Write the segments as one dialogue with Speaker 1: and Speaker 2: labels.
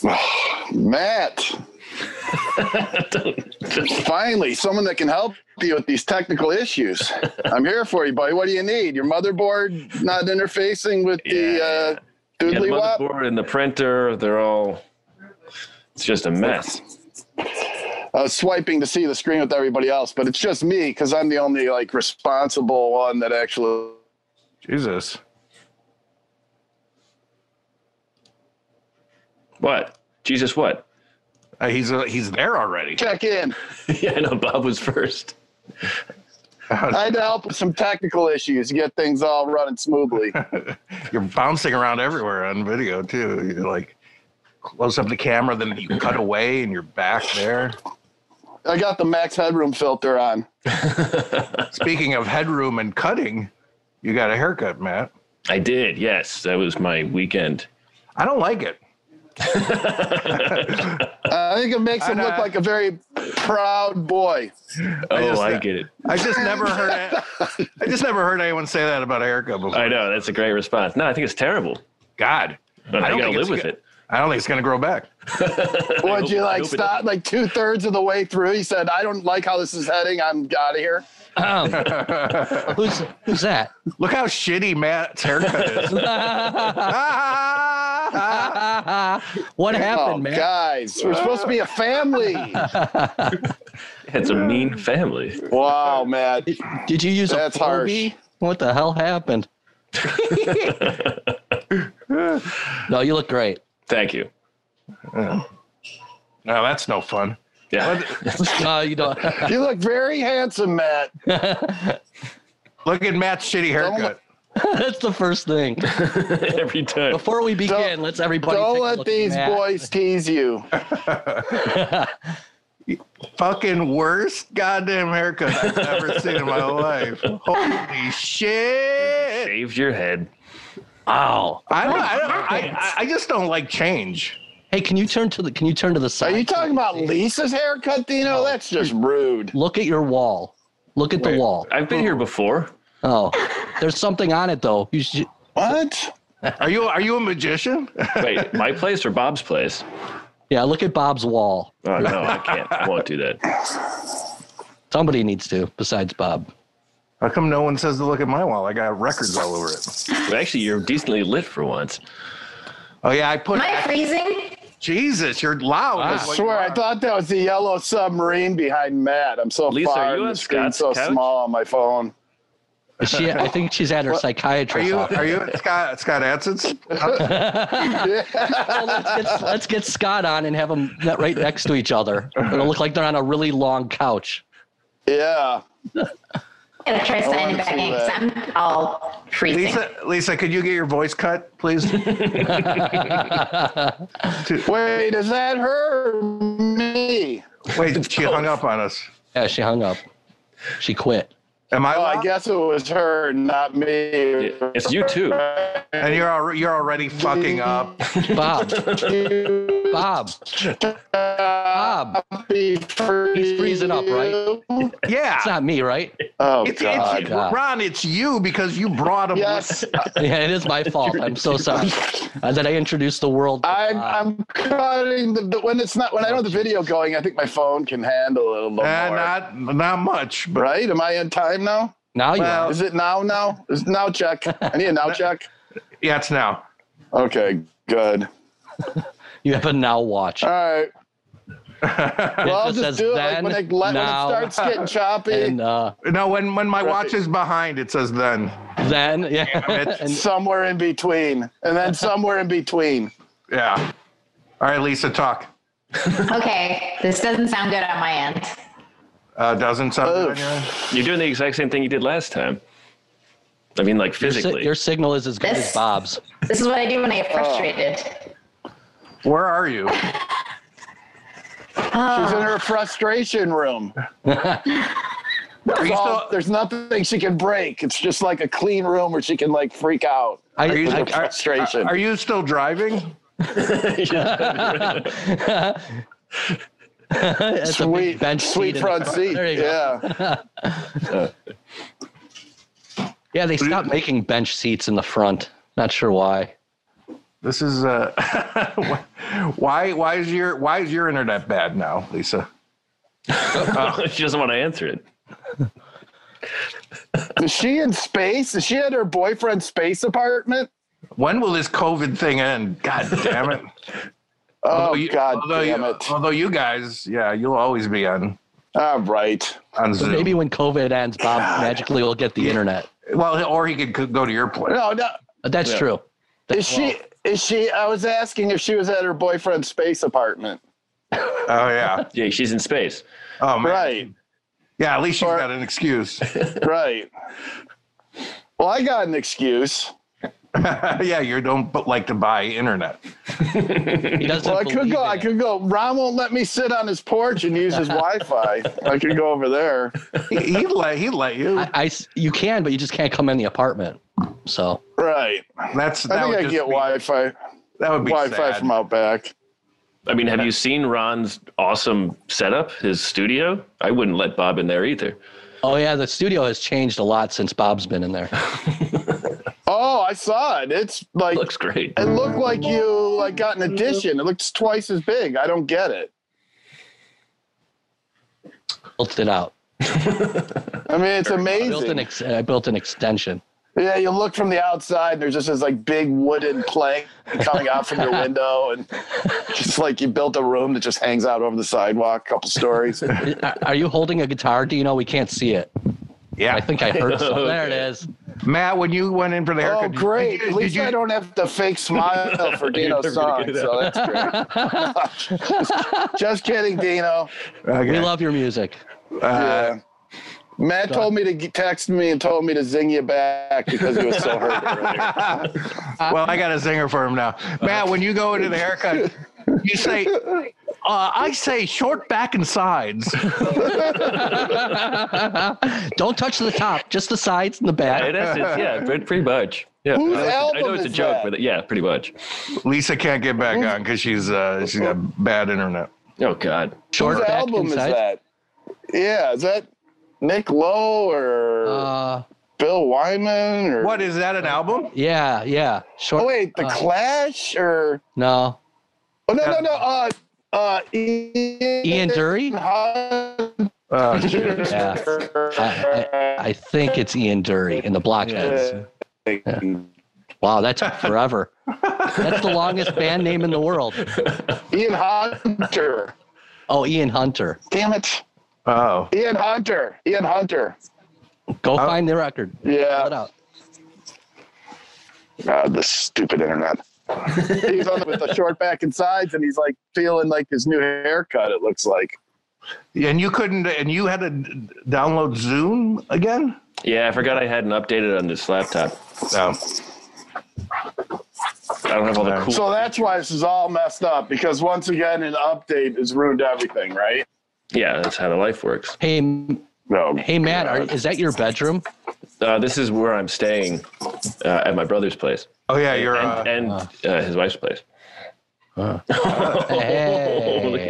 Speaker 1: Matt,
Speaker 2: Don't-
Speaker 1: finally, someone that can help you with these technical issues. I'm here for you, buddy. What do you need? Your motherboard not interfacing with the uh,
Speaker 2: yeah, the
Speaker 1: doodly wop?
Speaker 2: motherboard and the printer, they're all. It's just a mess.
Speaker 1: I was Uh, swiping to see the screen with everybody else, but it's just me because I'm the only like responsible one that actually.
Speaker 3: Jesus.
Speaker 2: What? Jesus, what?
Speaker 3: Uh, he's uh, he's there already.
Speaker 1: Check in.
Speaker 2: yeah, I know Bob was first.
Speaker 1: I had to help with some technical issues, get things all running smoothly.
Speaker 3: You're bouncing around everywhere on video too. You're like close up the camera, then you cut away, and you're back there.
Speaker 1: I got the max headroom filter on.
Speaker 3: Speaking of headroom and cutting, you got a haircut, Matt.
Speaker 2: I did, yes. That was my weekend.
Speaker 3: I don't like it.
Speaker 1: Uh, I think it makes him
Speaker 3: And, uh,
Speaker 1: look like a very proud boy.
Speaker 2: Oh,
Speaker 3: just-
Speaker 2: I, get it.
Speaker 3: I just never heard. it- I just never heard anyone say that about a haircut before.
Speaker 2: I know. That's a great response. No, I think it's terrible.
Speaker 3: God,
Speaker 2: But I,
Speaker 3: don't
Speaker 2: gotta
Speaker 3: think it's
Speaker 2: live with
Speaker 3: good.
Speaker 2: it.
Speaker 3: I don't think it's gonna grow back.
Speaker 1: Would
Speaker 2: hope-
Speaker 1: you
Speaker 2: I
Speaker 1: like
Speaker 2: hope it
Speaker 1: stop like two thirds of the way through? He said, "I don't like how this is heading. I'm out of here."
Speaker 4: Um, who's who's that?
Speaker 3: Look how shitty Matt's haircut is. Ah,
Speaker 4: what happened,
Speaker 1: oh,
Speaker 4: man?
Speaker 1: guys, we're supposed to be a family.
Speaker 2: It's a mean family.
Speaker 1: wow, Matt.
Speaker 4: Did, did you use
Speaker 1: That's
Speaker 4: a
Speaker 1: harsh.
Speaker 4: Furby? What the hell happened? no, you look great.
Speaker 2: Thank you.
Speaker 3: no, that's no fun.
Speaker 2: Yeah.
Speaker 4: No, you don't.
Speaker 1: You look very handsome, Matt.
Speaker 3: Look at Matt's shitty haircut.
Speaker 4: That's the first thing.
Speaker 2: Every time.
Speaker 4: Before we begin,
Speaker 1: Don't-
Speaker 4: let's everybody.
Speaker 1: Don't
Speaker 4: take a
Speaker 1: let
Speaker 4: look at
Speaker 1: these
Speaker 4: Matt.
Speaker 1: boys tease you.
Speaker 3: Fucking worst goddamn haircut I've ever seen in my life. Holy shit!
Speaker 2: Shaved your head.
Speaker 4: Wow.
Speaker 3: I don't. I, don't I, I- I just don't like change.
Speaker 4: Hey, can you turn to the? Can you turn to the side?
Speaker 1: Are you talking about Lisa's haircut, Dino? That's just rude.
Speaker 4: Look at your wall. Look at the wall.
Speaker 2: I've been here before.
Speaker 4: Oh, there's something on it though. You should,
Speaker 1: What?
Speaker 3: Are you are you a magician?
Speaker 2: Wait, my place or Bob's place?
Speaker 4: yeah, look at Bob's wall.
Speaker 2: Oh, no, I can't. I won't do that.
Speaker 4: Somebody needs to besides Bob.
Speaker 3: How come no one says to look at my wall? I got records all over it.
Speaker 2: But actually, you're decently lit for once.
Speaker 3: Oh yeah, I put.
Speaker 5: Am I freezing?
Speaker 3: Jesus, you're loud.
Speaker 1: I swear, I thought that was the yellow submarine behind Matt. I'm so
Speaker 2: Lisa, are
Speaker 1: far
Speaker 2: you
Speaker 1: and
Speaker 2: on
Speaker 1: the screen's
Speaker 2: Scott's
Speaker 1: so
Speaker 2: couch?
Speaker 1: small on my phone.
Speaker 4: Is she? I think she's at her
Speaker 3: Are
Speaker 4: psychiatrist.
Speaker 3: you
Speaker 4: office.
Speaker 3: are you at Scott Scott Adson's?
Speaker 4: Well, Oh, let's, get, let's get Scott on and have them right next to each other. It'll look like they're on a really long couch.
Speaker 1: Yeah.
Speaker 5: I'm gonna try
Speaker 1: wanna
Speaker 5: signing back
Speaker 1: see
Speaker 5: in because I'm all freezing.
Speaker 3: uh, Lisa, Lisa, could you get your voice cut, please?
Speaker 1: Wait, is that her or me?
Speaker 3: Wait, she hung up on us.
Speaker 4: Yeah, she hung up. She quit.
Speaker 3: Am I?
Speaker 1: Oh,
Speaker 3: loud?
Speaker 1: I guess it was her, not me.
Speaker 2: It's you too.
Speaker 3: And you're alre- you're already fucking up.
Speaker 4: Bob. Bob. Bob.
Speaker 1: He's
Speaker 4: He's freezing up, right?
Speaker 3: Yeah.
Speaker 4: It's not me, right?
Speaker 1: Oh,
Speaker 3: It's,
Speaker 1: God.
Speaker 3: it's,
Speaker 4: God.
Speaker 3: Ron, it's you because you brought him.
Speaker 1: yes,
Speaker 4: Yeah, it is my fault. I'm so sorry uh, that I introduced the world. Uh, to
Speaker 1: I'm.
Speaker 4: Bob.
Speaker 1: I'm cutting the, the when it's not when I know the video going. I think my phone can handle it a little
Speaker 3: Uh,
Speaker 1: more.
Speaker 3: not not much, but
Speaker 1: right? Am I in time now?
Speaker 4: now you
Speaker 3: well-
Speaker 4: are.
Speaker 1: Is it now? Now? Is it now check? I need a now check.
Speaker 3: yeah, it's now.
Speaker 1: Okay, good.
Speaker 4: You have a now watch.
Speaker 1: All right.
Speaker 4: it
Speaker 1: Well, I'll just
Speaker 4: just says
Speaker 1: do it like
Speaker 4: then,
Speaker 1: when it, let, when it
Speaker 4: now,
Speaker 1: starts getting choppy.
Speaker 4: and uh,
Speaker 3: No, when when my
Speaker 1: Right.
Speaker 3: watch is behind, it says then.
Speaker 4: then yeah,
Speaker 3: it.
Speaker 4: and
Speaker 1: somewhere in between, and then somewhere in between.
Speaker 3: Yeah. All right, Lisa, talk.
Speaker 5: Okay, this doesn't sound good on my end.
Speaker 3: Uh, doesn't sound good on
Speaker 1: Oof.
Speaker 3: your end?
Speaker 2: You're doing the exact same thing you did last time. I mean, like
Speaker 4: your, si-
Speaker 2: physically.
Speaker 4: your signal is as good as
Speaker 5: This-
Speaker 4: Bob's.
Speaker 5: This is what I do when I
Speaker 3: Oh.
Speaker 5: get frustrated.
Speaker 3: Where are you?
Speaker 1: She's in her frustration room.
Speaker 3: Are you
Speaker 1: Well,
Speaker 3: still?
Speaker 1: there's nothing she can break. It's just like a clean room where she can like freak out.
Speaker 4: I,
Speaker 3: Are you,
Speaker 4: I-
Speaker 1: her
Speaker 3: are,
Speaker 1: frustration.
Speaker 3: are you still driving?
Speaker 4: it's a
Speaker 1: sweet
Speaker 4: big bench seat in
Speaker 1: sweet
Speaker 4: the
Speaker 1: front
Speaker 4: car.
Speaker 1: seat.
Speaker 4: There you go.
Speaker 1: Yeah.
Speaker 4: Yeah, they stopped making bench seats in the front. Not sure why.
Speaker 3: This is uh, why why is your why is your internet bad now, Lisa?
Speaker 6: Oh, she doesn't want to answer it.
Speaker 1: Is she in space? Is she at her boyfriend's space apartment?
Speaker 3: When will this COVID thing end? God damn it!
Speaker 1: Oh
Speaker 3: Although you-
Speaker 1: God
Speaker 3: although
Speaker 1: damn
Speaker 3: you,
Speaker 1: it!
Speaker 3: Although you guys, yeah, you'll always be on
Speaker 1: All right.
Speaker 3: on Zoom.
Speaker 4: Maybe when COVID ends, Bob magically will get the internet.
Speaker 3: Well, or he could co- go to your place.
Speaker 1: No, no.
Speaker 4: But that's
Speaker 2: Yeah.
Speaker 4: true.
Speaker 1: Is she? Is she? I was asking if she was at her boyfriend's space apartment.
Speaker 3: Oh yeah.
Speaker 6: Yeah, she's in space.
Speaker 3: Oh man.
Speaker 1: Right.
Speaker 3: Yeah, at least you've
Speaker 1: Or-
Speaker 3: got an excuse.
Speaker 1: Right. Well, I got an excuse.
Speaker 3: yeah, you don't bu- like to buy internet.
Speaker 4: He doesn't.
Speaker 1: Well, I could
Speaker 4: believe
Speaker 1: go.
Speaker 4: in
Speaker 1: I
Speaker 4: it.
Speaker 1: could go. Ron won't let me sit on his porch and use his Wi-Fi. I could go over there.
Speaker 3: He, he'd let he'd let you.
Speaker 4: I- I s- you can, but you just can't come in the apartment. So
Speaker 1: Right.
Speaker 3: That's that
Speaker 1: I
Speaker 3: would
Speaker 1: think I
Speaker 3: just
Speaker 1: get
Speaker 3: be,
Speaker 1: Wi-Fi.
Speaker 3: That would be
Speaker 1: Wi-Fi
Speaker 3: sad.
Speaker 1: from out back.
Speaker 6: I mean, have you seen Ron's awesome setup, his studio? I wouldn't let Bob in there either.
Speaker 4: Oh yeah, the studio has changed a lot since Bob's been in there.
Speaker 1: Oh, I saw it. It's like
Speaker 6: Looks great.
Speaker 1: it looked like you like got an addition. It looks twice as big. I don't get it.
Speaker 4: Built it out.
Speaker 1: I mean, it's
Speaker 4: I built an
Speaker 1: amazing.
Speaker 4: ex- I built an extension.
Speaker 1: Yeah, you look from the outside, and there's just this like big wooden plank coming out from your window, and just like you built a room that just hangs out over the sidewalk, a couple stories.
Speaker 4: Are- uh, Are you holding a guitar, Dino? We can't see it. I
Speaker 3: Yeah,
Speaker 4: think I heard. Something. There it is.
Speaker 3: Matt, when you went in for the haircut,
Speaker 1: Oh,
Speaker 3: did you-
Speaker 1: great!
Speaker 3: did you-
Speaker 1: At least
Speaker 3: did
Speaker 1: I
Speaker 3: you-
Speaker 1: don't have the fake smile for Dino's
Speaker 6: You're never
Speaker 1: song,
Speaker 6: gonna
Speaker 1: so that's great. just kidding, Dino.
Speaker 3: Okay.
Speaker 4: We love your music.
Speaker 3: Uh,
Speaker 1: Yeah. Matt told me to g- text me and told me to zing you back because he was so hurt. earlier.
Speaker 3: well, I got a zinger for him now.
Speaker 4: Uh-huh.
Speaker 3: Matt, when you go into the haircut, you say, uh, I say short back and sides.
Speaker 4: Don't touch the top, just the sides and the
Speaker 6: In
Speaker 4: back.
Speaker 6: essence, yeah, pre- pretty much. Yeah,
Speaker 1: Whose
Speaker 6: I know, it's- I know
Speaker 1: album
Speaker 6: it's a
Speaker 1: is
Speaker 6: joke,
Speaker 1: that?
Speaker 6: but yeah, pretty much.
Speaker 3: Lisa can't get back on because she's uh, she's got bad internet.
Speaker 6: Oh God,
Speaker 4: Short
Speaker 1: Whose
Speaker 4: back
Speaker 1: album
Speaker 4: and
Speaker 1: is
Speaker 4: sides.
Speaker 1: that? Yeah, is that Nick Lowe or
Speaker 4: Uh,
Speaker 1: Bill Wyman or
Speaker 3: What is that an album?
Speaker 4: yeah, yeah. Short.
Speaker 1: Oh wait, The
Speaker 4: uh,
Speaker 1: Clash or
Speaker 4: No,
Speaker 1: oh no no no uh uh Ian,
Speaker 4: Ian Dury.
Speaker 1: Hunter.
Speaker 3: Uh,
Speaker 4: Yeah. I, I, I think it's Ian Dury in the Blockheads. Wow, that took forever. That's the longest band name in the world.
Speaker 1: Ian Hunter.
Speaker 4: Oh, Ian Hunter.
Speaker 1: Damn it.
Speaker 3: oh,
Speaker 1: Ian Hunter. Ian Hunter.
Speaker 4: Go find the record. Pull it
Speaker 1: Yeah.
Speaker 4: out.
Speaker 1: God, this stupid internet. he's on with the short back and sides and he's like feeling like his new haircut, it looks like.
Speaker 3: and you couldn't, and you had to d- download Zoom again.
Speaker 6: yeah, I forgot I hadn't updated on this laptop.
Speaker 3: No.
Speaker 6: I don't have all the cool.
Speaker 1: So that's why this is all messed up because once again an update has ruined everything, right?
Speaker 6: yeah, that's how the life works.
Speaker 4: Hey, m-
Speaker 1: No.
Speaker 4: hey, Matt, are, is that your bedroom?
Speaker 6: Uh, this is where I'm staying uh, at my brother's place
Speaker 3: Oh yeah, you're. Uh,
Speaker 6: and, and uh, his wife's place.
Speaker 4: Hey.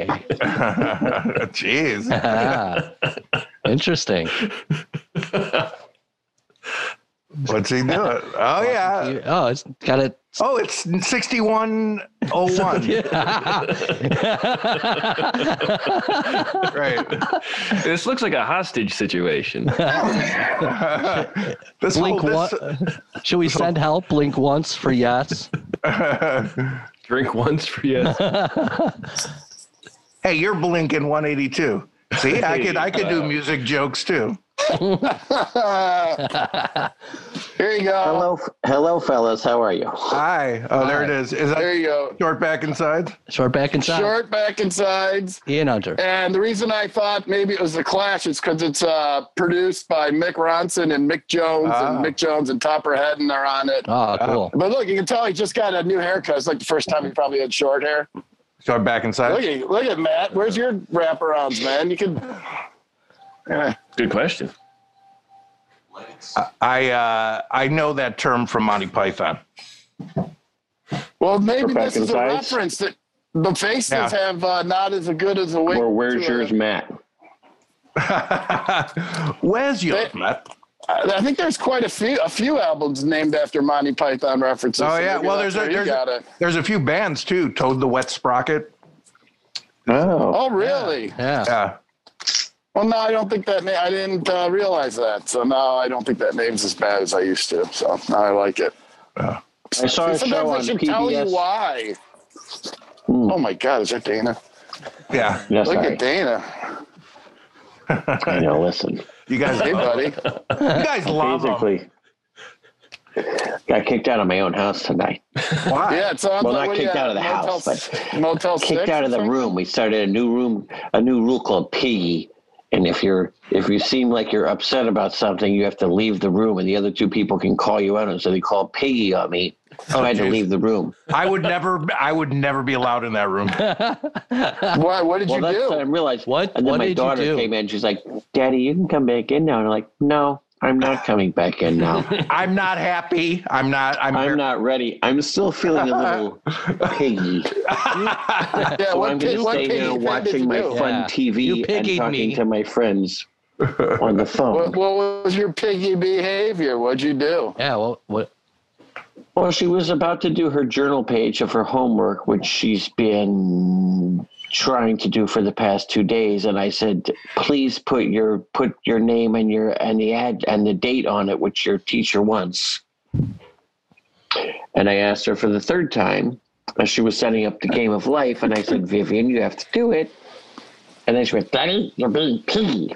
Speaker 3: uh, Jeez.
Speaker 4: Ah, interesting.
Speaker 3: What's he doing? Oh yeah.
Speaker 4: You- Oh, it's got it.
Speaker 3: Oh, it's sixty-one oh one. Right.
Speaker 6: This looks like a hostage situation.
Speaker 3: This
Speaker 4: Blink
Speaker 3: whole-
Speaker 4: one.
Speaker 3: this-
Speaker 4: Should we send help? Blink once for yes.
Speaker 6: Drink once for yes.
Speaker 3: hey, you're blinking 182. See, I could I could do music jokes too.
Speaker 1: Here you go.
Speaker 7: Hello, f- hello, fellas. How are you?
Speaker 3: Hi. Oh, there it is. Is
Speaker 1: There
Speaker 3: that
Speaker 1: you go.
Speaker 3: short back inside?
Speaker 4: Short back and side.
Speaker 1: Short back and sides.
Speaker 4: Ian Hunter.
Speaker 1: And the reason I thought maybe it was the Clash is because it's uh, produced by Mick Ronson and Mick Jones,
Speaker 3: Ah.
Speaker 1: and Mick Jones and Topper Hedden are on it.
Speaker 4: Oh, cool.
Speaker 1: But look, you can tell he just got a new haircut. It's like the first time he probably had short hair.
Speaker 3: Short back
Speaker 1: Look
Speaker 3: inside.
Speaker 1: at look at Matt. Where's your wraparounds, man? You can. Eh,
Speaker 6: Good question.
Speaker 3: I uh, I know that term from Monty Python.
Speaker 1: Well, maybe
Speaker 7: back
Speaker 1: this is a
Speaker 7: insides.
Speaker 1: reference that the faces
Speaker 3: Yeah.
Speaker 1: have uh, not as good as the wig.
Speaker 7: Or where's
Speaker 1: to it.
Speaker 7: yours, Matt?
Speaker 3: Where's your
Speaker 1: They-
Speaker 3: Matt?
Speaker 1: I I think there's quite a few a few albums named after Monty Python references.
Speaker 3: Oh,
Speaker 1: so
Speaker 3: yeah.
Speaker 1: maybe
Speaker 3: Well,
Speaker 1: that's
Speaker 3: there's a-
Speaker 1: where you
Speaker 3: there's a-
Speaker 1: got it.
Speaker 3: There's a few bands too. Toad the Wet Sprocket.
Speaker 8: Oh,
Speaker 1: Oh, really?
Speaker 4: Yeah.
Speaker 3: Yeah.
Speaker 1: Well, no, I don't think that. Na- I didn't uh, realize that. So now I don't think that name's as bad as I used to. So now I like it.
Speaker 8: I saw a
Speaker 1: Sometimes
Speaker 8: show
Speaker 1: I
Speaker 8: on
Speaker 1: should tell you
Speaker 8: PBS.
Speaker 1: why.
Speaker 8: Hmm.
Speaker 1: Oh my God, is that Dana?
Speaker 3: Yeah.
Speaker 8: Yeah,
Speaker 1: Look
Speaker 8: sorry.
Speaker 1: at Dana.
Speaker 8: I know, listen.
Speaker 3: You guys,
Speaker 1: Hey,
Speaker 3: you
Speaker 1: buddy.
Speaker 3: guys love 'em.
Speaker 8: Basically, got kicked out of my own house tonight.
Speaker 3: Why?
Speaker 1: Yeah, it's on
Speaker 8: Well,
Speaker 1: the-
Speaker 8: not
Speaker 1: what do
Speaker 8: kicked
Speaker 1: you
Speaker 8: out of the
Speaker 1: have, motel,
Speaker 8: house,
Speaker 1: s- motel
Speaker 8: Kicked
Speaker 1: six
Speaker 8: out of
Speaker 1: or
Speaker 8: the
Speaker 1: something?
Speaker 8: room. We started a new room, a new rule called Piggy. And if you're if you seem like you're upset about something, you have to leave the room, and the other two people can call you out. And so they called Piggy on me. So I had to
Speaker 3: geez.
Speaker 8: leave the room.
Speaker 3: I would never. I would never be allowed in that room.
Speaker 1: Why? What did
Speaker 8: Well,
Speaker 1: you
Speaker 8: that's
Speaker 1: do?
Speaker 8: what I realized.
Speaker 4: What-
Speaker 8: And then
Speaker 4: what
Speaker 8: my
Speaker 4: did you
Speaker 8: daughter
Speaker 4: do?
Speaker 8: came in. She's like, "Daddy, you can come back in now." And I'm like, "No, I'm not coming back in now.
Speaker 3: I'm not happy. I'm not. I'm.
Speaker 8: I'm not ready. I'm still feeling a little piggy.
Speaker 1: yeah,
Speaker 8: So
Speaker 1: what
Speaker 8: I'm
Speaker 1: pig-
Speaker 8: just
Speaker 1: what
Speaker 8: staying
Speaker 1: piggy
Speaker 8: here
Speaker 1: thing did
Speaker 8: watching
Speaker 1: you
Speaker 8: my
Speaker 1: do?
Speaker 8: fun
Speaker 4: Yeah. You
Speaker 8: TV and
Speaker 4: piggied
Speaker 8: talking
Speaker 4: me.
Speaker 8: to my friends on the phone.
Speaker 1: What, what was your piggy behavior? What'd you do?
Speaker 4: yeah. Well, what?
Speaker 8: Well, she was about to do her journal page of her homework, which she's been trying to do for the past two days, and I said, "Please put your put your name and your and the ad and the date on it, which your teacher wants." And I asked her for the third time as she was setting up the game of life, and I said, "Vivian, you have to do it." And then she went, "Daddy, you're being piggy."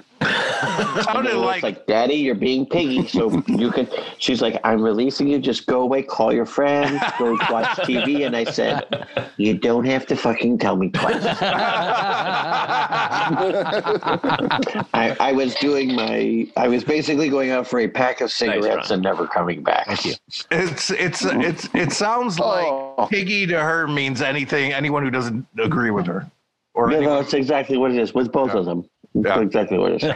Speaker 3: sounded
Speaker 8: It's
Speaker 3: like,
Speaker 8: like, Daddy, you're being piggy. So you can. She's like, I'm releasing you. Just go away. Call your friends. Go watch TV. And I said, You don't have to fucking tell me twice. I, I was doing my. I was basically going out for a pack of cigarettes
Speaker 6: Ron.
Speaker 8: and never coming back.
Speaker 3: it's it's it's it sounds
Speaker 1: Oh.
Speaker 3: like piggy to her means anything. Anyone who doesn't agree with her, or
Speaker 8: No,
Speaker 3: anyone,
Speaker 8: no, it's exactly what it is with both of them. It's
Speaker 3: Yeah.
Speaker 8: Exactly what it is.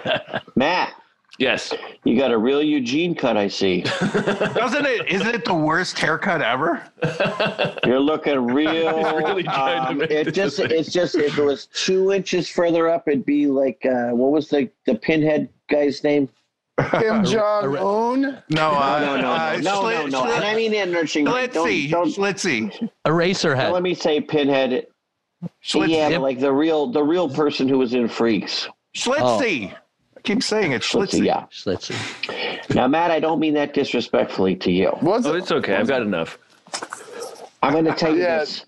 Speaker 8: Matt,
Speaker 6: Yes.
Speaker 8: you got a real Eugene cut. I see.
Speaker 3: doesn't it? Isn't it the worst haircut ever?
Speaker 8: You're looking real.
Speaker 6: really trying to
Speaker 8: um,
Speaker 6: make
Speaker 8: it
Speaker 6: this
Speaker 8: just,
Speaker 6: thing.
Speaker 8: it's just, if it was two inches further up, it'd be like, uh, what was the the pinhead guy's name?
Speaker 1: Kim Jong Un?
Speaker 3: No, uh,
Speaker 8: No, no, no,
Speaker 3: uh,
Speaker 8: no, no,
Speaker 3: Schli-
Speaker 8: no, no. And I mean it nudging. Like, don't,
Speaker 3: Schlitzy,
Speaker 8: don't,
Speaker 3: Schlitzy,
Speaker 8: don't let
Speaker 4: Eraserhead.
Speaker 8: me say pinhead.
Speaker 3: Schlitzy,
Speaker 8: yeah,
Speaker 4: Yep.
Speaker 8: but like the real, the real person who was in Freaks.
Speaker 3: Schlitzy.
Speaker 4: Oh.
Speaker 3: I keep saying it,
Speaker 8: Let's see,
Speaker 3: Schlitzy.
Speaker 8: yeah.
Speaker 4: Let's see.
Speaker 8: Now, Matt, I don't mean that disrespectfully to you.
Speaker 1: Was
Speaker 6: Oh,
Speaker 1: it?
Speaker 6: it's okay. I've got enough.
Speaker 8: I'm going to tell you
Speaker 1: Yeah.
Speaker 8: this.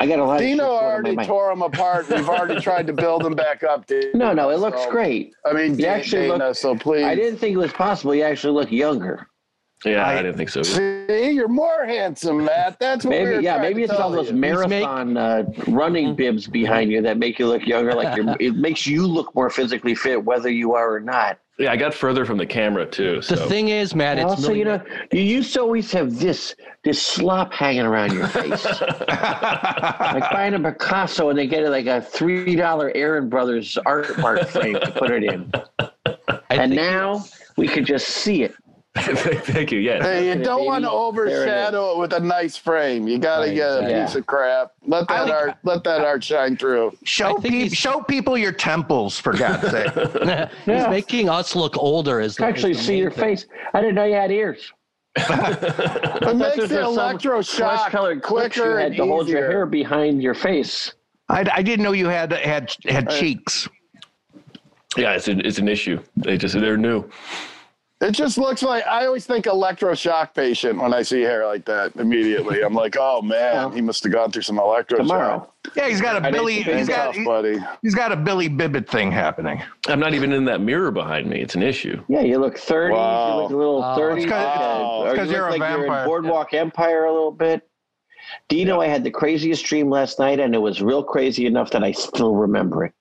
Speaker 8: I got a lot.
Speaker 1: Dino
Speaker 8: of shit going on in my
Speaker 1: already
Speaker 8: mind.
Speaker 1: tore them apart. We've already tried to build them back up, dude.
Speaker 8: No, no, it looks
Speaker 1: So,
Speaker 8: great.
Speaker 1: I mean,
Speaker 8: You
Speaker 1: Dana,
Speaker 8: actually look-
Speaker 1: so please.
Speaker 8: I didn't think it was possible. You actually look younger.
Speaker 6: Yeah, I,
Speaker 3: I-
Speaker 6: didn't think so. either.
Speaker 1: See, you're more handsome, Matt. That's what we
Speaker 8: Maybe
Speaker 1: were
Speaker 8: yeah,
Speaker 1: trying
Speaker 8: maybe
Speaker 1: to
Speaker 8: it's all
Speaker 1: tell
Speaker 8: those
Speaker 1: you.
Speaker 8: marathon uh,
Speaker 4: Mm-hmm.
Speaker 8: running bibs behind you that make you look younger. Like you're, it makes you look more physically fit, whether you are or not.
Speaker 6: Yeah, I got further from the camera too. So
Speaker 4: The thing is, man,
Speaker 8: And
Speaker 4: it's
Speaker 8: also,
Speaker 4: really
Speaker 8: you know, you used to always have this this slop hanging around your face, like buying a Picasso and they get it like a three dollar Aaron Brothers art mark frame to put it in,
Speaker 4: I think-
Speaker 8: and now we could just see it.
Speaker 6: thank you. Yes.
Speaker 1: Hey, you
Speaker 8: it,
Speaker 1: don't
Speaker 8: baby.
Speaker 1: want to overshadow it, with a nice frame. You got to
Speaker 4: Right,
Speaker 1: get a
Speaker 4: exactly.
Speaker 1: piece of crap. Let
Speaker 3: I
Speaker 1: that
Speaker 3: like-
Speaker 1: art, let that art shine through.
Speaker 3: Show
Speaker 4: I think
Speaker 3: people,
Speaker 4: he's-
Speaker 3: show people your temples for God's sake.
Speaker 4: He's making us look older. Is the- is
Speaker 8: Actually,
Speaker 4: the
Speaker 8: see
Speaker 4: main
Speaker 8: your
Speaker 4: thing.
Speaker 8: face. I didn't know you had ears.
Speaker 1: It makes
Speaker 8: There's
Speaker 1: the
Speaker 8: just some
Speaker 1: electroshock
Speaker 8: flesh-colored clips you
Speaker 1: quicker
Speaker 8: had
Speaker 1: and
Speaker 8: to hold your hair
Speaker 1: easier.
Speaker 8: behind your face.
Speaker 3: I, I didn't know you had had had cheeks.
Speaker 6: Yeah, it's an, it's an issue. They just they're new.
Speaker 1: It just looks like I always think electroshock patient when I see hair like that. Immediately, I'm like, oh man,
Speaker 8: Yeah.
Speaker 1: he must have gone through some electroshock.
Speaker 8: Tomorrow,
Speaker 3: Yeah, he's got a
Speaker 8: I didn't
Speaker 3: Billy.
Speaker 8: think
Speaker 3: He's
Speaker 1: He's
Speaker 3: got
Speaker 1: tough,
Speaker 3: he-
Speaker 1: buddy.
Speaker 3: he's got a Billy Bibbit thing happening.
Speaker 6: I'm not even in that mirror behind me. It's an issue.
Speaker 8: yeah, you look thirty.
Speaker 1: Wow.
Speaker 8: You look a little
Speaker 4: Wow.
Speaker 8: thirty.
Speaker 3: Oh, It's 'cause-
Speaker 8: uh,
Speaker 1: it's
Speaker 8: or
Speaker 3: 'cause
Speaker 8: you
Speaker 3: you're
Speaker 8: look
Speaker 3: a
Speaker 8: like You're
Speaker 3: vampire.
Speaker 8: in Boardwalk Empire a little bit. Do you know I had the craziest dream last night, and it was real crazy enough that I still remember it.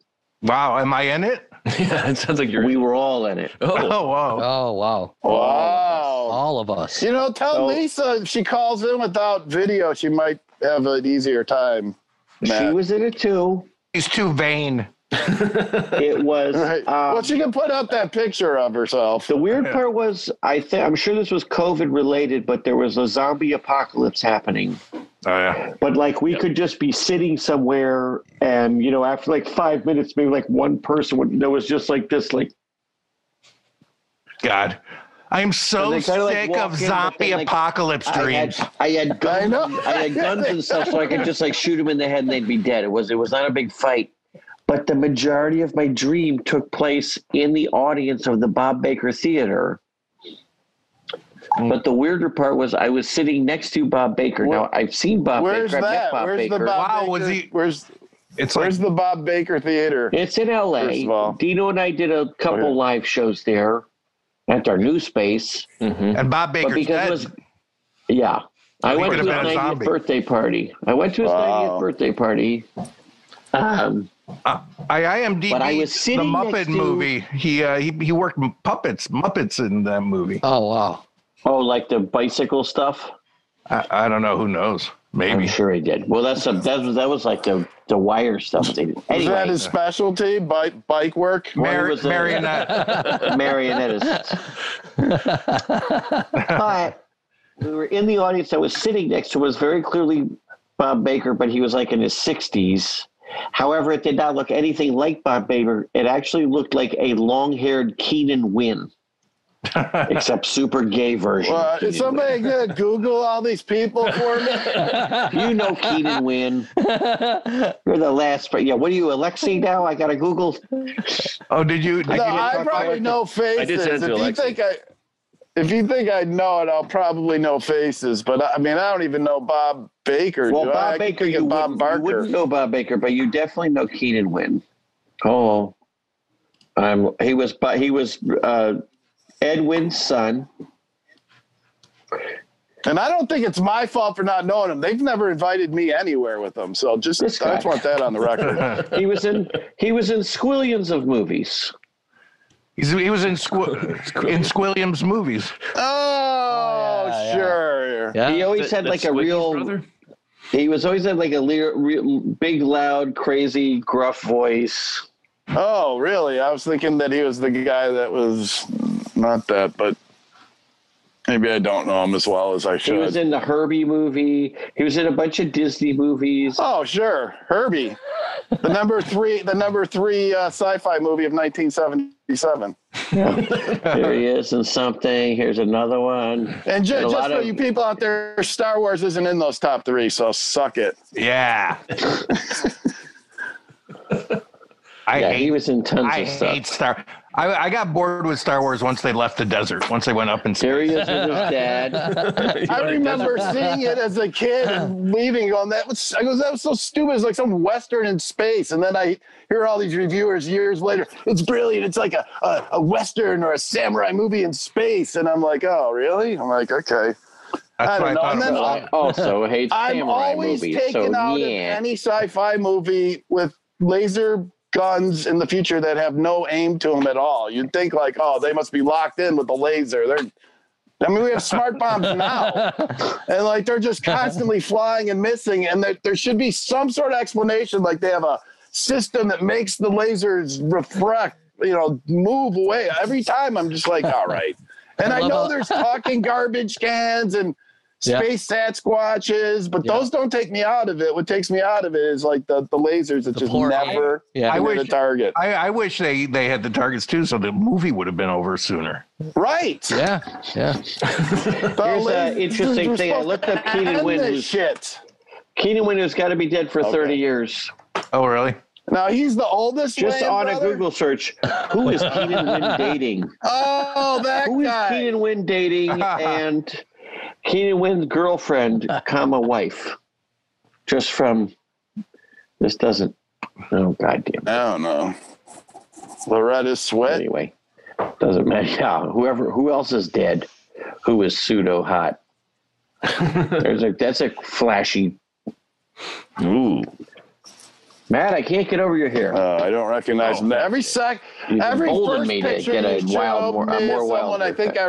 Speaker 3: Wow, am I in it?
Speaker 6: yeah, it sounds like you're.
Speaker 8: We were all in it.
Speaker 6: oh,
Speaker 3: Oh, wow.
Speaker 4: Oh wow,
Speaker 1: Wow.
Speaker 4: all of us.
Speaker 1: You know, tell
Speaker 8: So-
Speaker 1: Lisa if she calls in without video, she might have an easier time.
Speaker 8: She
Speaker 1: Matt.
Speaker 8: was in it too.
Speaker 3: He's too vain.
Speaker 8: It was.
Speaker 1: Right.
Speaker 8: um,
Speaker 1: well, she can put up that picture of herself.
Speaker 8: The weird part was, I think I'm sure this was COVID related, but there was a zombie apocalypse happening.
Speaker 3: Oh yeah.
Speaker 8: But like we could just be sitting somewhere, and you know, after like five minutes, maybe like one person would. There was just like this, like
Speaker 3: God, I'm
Speaker 8: And
Speaker 3: so
Speaker 8: they kinda, like,
Speaker 3: sick
Speaker 8: walk
Speaker 3: of
Speaker 8: in, but
Speaker 3: zombie
Speaker 8: they, like,
Speaker 3: apocalypse
Speaker 8: I
Speaker 3: dreams.
Speaker 8: had, I had guns. I,
Speaker 1: know.
Speaker 8: had guns and stuff, so I could just like shoot them in the head and they'd be dead. It was it was not a big fight, but the majority of my dream took place in the audience of the Bob Baker Theater.
Speaker 1: Hmm.
Speaker 8: But the weirder part was I was sitting next to Bob Baker. Now I've seen Bob
Speaker 1: Where's
Speaker 8: Baker. I've met
Speaker 1: that?
Speaker 8: Bob
Speaker 1: Where's
Speaker 8: Baker.
Speaker 1: the Bob
Speaker 3: Wow,
Speaker 1: Baker?
Speaker 3: was he-
Speaker 1: where's
Speaker 3: it's like
Speaker 1: where's the Bob Baker Theater?
Speaker 8: It's in
Speaker 1: First of
Speaker 8: LA.
Speaker 1: all.
Speaker 8: Dino and I did a couple
Speaker 1: Okay.
Speaker 8: live shows there at our new space.
Speaker 3: and Bob
Speaker 8: But
Speaker 3: Baker's
Speaker 8: because
Speaker 3: dead.
Speaker 8: it was, yeah, I
Speaker 3: He
Speaker 8: went to
Speaker 3: could've
Speaker 8: his
Speaker 3: been a
Speaker 8: 90th
Speaker 3: zombie.
Speaker 8: birthday party. I went to his
Speaker 1: Wow.
Speaker 8: 90th birthday party. Um,
Speaker 3: Uh, I IMDb
Speaker 8: But I was
Speaker 3: the
Speaker 8: sitting
Speaker 3: Muppet
Speaker 8: next to-
Speaker 3: movie. He uh, he he worked m- puppets Muppets in that movie.
Speaker 4: Oh wow.
Speaker 8: oh, like the bicycle stuff.
Speaker 3: I, I don't know. Who knows?
Speaker 8: I'm
Speaker 3: Maybe.
Speaker 8: sure he did. Well, that's a, that was that was like the the wire stuff they did.
Speaker 1: Is that
Speaker 8: Anyway,
Speaker 1: his specialty? Bike bike work?
Speaker 3: Mar-
Speaker 8: was a-
Speaker 3: marionette.
Speaker 8: marionettist. but we were in the audience that was sitting next to was very clearly Bob Baker, but he was like in his 60s. However, it did not look anything like Bob Baker. It actually looked like a long haired Keenan Wynn, except super gay version. of
Speaker 1: Well, uh,
Speaker 8: Keenan
Speaker 1: is somebody gonna Google all these people for me?
Speaker 8: Wynn. You know Keenan Wynn. You're the last. But yeah, what are you, Alexi now? I got to Google.
Speaker 3: oh, did you? Did
Speaker 1: No,
Speaker 3: you
Speaker 1: I probably know faces.
Speaker 6: I did send it to
Speaker 1: if you
Speaker 6: Alexi.
Speaker 1: think I, if you think I know it, I'll probably know faces. But I I mean, I don't even know Bob Baker.
Speaker 8: Well,
Speaker 1: do I? I
Speaker 8: Bob
Speaker 1: can
Speaker 8: Baker,
Speaker 1: think
Speaker 8: you,
Speaker 1: of Bob
Speaker 8: wouldn't, you wouldn't
Speaker 1: Barker.
Speaker 8: know Bob Baker, but you definitely know Keenan Wynn. Oh, um, he was, but he was uh, Edwin's son.
Speaker 1: And I don't think it's my fault for not knowing him. They've never invited me anywhere with them. So just
Speaker 8: This
Speaker 1: I just
Speaker 8: guy.
Speaker 1: want that on the record. Oh,
Speaker 8: He was in, he was in squillions of movies.
Speaker 3: He's, he was in Squ- in Squilliam's movies.
Speaker 1: oh,
Speaker 4: yeah.
Speaker 1: sure.
Speaker 8: He
Speaker 4: yeah.
Speaker 8: always had like a real, he was always had like a le- real, big, loud, crazy, gruff voice.
Speaker 1: Oh, really? I was thinking that he was the guy that was not that, but maybe I don't know him as well as I
Speaker 8: He was
Speaker 1: should.
Speaker 8: in the Herbie movie. He was in a bunch of Disney movies.
Speaker 1: Oh, sure, Herbie, the number three, the number three uh, sci-fi movie of 1977.
Speaker 8: Here he is in something. Here's another one.
Speaker 1: And ju-
Speaker 8: And
Speaker 1: just
Speaker 8: a lot
Speaker 1: for
Speaker 8: of-
Speaker 1: you people out there, Star Wars isn't in those top three, so suck it.
Speaker 3: Yeah. I
Speaker 8: Yeah,
Speaker 3: hate.
Speaker 8: he was in tons
Speaker 3: I
Speaker 8: of stuff.
Speaker 3: hate Star. I, I got bored with Star Wars once they left the desert. Once they went up in
Speaker 8: There
Speaker 3: space.
Speaker 8: he is with his dad.
Speaker 1: I remember seeing it as a kid and leaving, going, "That was," I goes, "That was so stupid." It's like some western in space, and then I hear all these reviewers years later, "It's brilliant! It's like a a, a western or a samurai movie in space," and I'm like, "Oh, really?" I'm like, "Okay."
Speaker 3: That's
Speaker 1: I
Speaker 3: what
Speaker 1: don't know. And
Speaker 3: I
Speaker 1: then
Speaker 3: thought.
Speaker 1: I-
Speaker 8: I also hate
Speaker 1: I'm
Speaker 8: samurai
Speaker 1: always
Speaker 8: movies.
Speaker 1: taken
Speaker 8: so
Speaker 1: out of
Speaker 8: yeah,
Speaker 1: any sci-fi movie with laser guns in the future that have no aim to them at all. You'd think like, oh, they must be locked in with the laser. They're I mean, we have smart bombs now, and like they're just constantly flying and missing. And there, there should be some sort of explanation, like they have a system that makes the lasers refract, you know, move away. Every time, I'm just like, all right. And I
Speaker 4: Love
Speaker 1: know
Speaker 4: how-
Speaker 1: there's talking garbage cans and
Speaker 4: Uh-huh. Yeah.
Speaker 1: space sat squatches, but
Speaker 4: Yeah.
Speaker 1: those don't take me out of it. What takes me out of it is like the, the lasers that
Speaker 4: The
Speaker 1: just
Speaker 4: plural.
Speaker 1: never
Speaker 4: Yeah.
Speaker 1: hit
Speaker 3: I wish-
Speaker 1: a target.
Speaker 3: I, I wish they they had the targets too, so the movie would have been over sooner.
Speaker 1: right.
Speaker 4: Yeah. Yeah.
Speaker 1: The
Speaker 8: Here's a
Speaker 1: lasers
Speaker 8: interesting
Speaker 1: were
Speaker 8: thing. I
Speaker 1: supposed
Speaker 8: looked
Speaker 1: to
Speaker 8: up Keenan
Speaker 1: end
Speaker 8: Wynn,
Speaker 1: this
Speaker 8: who's-
Speaker 1: shit.
Speaker 8: Keenan Window's got to be dead for
Speaker 1: Okay.
Speaker 8: 30 years.
Speaker 3: Oh, really?
Speaker 1: Now he's the oldest.
Speaker 8: Just
Speaker 1: Wayne
Speaker 8: on
Speaker 1: brother?
Speaker 8: a Google search, who is Keenan Wynn dating?
Speaker 1: Oh, that
Speaker 8: Who is
Speaker 1: guy.
Speaker 8: Keenan Wynn dating and Keenan Wynn's girlfriend, comma wife? Just from this doesn't. Oh goddamn.
Speaker 1: I don't know. Loretta Sweat.
Speaker 8: Anyway, doesn't matter. Yeah, whoever who else is dead, who is pseudo hot. There's a that's a flashy
Speaker 6: Ooh.
Speaker 8: Matt, I can't get over your hair.
Speaker 1: Oh, I don't recognize him. Every sec,
Speaker 8: You've
Speaker 1: every
Speaker 8: emboldened
Speaker 1: first
Speaker 8: me to
Speaker 1: picture
Speaker 8: get a
Speaker 1: you
Speaker 8: wild
Speaker 1: showed
Speaker 8: more- a
Speaker 1: me
Speaker 8: more
Speaker 1: is
Speaker 8: wild
Speaker 1: someone I think I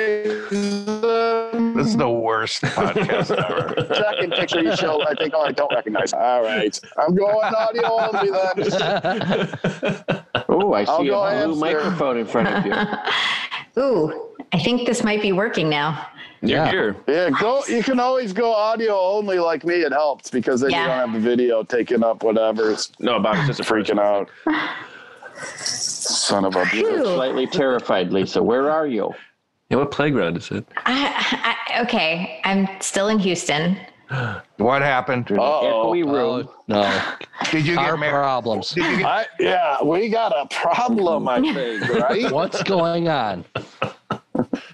Speaker 1: recognize. them.
Speaker 3: This is the worst podcast ever.
Speaker 1: Second picture you showed, I think oh, I don't recognize. them. All right, I'm going audio only then.
Speaker 8: Oh, I
Speaker 1: I'll
Speaker 8: see a
Speaker 1: go
Speaker 8: blue
Speaker 1: ahead, sir.
Speaker 8: microphone in front of you.
Speaker 5: Ooh, I think this might be working now.
Speaker 6: You're
Speaker 4: Yeah.
Speaker 6: here.
Speaker 1: Yeah, go. You can always go audio only, like me. It helps because then you
Speaker 5: Yeah.
Speaker 1: don't have the video taking up whatever. It's
Speaker 6: No, Bob's just a
Speaker 1: freaking out. Son of a
Speaker 5: Phew.
Speaker 8: Slightly terrified, Lisa. Where are you?
Speaker 6: Yeah, what playground is it?
Speaker 5: I, I, okay, I'm still in Houston.
Speaker 3: What happened?
Speaker 1: Uh-oh.
Speaker 8: Echoey room.
Speaker 4: Oh, no.
Speaker 3: Did you
Speaker 4: Car
Speaker 3: get married?
Speaker 4: problems.
Speaker 3: Did you get,
Speaker 1: I, yeah, we got a problem, I think, right?
Speaker 4: What's going on?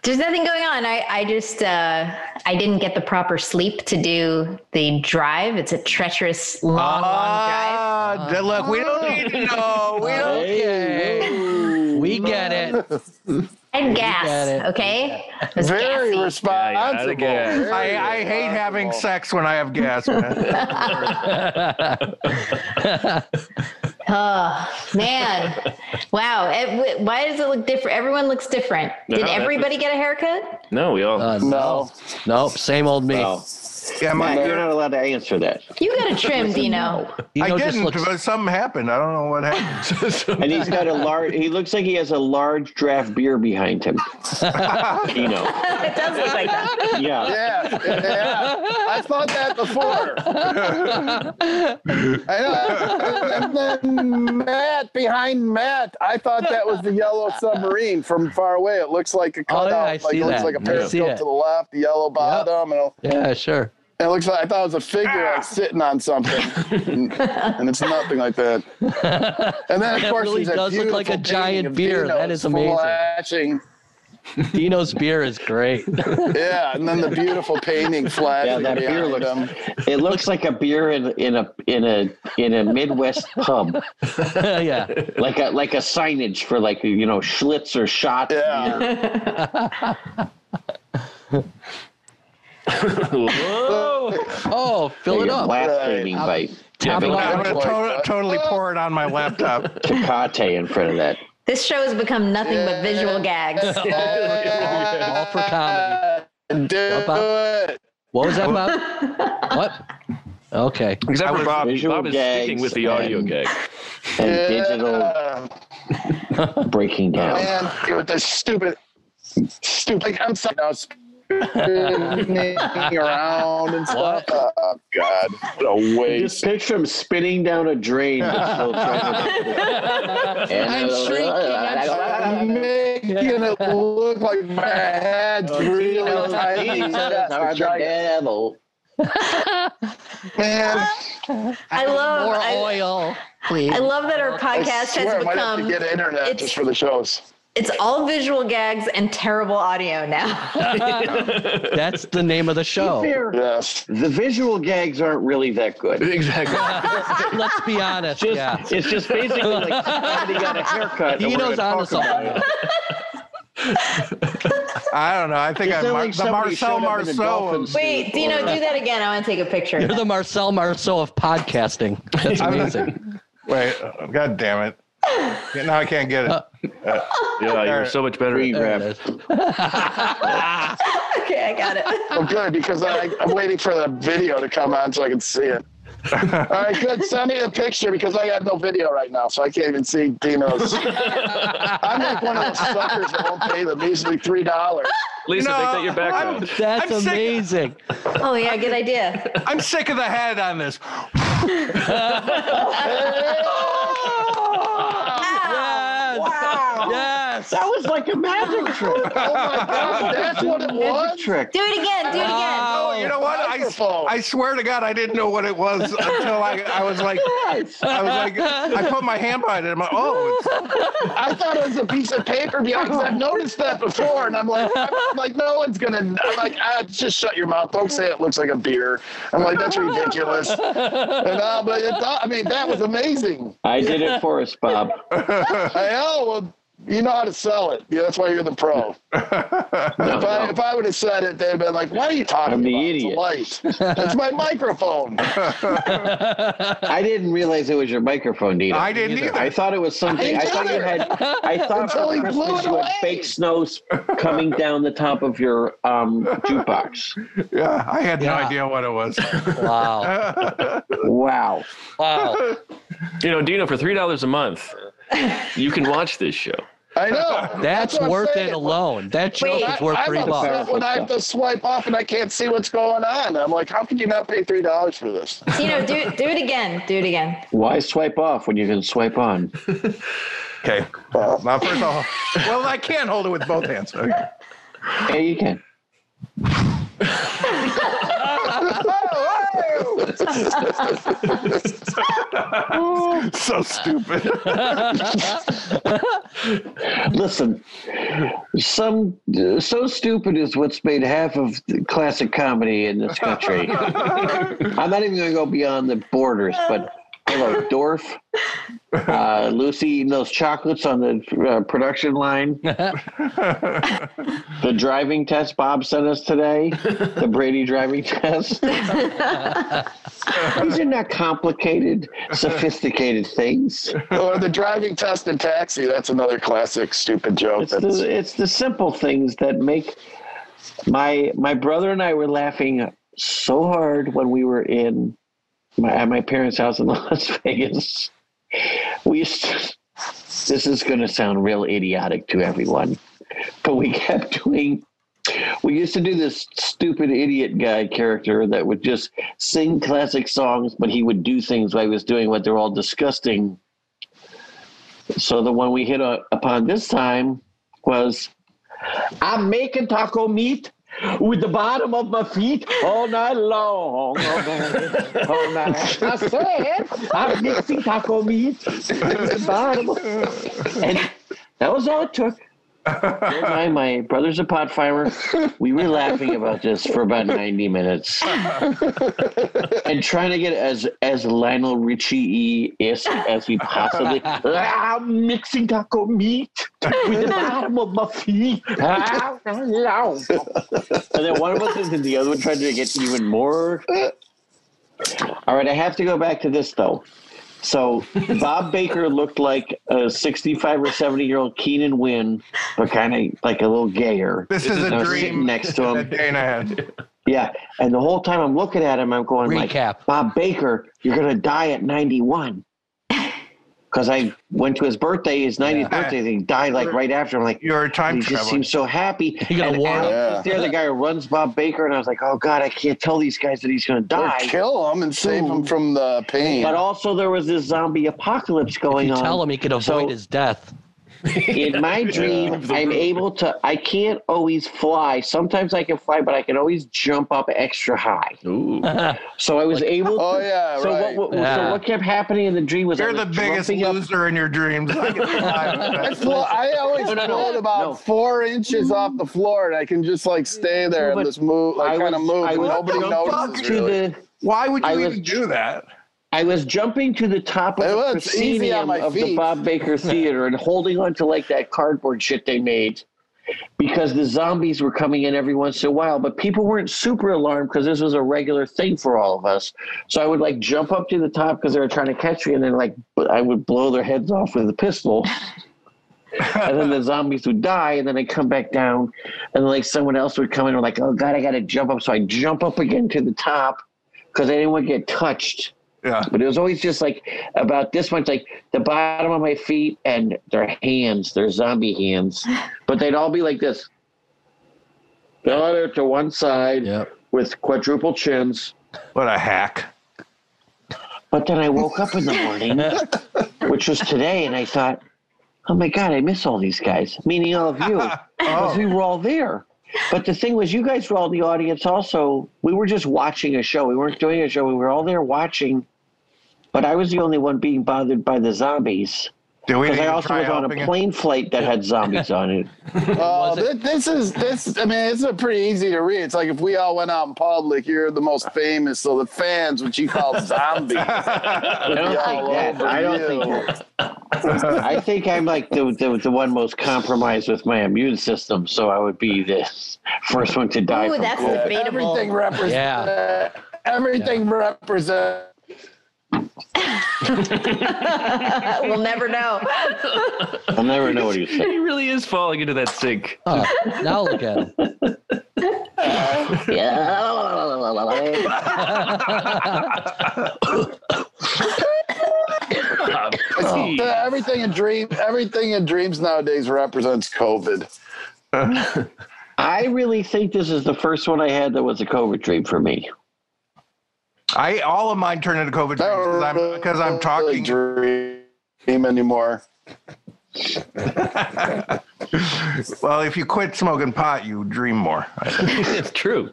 Speaker 5: There's nothing going on. I, I just uh, I didn't get the proper sleep to do the drive. It's a treacherous long, long drive.
Speaker 3: ah, d- look, we don't need to know. We don't.
Speaker 4: We get it.
Speaker 5: And
Speaker 4: get
Speaker 5: gas,
Speaker 4: it.
Speaker 5: okay? It was
Speaker 1: Very
Speaker 5: gassy.
Speaker 1: responsible.
Speaker 6: Yeah, yeah, I don't
Speaker 3: I, I hate having sex when I have gas. Man.
Speaker 5: Oh man, wow! It, w- why does it look different? Everyone looks different.
Speaker 6: No,
Speaker 5: Did
Speaker 6: that
Speaker 5: everybody get a haircut?
Speaker 6: No, we all.
Speaker 4: Uh,
Speaker 1: No.
Speaker 4: Nope. Same old me.
Speaker 8: Oh,
Speaker 3: Yeah, my,
Speaker 8: you're not allowed to answer that.
Speaker 5: You got a trim, Dino.
Speaker 4: You know,
Speaker 3: I
Speaker 4: just
Speaker 3: didn't,
Speaker 4: looks,
Speaker 3: but something happened. I don't know what happened.
Speaker 8: And he's got a large. He looks like he has a large draft beer behind him. you know.
Speaker 5: it does look like that.
Speaker 8: Yeah.
Speaker 1: Yeah, yeah. I thought that before. I know. And then Matt behind Matt, I thought that was the yellow submarine from far away. It looks like a
Speaker 4: Oh,
Speaker 1: cutout,
Speaker 4: yeah, I
Speaker 1: like
Speaker 4: see
Speaker 1: it looks
Speaker 4: that.
Speaker 1: like a
Speaker 4: Yeah. I see
Speaker 1: periscope
Speaker 4: it.
Speaker 1: to the left, the yellow bottom, and
Speaker 4: yeah, sure.
Speaker 1: it looks like I thought it was a figure like sitting on something, and, and it's nothing like that. And then of
Speaker 4: That
Speaker 1: course
Speaker 4: really
Speaker 1: he's a
Speaker 4: does look like a
Speaker 1: beautiful
Speaker 4: giant
Speaker 1: painting of
Speaker 4: beer. That
Speaker 1: Dino's
Speaker 4: is amazing.
Speaker 1: Flashing.
Speaker 4: Dino's beer is great.
Speaker 1: Yeah, and then the beautiful painting flashing
Speaker 8: Yeah, that beer
Speaker 1: behind
Speaker 8: looks.
Speaker 1: him.
Speaker 8: It looks like a beer in, in a in a in a Midwest pub,
Speaker 4: yeah.
Speaker 8: like a like a signage for like you know Schlitz or shot.
Speaker 1: Yeah.
Speaker 4: Oh, fill it
Speaker 8: Your
Speaker 4: up.
Speaker 8: blaspheming bite,
Speaker 4: Top it
Speaker 6: Yeah,
Speaker 4: off.
Speaker 3: I'm going to
Speaker 1: Like,
Speaker 3: totally pour it on my laptop.
Speaker 8: Tecate in front of that.
Speaker 5: This show has become nothing but visual gags.
Speaker 4: All for comedy.
Speaker 1: Do it.
Speaker 4: What was that about? what? Okay.
Speaker 6: Except for
Speaker 3: was-
Speaker 6: Bob.
Speaker 8: visual
Speaker 6: Bob is speaking
Speaker 8: gags
Speaker 6: with the audio
Speaker 8: and-
Speaker 6: gag.
Speaker 8: And
Speaker 1: Yeah.
Speaker 8: digital breaking down.
Speaker 1: Man, with the stupid, stupid. Like, I'm sorry. Now, spinning around and stuff. Oh, God. What a
Speaker 8: Just
Speaker 1: waste.
Speaker 8: picture him spinning down a drain. but still trying to- And-
Speaker 4: I'm shrinking,
Speaker 1: I'm making it look like my head's really tiny. That's
Speaker 8: Are
Speaker 1: the
Speaker 8: the
Speaker 1: giant-
Speaker 8: devil.
Speaker 1: Man,
Speaker 5: I love.
Speaker 4: More
Speaker 5: I,
Speaker 4: oil, please.
Speaker 5: I love that our
Speaker 1: I
Speaker 5: podcast
Speaker 1: swear I
Speaker 5: has
Speaker 1: might have to
Speaker 5: become.
Speaker 1: get internet
Speaker 5: it's-
Speaker 1: just for the shows.
Speaker 5: It's all visual gags and terrible audio now.
Speaker 4: That's the name of the show.
Speaker 8: Fair.
Speaker 1: Yes.
Speaker 8: The visual gags aren't really that good.
Speaker 6: Exactly.
Speaker 4: Let's be honest.
Speaker 8: Just,
Speaker 4: yeah.
Speaker 8: It's just basically like somebody got a haircut. and we're
Speaker 4: Dino's
Speaker 8: gonna
Speaker 4: on to
Speaker 8: talk about
Speaker 4: something.
Speaker 3: I don't know. I think
Speaker 8: Is
Speaker 3: I
Speaker 8: that
Speaker 3: Mar-
Speaker 8: like
Speaker 3: the
Speaker 8: somebody
Speaker 3: Marcel
Speaker 8: showed up in a
Speaker 3: Marceau.
Speaker 8: dolphin
Speaker 3: of-
Speaker 8: suit
Speaker 5: Wait, Dino, do that again. I want to take a picture.
Speaker 4: You're the Marcel Marceau of podcasting. That's amazing.
Speaker 3: Wait, uh, God damn it. Yeah, Now I can't get it.
Speaker 6: Yeah, you're so much better.
Speaker 8: Free
Speaker 6: at-
Speaker 4: There it is.
Speaker 8: rap.
Speaker 5: okay, I got it.
Speaker 1: Oh, good, because I, I'm waiting for the video to come on so I can see it. All right, good. Send me the picture because I got no video right now, so I can't even see Dino's. I'm like one of those suckers that won't pay the measly three dollars.
Speaker 6: Lisa,
Speaker 3: No,
Speaker 6: take that your background.
Speaker 4: That's
Speaker 3: I'm sick.
Speaker 4: amazing.
Speaker 5: Oh yeah, good idea.
Speaker 3: I'm sick of the head on this.
Speaker 5: Wow.
Speaker 1: Oh
Speaker 5: Oh,
Speaker 4: Yes. Yes.
Speaker 8: That was like a magic trick.
Speaker 1: Oh my god, that's what it
Speaker 8: Magic
Speaker 1: was.
Speaker 8: trick.
Speaker 5: Do it again. Do it again.
Speaker 3: Oh, you know what? I,
Speaker 1: Microphone.
Speaker 3: I swear to God, I didn't know what it was until I, I was like, I was like, I put my hand behind it. I'm like, oh, it's,
Speaker 1: I thought it was a piece of paper behind because I've noticed that before, and I'm like, I'm like, no one's gonna. I'm like, ah, just shut your mouth. Don't say it looks like a beer. I'm like, that's ridiculous. And uh, but it, I mean, that was amazing.
Speaker 8: I did it for us, Bob.
Speaker 1: I know. Well, you know how to sell it. Yeah, that's why you're the pro. if, I, if I would have said it, they'd have been like, "What are you talking
Speaker 8: I'm the
Speaker 1: about? It's a light. That's my microphone."
Speaker 8: I didn't realize it was your microphone, Dino.
Speaker 3: I didn't either.
Speaker 8: I thought it was something.
Speaker 1: I
Speaker 8: I,
Speaker 1: didn't
Speaker 8: thought you
Speaker 1: either.
Speaker 8: had. I thought
Speaker 1: Until
Speaker 8: for
Speaker 1: he blew
Speaker 8: Christmas
Speaker 1: it
Speaker 8: you
Speaker 1: away.
Speaker 8: had fake snows coming down the top of your um, jukebox.
Speaker 3: yeah, I had no
Speaker 4: Yeah.
Speaker 3: idea what it was.
Speaker 4: Wow.
Speaker 8: Wow.
Speaker 4: Wow.
Speaker 6: You know, Dino, for three dollars a month, you can watch this show.
Speaker 1: I know.
Speaker 4: That's
Speaker 1: what I'm
Speaker 4: worth
Speaker 1: saying.
Speaker 4: it alone. That
Speaker 5: Wait.
Speaker 4: joke is
Speaker 1: I-
Speaker 4: worth
Speaker 1: I'm
Speaker 4: three
Speaker 1: upset
Speaker 4: bucks.
Speaker 1: when I have to swipe off and I can't see what's going on. I'm like, how could you not pay three dollars for this?
Speaker 5: Dino, do do it again. Do it again.
Speaker 8: Why swipe off when you can swipe on?
Speaker 3: Okay.
Speaker 1: Well,
Speaker 3: Now, first I'll, well, I can't hold it with both hands. Okay.
Speaker 8: Yeah, you can.
Speaker 3: So stupid.
Speaker 8: Listen, some so stupid is what's made half of the classic comedy in this country. I'm not even going to go beyond the borders, but hello, Dorf, uh, Lucy eating those chocolates on the uh, production line, the driving test Bob sent us today, the Brady driving test. These are not complicated, sophisticated things.
Speaker 1: or the driving test in taxi. That's another classic stupid joke.
Speaker 8: It's
Speaker 1: That's,
Speaker 8: the, it's the simple things that make my my brother and I were laughing so hard when we were in my at my parents' house in Las Vegas. We used to, this is going to sound real idiotic to everyone, but we kept doing. We used to do this stupid idiot guy character that would just sing classic songs, but he would do things like he was doing what they're all disgusting. So the one we hit uh, upon this time was I'm making taco meat with the bottom of my feet all night long. All night. All night. I said, I'm mixing taco meat with the bottom. of-" And that was all it took. Bear in mind, my brother's a pot farmer. We were laughing about this for about 90 minutes and trying to get as as Lionel Richie esque as we possibly. ah, I'm mixing taco meat with the bottom of my feet. Ah, no. and then one of us is in the other one trying to get even more. All right, I have to go back to this though. So Bob Baker looked like a 65 or 70 year old Keenan Wynn, but kind of like a little gayer.
Speaker 3: This is
Speaker 8: I
Speaker 3: a
Speaker 8: was sitting
Speaker 3: dream
Speaker 8: next to him.
Speaker 3: that Dana had.
Speaker 8: Yeah, and the whole time I'm looking at him, I'm going
Speaker 4: Recap.
Speaker 8: like, Bob Baker, you're gonna die at 91. Because I went to his birthday, his 90th
Speaker 3: Yeah.
Speaker 8: birthday, and he died like right after. I'm like,
Speaker 3: You're a
Speaker 8: he
Speaker 3: time
Speaker 8: just
Speaker 3: traveler.
Speaker 8: seems so happy.
Speaker 4: You got a
Speaker 8: And
Speaker 4: warrant.
Speaker 1: Yeah.
Speaker 8: Alex is the other guy who runs Bob Baker, and I was like, oh god, I can't tell these guys that he's gonna
Speaker 1: or
Speaker 8: die.
Speaker 1: kill them and save them from the pain.
Speaker 8: But also, there was this zombie apocalypse going
Speaker 4: If you
Speaker 8: on.
Speaker 4: tell him he can avoid
Speaker 8: So-
Speaker 4: his death.
Speaker 8: in my dream i'm able to i can't always fly sometimes i can fly but i can always jump up extra high
Speaker 6: Ooh.
Speaker 8: so i was able
Speaker 1: Oh,
Speaker 8: to
Speaker 1: yeah,
Speaker 8: so,
Speaker 1: right.
Speaker 8: what, what, so
Speaker 4: Yeah.
Speaker 8: what kept happening in the dream was I
Speaker 3: You're
Speaker 8: was
Speaker 3: the biggest
Speaker 8: jumping up-
Speaker 3: loser in your dreams. I can survive
Speaker 1: I,
Speaker 3: with that.
Speaker 1: flo- I always
Speaker 8: No, no, no,
Speaker 1: float about
Speaker 8: no.
Speaker 1: four inches off the floor, and I can just like stay there
Speaker 8: No, but
Speaker 1: and just move, like
Speaker 8: I
Speaker 1: kind of
Speaker 8: was-
Speaker 1: move,
Speaker 8: I
Speaker 1: and
Speaker 8: was
Speaker 1: nobody
Speaker 8: jumping
Speaker 1: notices.
Speaker 8: to
Speaker 1: Really.
Speaker 8: the
Speaker 3: Why would you
Speaker 8: I was-
Speaker 3: even do that?
Speaker 8: I was jumping to the top of
Speaker 1: It
Speaker 8: the
Speaker 1: was easy on
Speaker 8: proscenium
Speaker 1: my
Speaker 8: of the
Speaker 1: feet.
Speaker 8: Bob Baker Theater and holding on to like that cardboard shit they made because the zombies were coming in every once in a while. But people weren't super alarmed because this was a regular thing for all of us. So I would like jump up to the top because they were trying to catch me, and then like bl- I would blow their heads off with a pistol. and then the zombies would die, and then I'd come back down, and like someone else would come in and like, oh god, I gotta jump up. So I jump up again to the top because I didn't want to get touched
Speaker 3: Yeah.
Speaker 8: but it was always just like about this much, like the bottom of my feet and their hands, their zombie hands. But they'd all be like this. They're all there to one side
Speaker 4: Yep.
Speaker 8: with quadruple chins.
Speaker 3: What a hack.
Speaker 8: But then I woke up in the morning, which was today, and I thought, oh my God, I miss all these guys, meaning all of you, because we were all there. But the thing was, you guys were all in the audience also. We were just watching a show. We weren't doing a show. We were all there watching. But I was the only one being bothered by the zombies.
Speaker 3: Do we need
Speaker 8: Because I
Speaker 3: to
Speaker 8: also
Speaker 3: try
Speaker 8: was on
Speaker 3: helping
Speaker 8: a
Speaker 3: it?
Speaker 8: plane flight that had zombies on it.
Speaker 1: Oh, thi- this is this. I mean, it's a pretty easy to read. It's like if we all went out in public, you're the most famous. So the fans, which you call zombies,
Speaker 8: I don't
Speaker 1: all
Speaker 8: think that.
Speaker 1: over
Speaker 8: I don't
Speaker 1: you.
Speaker 8: think that. I think I'm like the, the the one most compromised with my immune system, so I would be the first one to die.
Speaker 5: Ooh,
Speaker 8: from
Speaker 5: that's
Speaker 8: COVID.
Speaker 5: debatable.
Speaker 1: Everything represents. Everything represents.
Speaker 5: we'll never know.
Speaker 8: I'll never know what you
Speaker 6: He
Speaker 8: say.
Speaker 6: really is falling into that sink.
Speaker 4: Huh. now look at him.
Speaker 8: Yeah.
Speaker 6: Bob,
Speaker 1: It's-
Speaker 6: gee.
Speaker 1: uh, everything in dream. Everything in dreams nowadays represents COVID.
Speaker 8: I really think this is the first one I had that was a COVID dream for me.
Speaker 3: I all of mine turned into COVID
Speaker 1: I don't
Speaker 3: because I'm, 'cause I'm
Speaker 1: really
Speaker 3: talking.
Speaker 1: dream anymore.
Speaker 3: well, if you quit smoking pot, you dream more. I think.
Speaker 9: it's true.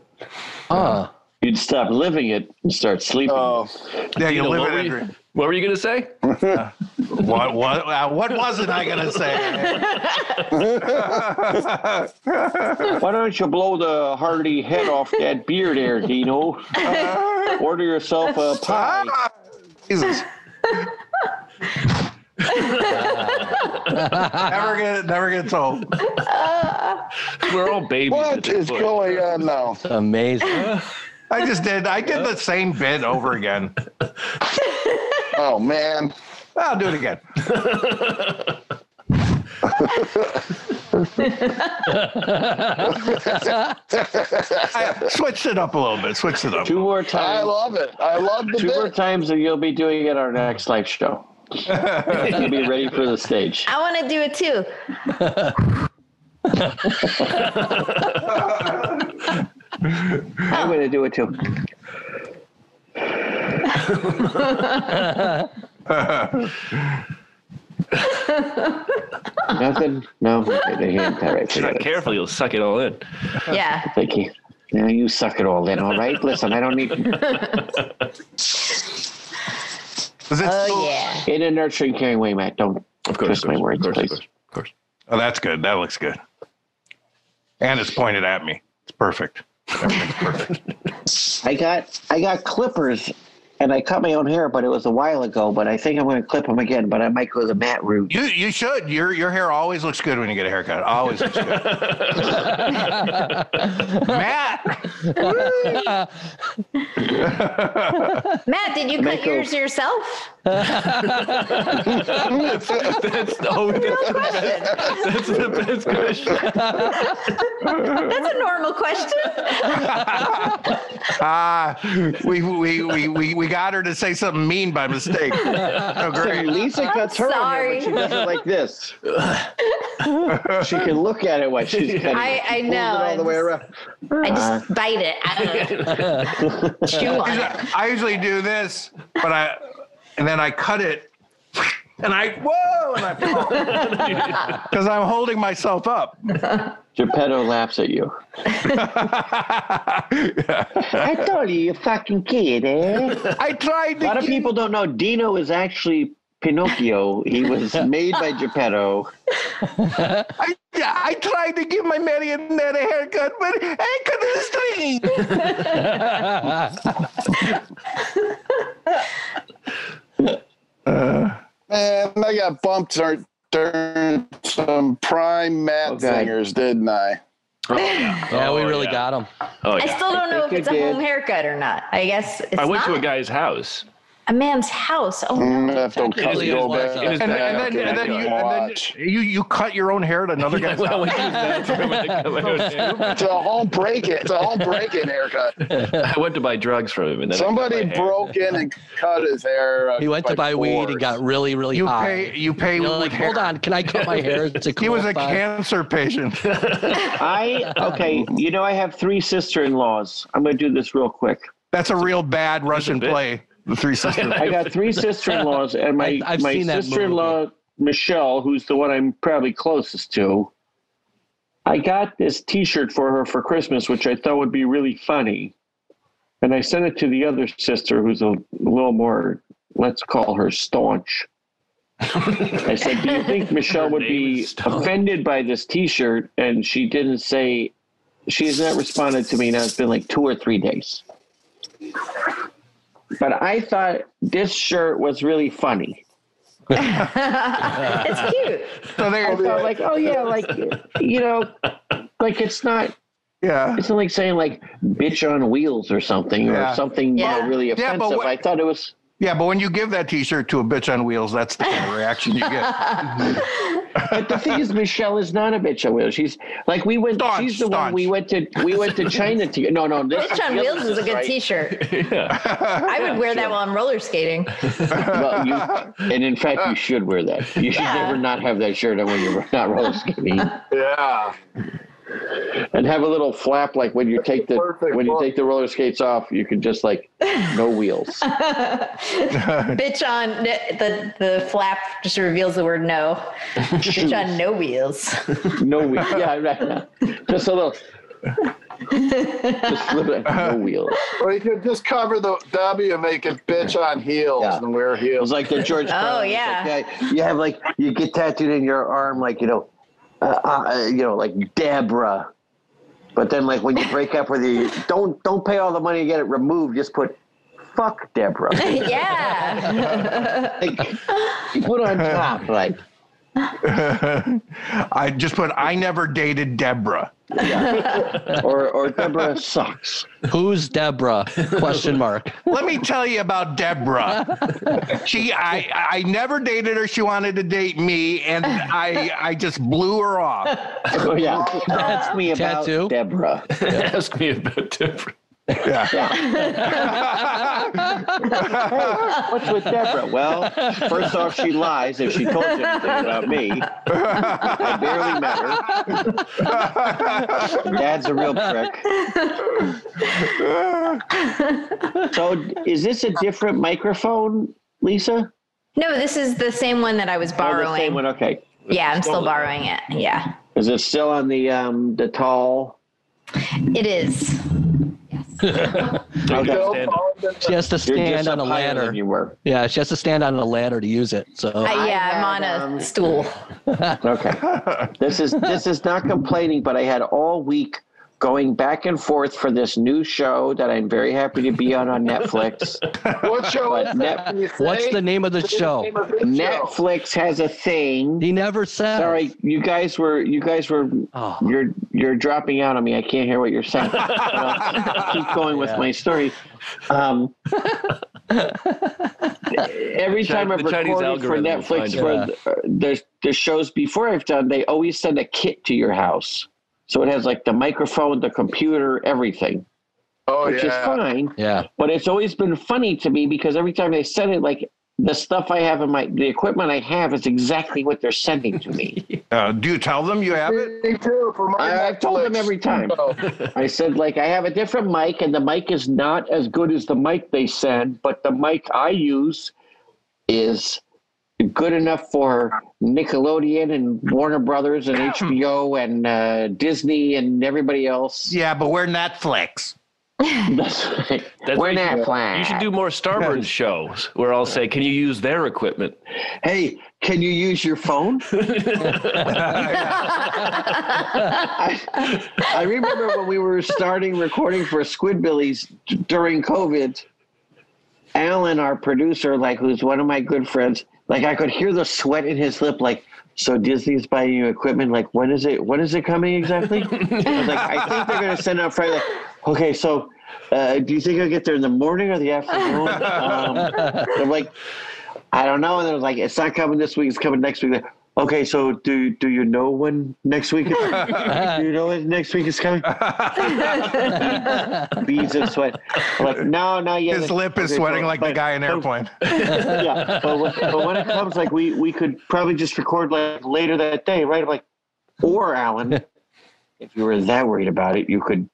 Speaker 4: Huh.
Speaker 8: You'd stop living it and start sleeping.
Speaker 1: Oh,
Speaker 3: Yeah, you
Speaker 6: Dino,
Speaker 3: live
Speaker 6: what,
Speaker 3: in
Speaker 6: were
Speaker 3: a
Speaker 6: you,
Speaker 3: dream.
Speaker 6: what were you going to say?
Speaker 3: What, what, uh, what wasn't I going to say?
Speaker 8: Why don't you blow the hearty head off that beard there, Dino? Order yourself a pie.
Speaker 3: Ah, Jesus. never get never gets old.
Speaker 6: We're all babies. at
Speaker 1: what
Speaker 6: this
Speaker 1: is
Speaker 6: point.
Speaker 1: going on now?
Speaker 4: It's amazing.
Speaker 3: I just did I did the same bit over again.
Speaker 1: Oh man,
Speaker 3: I'll do it again. I switched it up a little bit. Switched it up.
Speaker 8: Two more
Speaker 1: I
Speaker 8: times.
Speaker 1: love it. I love the
Speaker 8: Two more
Speaker 1: bit.
Speaker 8: times, and you'll be doing it our next live show. you'll be ready for the stage.
Speaker 5: I want to do it too.
Speaker 8: I'm going to do it too. Nothing. No, they can't. All right,
Speaker 6: If you're
Speaker 8: forget
Speaker 6: not
Speaker 8: it.
Speaker 6: careful, you'll suck it all in.
Speaker 5: Yeah.
Speaker 8: Thank you. Now you suck it all in. All right. Listen, I don't need
Speaker 3: Is it
Speaker 5: Oh
Speaker 3: still-
Speaker 5: yeah.
Speaker 8: in a nurturing, caring way, Matt. Don't
Speaker 6: Of
Speaker 8: twist my words,
Speaker 6: of
Speaker 8: please.
Speaker 6: course, of course.
Speaker 3: Oh, that's good. That looks good. And it's pointed at me. It's perfect. Everything's perfect.
Speaker 8: I got I got clippers, and I cut my own hair, but it was a while ago. But I think I'm going to clip them again. But I might go the Matt route.
Speaker 3: you you should. Your your hair always looks good when you get a haircut. Always looks good. Matt.
Speaker 5: Matt, did you cut
Speaker 8: Make a-
Speaker 5: yours yourself?
Speaker 6: That's the, oh, that's, that's, that's the best question.
Speaker 5: That's a normal question.
Speaker 3: Ah, we, we, we, we, we got her to say something mean by mistake. Oh, great.
Speaker 8: Lisa cuts her own
Speaker 5: sorry.
Speaker 8: hair, but she does it like this. she can look at it while she's cutting.
Speaker 5: I, I
Speaker 8: it. Pulls it
Speaker 5: know.
Speaker 8: all the way around.
Speaker 5: I just bite it. I don't chew on it.
Speaker 3: I usually do this, but I and then I cut it and I whoa and I because I'm holding myself up.
Speaker 8: Geppetto laughs at you. I told you, you fucking kid, eh?
Speaker 3: I tried
Speaker 8: A lot
Speaker 3: to
Speaker 8: of people don't know Dino is actually Pinocchio. He was made by Geppetto.
Speaker 3: I, I tried to give my marionette a haircut, but I couldn't string.
Speaker 1: Man, I got bumped during, during some prime Matt
Speaker 8: Okay.
Speaker 1: singers, didn't I?
Speaker 4: Yeah, we
Speaker 6: Oh,
Speaker 4: really
Speaker 6: yeah.
Speaker 4: got 'em. got
Speaker 6: Oh,
Speaker 5: I
Speaker 6: yeah.
Speaker 5: still don't know if
Speaker 8: think
Speaker 5: it's a
Speaker 8: you
Speaker 5: home
Speaker 8: did.
Speaker 5: haircut or not. I guess it's
Speaker 6: I went
Speaker 5: not.
Speaker 6: to a guy's house.
Speaker 5: a man's house. Oh,
Speaker 1: Mm,
Speaker 5: no.
Speaker 1: I have to cut
Speaker 4: Technically,
Speaker 1: go
Speaker 4: it was
Speaker 1: back.
Speaker 4: like a-
Speaker 6: It is
Speaker 3: And,
Speaker 6: back
Speaker 3: and
Speaker 6: up
Speaker 3: then,
Speaker 6: to
Speaker 3: and
Speaker 6: that
Speaker 3: then, you,
Speaker 6: guy.
Speaker 3: and then
Speaker 1: Watch.
Speaker 3: you, you cut your own hair at another guy's
Speaker 6: I
Speaker 3: house.
Speaker 6: went to his bathroom and I cut my own hair.
Speaker 1: It's a whole break it. It's a whole break in haircut.
Speaker 6: I went to buy drugs from him, and then I cut
Speaker 1: Somebody
Speaker 6: my hair.
Speaker 1: broke in and cut his hair. uh,
Speaker 4: He went
Speaker 1: by
Speaker 4: to buy weed
Speaker 1: force.
Speaker 4: and got really, really
Speaker 3: You
Speaker 4: high.
Speaker 3: pay. You pay.
Speaker 4: You know,
Speaker 3: with
Speaker 4: like,
Speaker 3: hair.
Speaker 4: hold on, can I cut my hair? It's a
Speaker 3: He was a
Speaker 4: glorified-
Speaker 3: cancer patient.
Speaker 8: I okay, you know I have three sister-in-laws. I'm gonna do this real quick.
Speaker 3: That's a real bad Russian
Speaker 6: bit.
Speaker 3: play. The Three Sisters.
Speaker 8: I got three sister-in-laws, and my
Speaker 4: I- I've
Speaker 8: my
Speaker 4: seen that movie.
Speaker 8: sister-in-law Michelle, who's the one I'm probably closest to. I got this T-shirt for her for Christmas, which I thought would be really funny, and I sent it to the other sister, who's a little more, let's call her staunch. I said, "Do you think Michelle would
Speaker 6: name
Speaker 8: be
Speaker 6: is staunch.
Speaker 8: offended by this T-shirt?" And she didn't say. She has not responded to me now. It's been like two or three days but I thought this shirt was really funny.
Speaker 5: it's cute.
Speaker 3: So
Speaker 8: I
Speaker 3: there,
Speaker 8: thought like, oh yeah, like you know, like it's not
Speaker 3: yeah.
Speaker 8: it's not like saying like bitch on wheels or something
Speaker 3: Yeah.
Speaker 8: or something you know,
Speaker 5: Yeah.
Speaker 8: really
Speaker 3: but
Speaker 8: offensive.
Speaker 3: what-
Speaker 8: I thought it was
Speaker 3: Yeah, but when you give that T-shirt to a bitch on wheels, that's the kind of reaction you get.
Speaker 8: but the thing is Michelle is not a bitch on wheels. She's like we went
Speaker 3: Staunch,
Speaker 8: she's the
Speaker 3: staunch.
Speaker 8: one we went to we went to China to no no this
Speaker 5: Bitch on
Speaker 8: the other
Speaker 5: Wheels is a
Speaker 8: sister,
Speaker 5: good
Speaker 8: right?
Speaker 5: T-shirt. I would wear that while I'm roller skating.
Speaker 8: Well, you, and in fact you should wear that. You should never not have that shirt on when you're not roller skating.
Speaker 1: Yeah.
Speaker 7: and have a little flap like when you take the
Speaker 1: Perfect
Speaker 7: when you
Speaker 1: book.
Speaker 7: take the roller skates off, you can just like no wheels.
Speaker 5: Bitch on the the flap just reveals the word no. Bitch on no wheels. Oh,
Speaker 7: No wheels. Yeah, right. Just a little. just little, no wheels.
Speaker 1: Or you could just cover the W and make it bitch on heels
Speaker 7: Yeah.
Speaker 1: and wear
Speaker 7: It
Speaker 1: heels.
Speaker 7: was like the George.
Speaker 5: Oh,
Speaker 7: Carlin. It's
Speaker 5: yeah.
Speaker 7: Like, yeah, you have like you get tattooed in your arm, like you know, uh, uh, you know, like Deborah. But then, like when you break up with you, don't don't pay all the money to get it removed. Just put fuck Deborah.
Speaker 5: yeah.
Speaker 7: Like, you put on top, like
Speaker 3: I just put I never dated Deborah.
Speaker 7: or or Deborah sucks.
Speaker 4: Who's Deborah? Question mark.
Speaker 3: Let me tell you about Deborah. She I I never dated her. She wanted to date me, and I I just blew her off.
Speaker 7: Oh yeah,
Speaker 4: That's
Speaker 7: ask me about
Speaker 4: tattoo.
Speaker 7: Deborah.
Speaker 6: Ask me about different.
Speaker 7: What's with Deborah? Well, first off, she lies if she told you anything about me. I barely met her. Dad's a real prick. So, is this a different microphone, Lisa?
Speaker 5: No, this is the same one that I was
Speaker 7: Oh,
Speaker 5: borrowing.
Speaker 7: the same one. Okay.
Speaker 5: Yeah, I'm still borrowing it. Yeah.
Speaker 7: Is it still on the um the tall?
Speaker 5: It is.
Speaker 6: Okay.
Speaker 1: Bill
Speaker 6: Stand up.
Speaker 1: Paul did
Speaker 4: She has to
Speaker 7: You're
Speaker 4: stand
Speaker 7: just
Speaker 4: on a
Speaker 7: up higher
Speaker 4: ladder.
Speaker 7: than you were.
Speaker 4: Yeah, she has to stand on a ladder to use it. So
Speaker 5: I, yeah, I'm on
Speaker 7: had,
Speaker 5: a
Speaker 7: um,
Speaker 5: stool. Oh,
Speaker 7: Okay. This is this is not complaining, but I had all week going back and forth for this new show that I'm very happy to be on on Netflix.
Speaker 1: What show
Speaker 7: But
Speaker 1: is
Speaker 7: Net-
Speaker 1: that?
Speaker 4: what's the name of the show?
Speaker 1: Netflix.
Speaker 7: Netflix has a thing.
Speaker 4: He never said.
Speaker 7: Sorry, you guys were you guys were
Speaker 3: Uh-huh.
Speaker 4: Oh.
Speaker 7: you're you're dropping out on me. I can't hear what you're saying. But I'll keep going with my story. Um, every
Speaker 6: Chi-
Speaker 7: time I've
Speaker 6: the Chinese
Speaker 7: recorded for
Speaker 6: algorithm will find
Speaker 7: Netflix,
Speaker 6: it.
Speaker 7: where the- uh, there's there's shows before I've done, they always send a kit to your house. So it has like the microphone, the computer, everything,
Speaker 1: Oh
Speaker 7: which is
Speaker 1: yeah.
Speaker 7: fine
Speaker 4: Yeah.
Speaker 7: but it's always been funny to me because every time they send it, like the stuff I have in my the equipment I have is exactly what they're sending to me.
Speaker 3: Uh, do you tell them you have it?
Speaker 1: Me too, for my
Speaker 7: I- I've told them
Speaker 1: Netflix
Speaker 7: every time.
Speaker 1: show.
Speaker 7: I said like I have a different mic, and the mic is not as good as the mic they send, but the mic I use is good enough for Nickelodeon and Warner Brothers and HBO and uh, Disney and everybody else.
Speaker 3: Yeah, but we're Netflix.
Speaker 7: That's right.
Speaker 6: That's what
Speaker 7: We're
Speaker 6: you should-
Speaker 7: not
Speaker 6: You
Speaker 7: playing.
Speaker 6: should do more Starburns shows where I'll say, "Can you use their equipment?"
Speaker 7: Hey, can you use your phone? I, I remember when we were starting recording for Squidbillies d- during COVID. Alan, our producer, like who's one of my good friends, like I could hear the sweat in his lip, like. So Disney's buying you equipment. Like, when is it? When is it coming exactly? I was like, I think they're gonna send out Friday. Like, okay, so uh, do you think I'll get there in the morning or the afternoon? Um, I'm like, I don't know. And it was like, it's not coming this week. It's coming next week. Like, Okay, so do do you know when next week? Is, do you know when next week is coming? Beads of sweat. I'm like, no, not yet.
Speaker 3: His lip is
Speaker 7: Okay,
Speaker 3: sweating
Speaker 7: so-
Speaker 3: like the
Speaker 7: but-
Speaker 3: guy in airplane.
Speaker 7: yeah, but when, but when it comes, like we we could probably just record like later that day, right? I'm like, or Alan, if you were that worried about it, you could.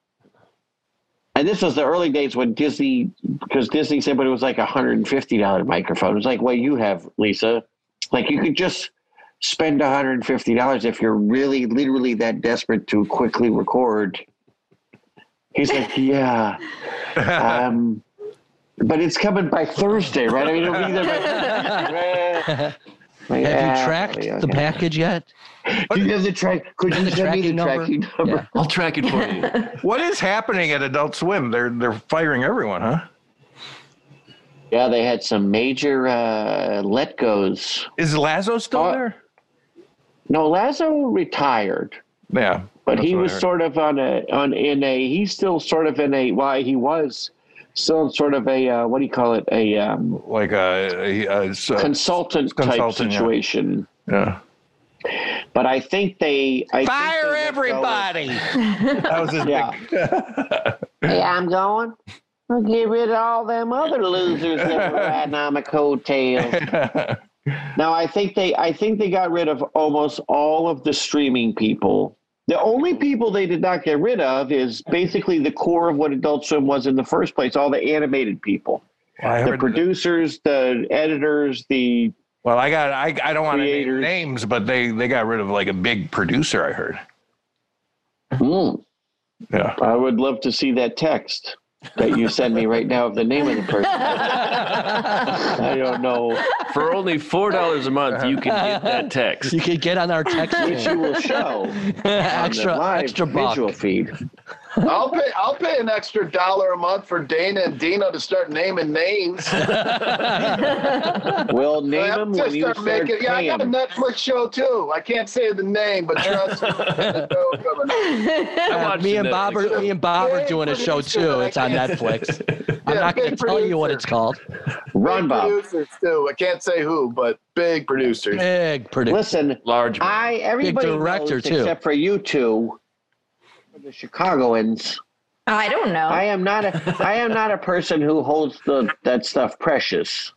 Speaker 7: And this was the early days when Disney, because Disney said, but it was like a hundred and fifty dollar microphone. It was like what you have, Lisa. Like you could just spend one hundred and fifty dollars if you're really, literally that desperate to quickly record. He's like, yeah. Um, but it's coming by Thursday, right? I mean, it'll be there by. Like,
Speaker 4: Have
Speaker 7: yeah,
Speaker 4: you tracked
Speaker 7: okay,
Speaker 4: the
Speaker 7: okay.
Speaker 4: package yet?
Speaker 7: Do you have the track? Could you
Speaker 4: The
Speaker 7: send me the
Speaker 4: tracking number?
Speaker 7: tracking number?
Speaker 4: Yeah.
Speaker 6: I'll track it for you.
Speaker 3: What is happening at Adult Swim? They're they're firing everyone, huh?
Speaker 7: Yeah, they had some major uh, let goes.
Speaker 3: Is Lazo still
Speaker 7: Uh,
Speaker 3: there?
Speaker 7: No, Lazo retired,
Speaker 3: Yeah,
Speaker 7: but
Speaker 3: that's
Speaker 7: he
Speaker 3: what I
Speaker 7: was
Speaker 3: heard.
Speaker 7: sort of on a on in a he's still sort of in a why he was still sort of a uh, what do you call it a um,
Speaker 3: like uh, a, a, a Consultant,
Speaker 7: consultant, type
Speaker 3: yeah.
Speaker 7: situation.
Speaker 3: yeah.
Speaker 7: But I think they I think they
Speaker 3: Fire
Speaker 7: let go of-
Speaker 3: everybody. that was his
Speaker 7: Yeah. yeah, I'm going. I'll get rid of all them other losers that were riding on my coattails.
Speaker 3: big.
Speaker 7: Now I think they I think they got rid of almost all of the streaming people The only people they did not get rid of is basically the core of what Adult Swim was in the first place. All the animated people,
Speaker 3: I
Speaker 7: the
Speaker 3: heard
Speaker 7: producers, the editors, the
Speaker 3: Well, I got I, I don't want to name
Speaker 7: Creators.
Speaker 3: names, but they they got rid of like a big producer. I heard.
Speaker 7: Hmm.
Speaker 3: Yeah.
Speaker 7: I would love to see that text that you send me right now of the name of the person. I don't know
Speaker 6: For only four dollars a month, you can get that text.
Speaker 4: You could get on our text
Speaker 7: which you will show on the
Speaker 4: extra
Speaker 7: live
Speaker 4: extra buck.
Speaker 7: visual feed.
Speaker 1: I'll pay. I'll pay an extra dollar a month for Dana and Dino to start naming names.
Speaker 7: We'll name
Speaker 1: I'm
Speaker 7: them
Speaker 1: just
Speaker 7: when you
Speaker 1: start
Speaker 7: start
Speaker 1: making- yeah, I
Speaker 7: paying
Speaker 1: got a
Speaker 7: 'em.
Speaker 1: Netflix show too. I can't say the name, but trust me, there's a show coming up.
Speaker 6: I
Speaker 4: Uh,
Speaker 6: watched
Speaker 4: me
Speaker 6: the
Speaker 4: and Bob
Speaker 6: Netflix
Speaker 4: are me and Bob are
Speaker 1: Big
Speaker 4: doing a show
Speaker 1: producer
Speaker 4: too.
Speaker 1: that I
Speaker 4: It's on
Speaker 1: can't-
Speaker 4: Netflix. I'm
Speaker 1: Yeah,
Speaker 4: not going to
Speaker 1: big
Speaker 4: tell you what
Speaker 1: producer.
Speaker 4: it's called.
Speaker 7: Run,
Speaker 1: Big
Speaker 7: Bob.
Speaker 1: Producers too. I can't say who, but big producers.
Speaker 4: Big producer.
Speaker 7: Listen,
Speaker 6: Large.
Speaker 7: I everybody
Speaker 4: director,
Speaker 7: knows,
Speaker 4: too.
Speaker 7: except for you two, the Chicagoans.
Speaker 5: I don't know.
Speaker 7: I am not a I am not a person who holds the that stuff precious.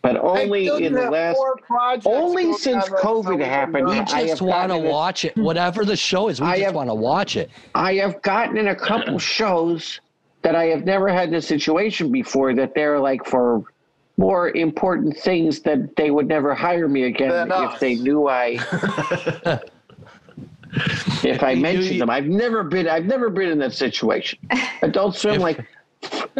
Speaker 7: But
Speaker 1: I
Speaker 7: only
Speaker 1: still
Speaker 7: in the
Speaker 1: have
Speaker 7: last
Speaker 1: four projects
Speaker 7: only
Speaker 1: going
Speaker 7: since
Speaker 1: on right
Speaker 7: COVID
Speaker 1: now with
Speaker 7: happened,
Speaker 1: the-
Speaker 4: We
Speaker 7: I
Speaker 4: just
Speaker 7: have
Speaker 4: want to
Speaker 7: gotten it.
Speaker 4: watch it. Whatever the show is, we
Speaker 7: I
Speaker 4: just
Speaker 7: have-
Speaker 4: want to watch it.
Speaker 7: I have gotten in a couple shows that I have never had this situation before that they're like for more important things that they would never hire me again
Speaker 1: Than
Speaker 7: if
Speaker 1: us.
Speaker 7: they knew I if I
Speaker 4: you-
Speaker 7: mentioned
Speaker 4: you-
Speaker 7: them. I've never been I've never been in that situation. Adult Swim
Speaker 4: If-
Speaker 7: like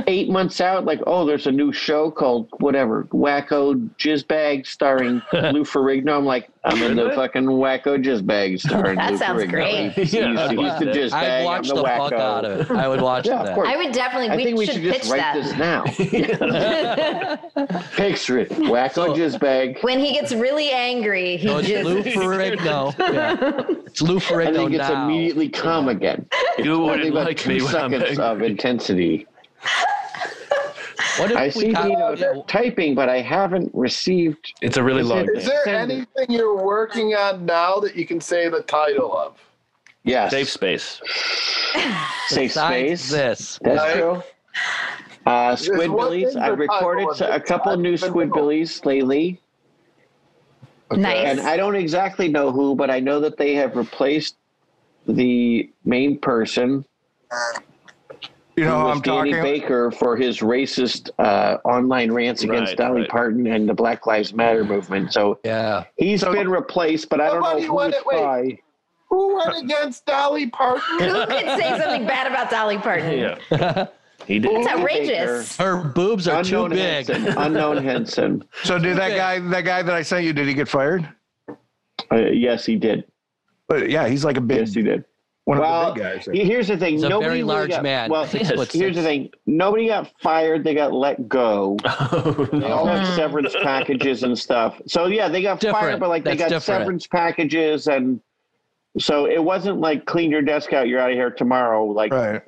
Speaker 7: eight months out, like, oh, there's a new show called whatever, Wacko Jizzbag starring Lou Ferrigno. I'm like, I'm in the fucking Wacko Jizzbag starring
Speaker 5: That
Speaker 7: Lou
Speaker 5: sounds
Speaker 7: Ferrigno.
Speaker 5: great.
Speaker 7: He's,
Speaker 6: Yeah,
Speaker 7: he's the Jizzbag.
Speaker 4: I'd
Speaker 7: I'm
Speaker 4: watch
Speaker 7: the,
Speaker 4: the,
Speaker 7: wacko.
Speaker 4: fuck out of it. I would watch
Speaker 7: Yeah, of
Speaker 4: that.
Speaker 7: course.
Speaker 5: I would definitely.
Speaker 7: I
Speaker 5: we,
Speaker 7: think we
Speaker 5: should,
Speaker 7: should just
Speaker 5: pitch
Speaker 7: write
Speaker 5: that.
Speaker 7: this now. Picture it, Wacko Jizzbag.
Speaker 5: When he gets really angry, he
Speaker 4: So it's
Speaker 5: just
Speaker 4: Lou Ferrigno. Yeah. It's Lou
Speaker 7: And
Speaker 4: Ferrigno
Speaker 7: then gets
Speaker 4: now.
Speaker 7: immediately calm again.
Speaker 6: you
Speaker 7: Only
Speaker 6: wouldn't
Speaker 7: about
Speaker 6: like
Speaker 7: two
Speaker 6: me when I'm
Speaker 7: seconds uh,
Speaker 6: angry.
Speaker 7: of intensity.
Speaker 4: What if
Speaker 7: I
Speaker 4: we
Speaker 7: see
Speaker 4: got-
Speaker 7: Dino
Speaker 4: yeah,
Speaker 7: typing, but I haven't received.
Speaker 6: It's a really
Speaker 7: Is
Speaker 6: long.
Speaker 7: it-
Speaker 1: Is there
Speaker 7: Send it.
Speaker 1: anything you're working on now that you can say the title of?
Speaker 7: Yes,
Speaker 6: Safe space.
Speaker 7: Safe
Speaker 4: besides
Speaker 7: space.
Speaker 4: This.
Speaker 7: That's
Speaker 1: Right.
Speaker 7: true. Uh,
Speaker 1: There's one
Speaker 7: Squidbillies.
Speaker 1: thing
Speaker 7: I
Speaker 1: that I
Speaker 7: recorded
Speaker 1: want.
Speaker 7: a couple
Speaker 1: I've
Speaker 7: new
Speaker 1: been told.
Speaker 7: Squidbillies lately, and
Speaker 5: nice.
Speaker 7: I don't exactly know who, but I know that they have replaced the main person,
Speaker 3: You know,
Speaker 7: who
Speaker 3: who
Speaker 7: was
Speaker 3: I'm
Speaker 7: Danny
Speaker 3: talking.
Speaker 7: Baker, for his racist uh, online rants against
Speaker 6: Right,
Speaker 7: Dolly
Speaker 6: right.
Speaker 7: Parton and the Black Lives Matter movement. So
Speaker 4: Yeah.
Speaker 7: he's
Speaker 3: So-
Speaker 7: been replaced, but I don't know
Speaker 1: Somebody
Speaker 7: who
Speaker 1: went-
Speaker 7: it's
Speaker 1: wait.
Speaker 7: by.
Speaker 1: Who went against Dolly Parton?
Speaker 5: Who could say something bad about Dolly Parton?
Speaker 6: Yeah. He did.
Speaker 5: That's
Speaker 7: Baker.
Speaker 5: outrageous.
Speaker 4: Her boobs are too
Speaker 7: Unknown
Speaker 4: big.
Speaker 7: Henson. Unknown Henson.
Speaker 3: So did that guy that guy that I sent you? Did he get fired?
Speaker 7: Uh, yes, he did.
Speaker 3: But yeah, he's like a big
Speaker 7: Yes, he did.
Speaker 3: one
Speaker 7: Well,
Speaker 3: of the big guys.
Speaker 7: he- here's the thing.
Speaker 4: He's a
Speaker 7: nobody
Speaker 4: very
Speaker 7: really
Speaker 4: large
Speaker 7: got-
Speaker 4: man.
Speaker 7: Well,
Speaker 4: six
Speaker 6: yes.
Speaker 4: foot
Speaker 7: here's the
Speaker 4: six.
Speaker 7: thing. Nobody got fired. They got let go. They all
Speaker 4: Oh.
Speaker 7: have severance packages and stuff. So yeah, they got
Speaker 4: Different.
Speaker 7: fired, but like they
Speaker 4: That's
Speaker 7: got
Speaker 4: different.
Speaker 7: severance packages and. So it wasn't like clean your desk out, you're out of here tomorrow. Like
Speaker 3: Right.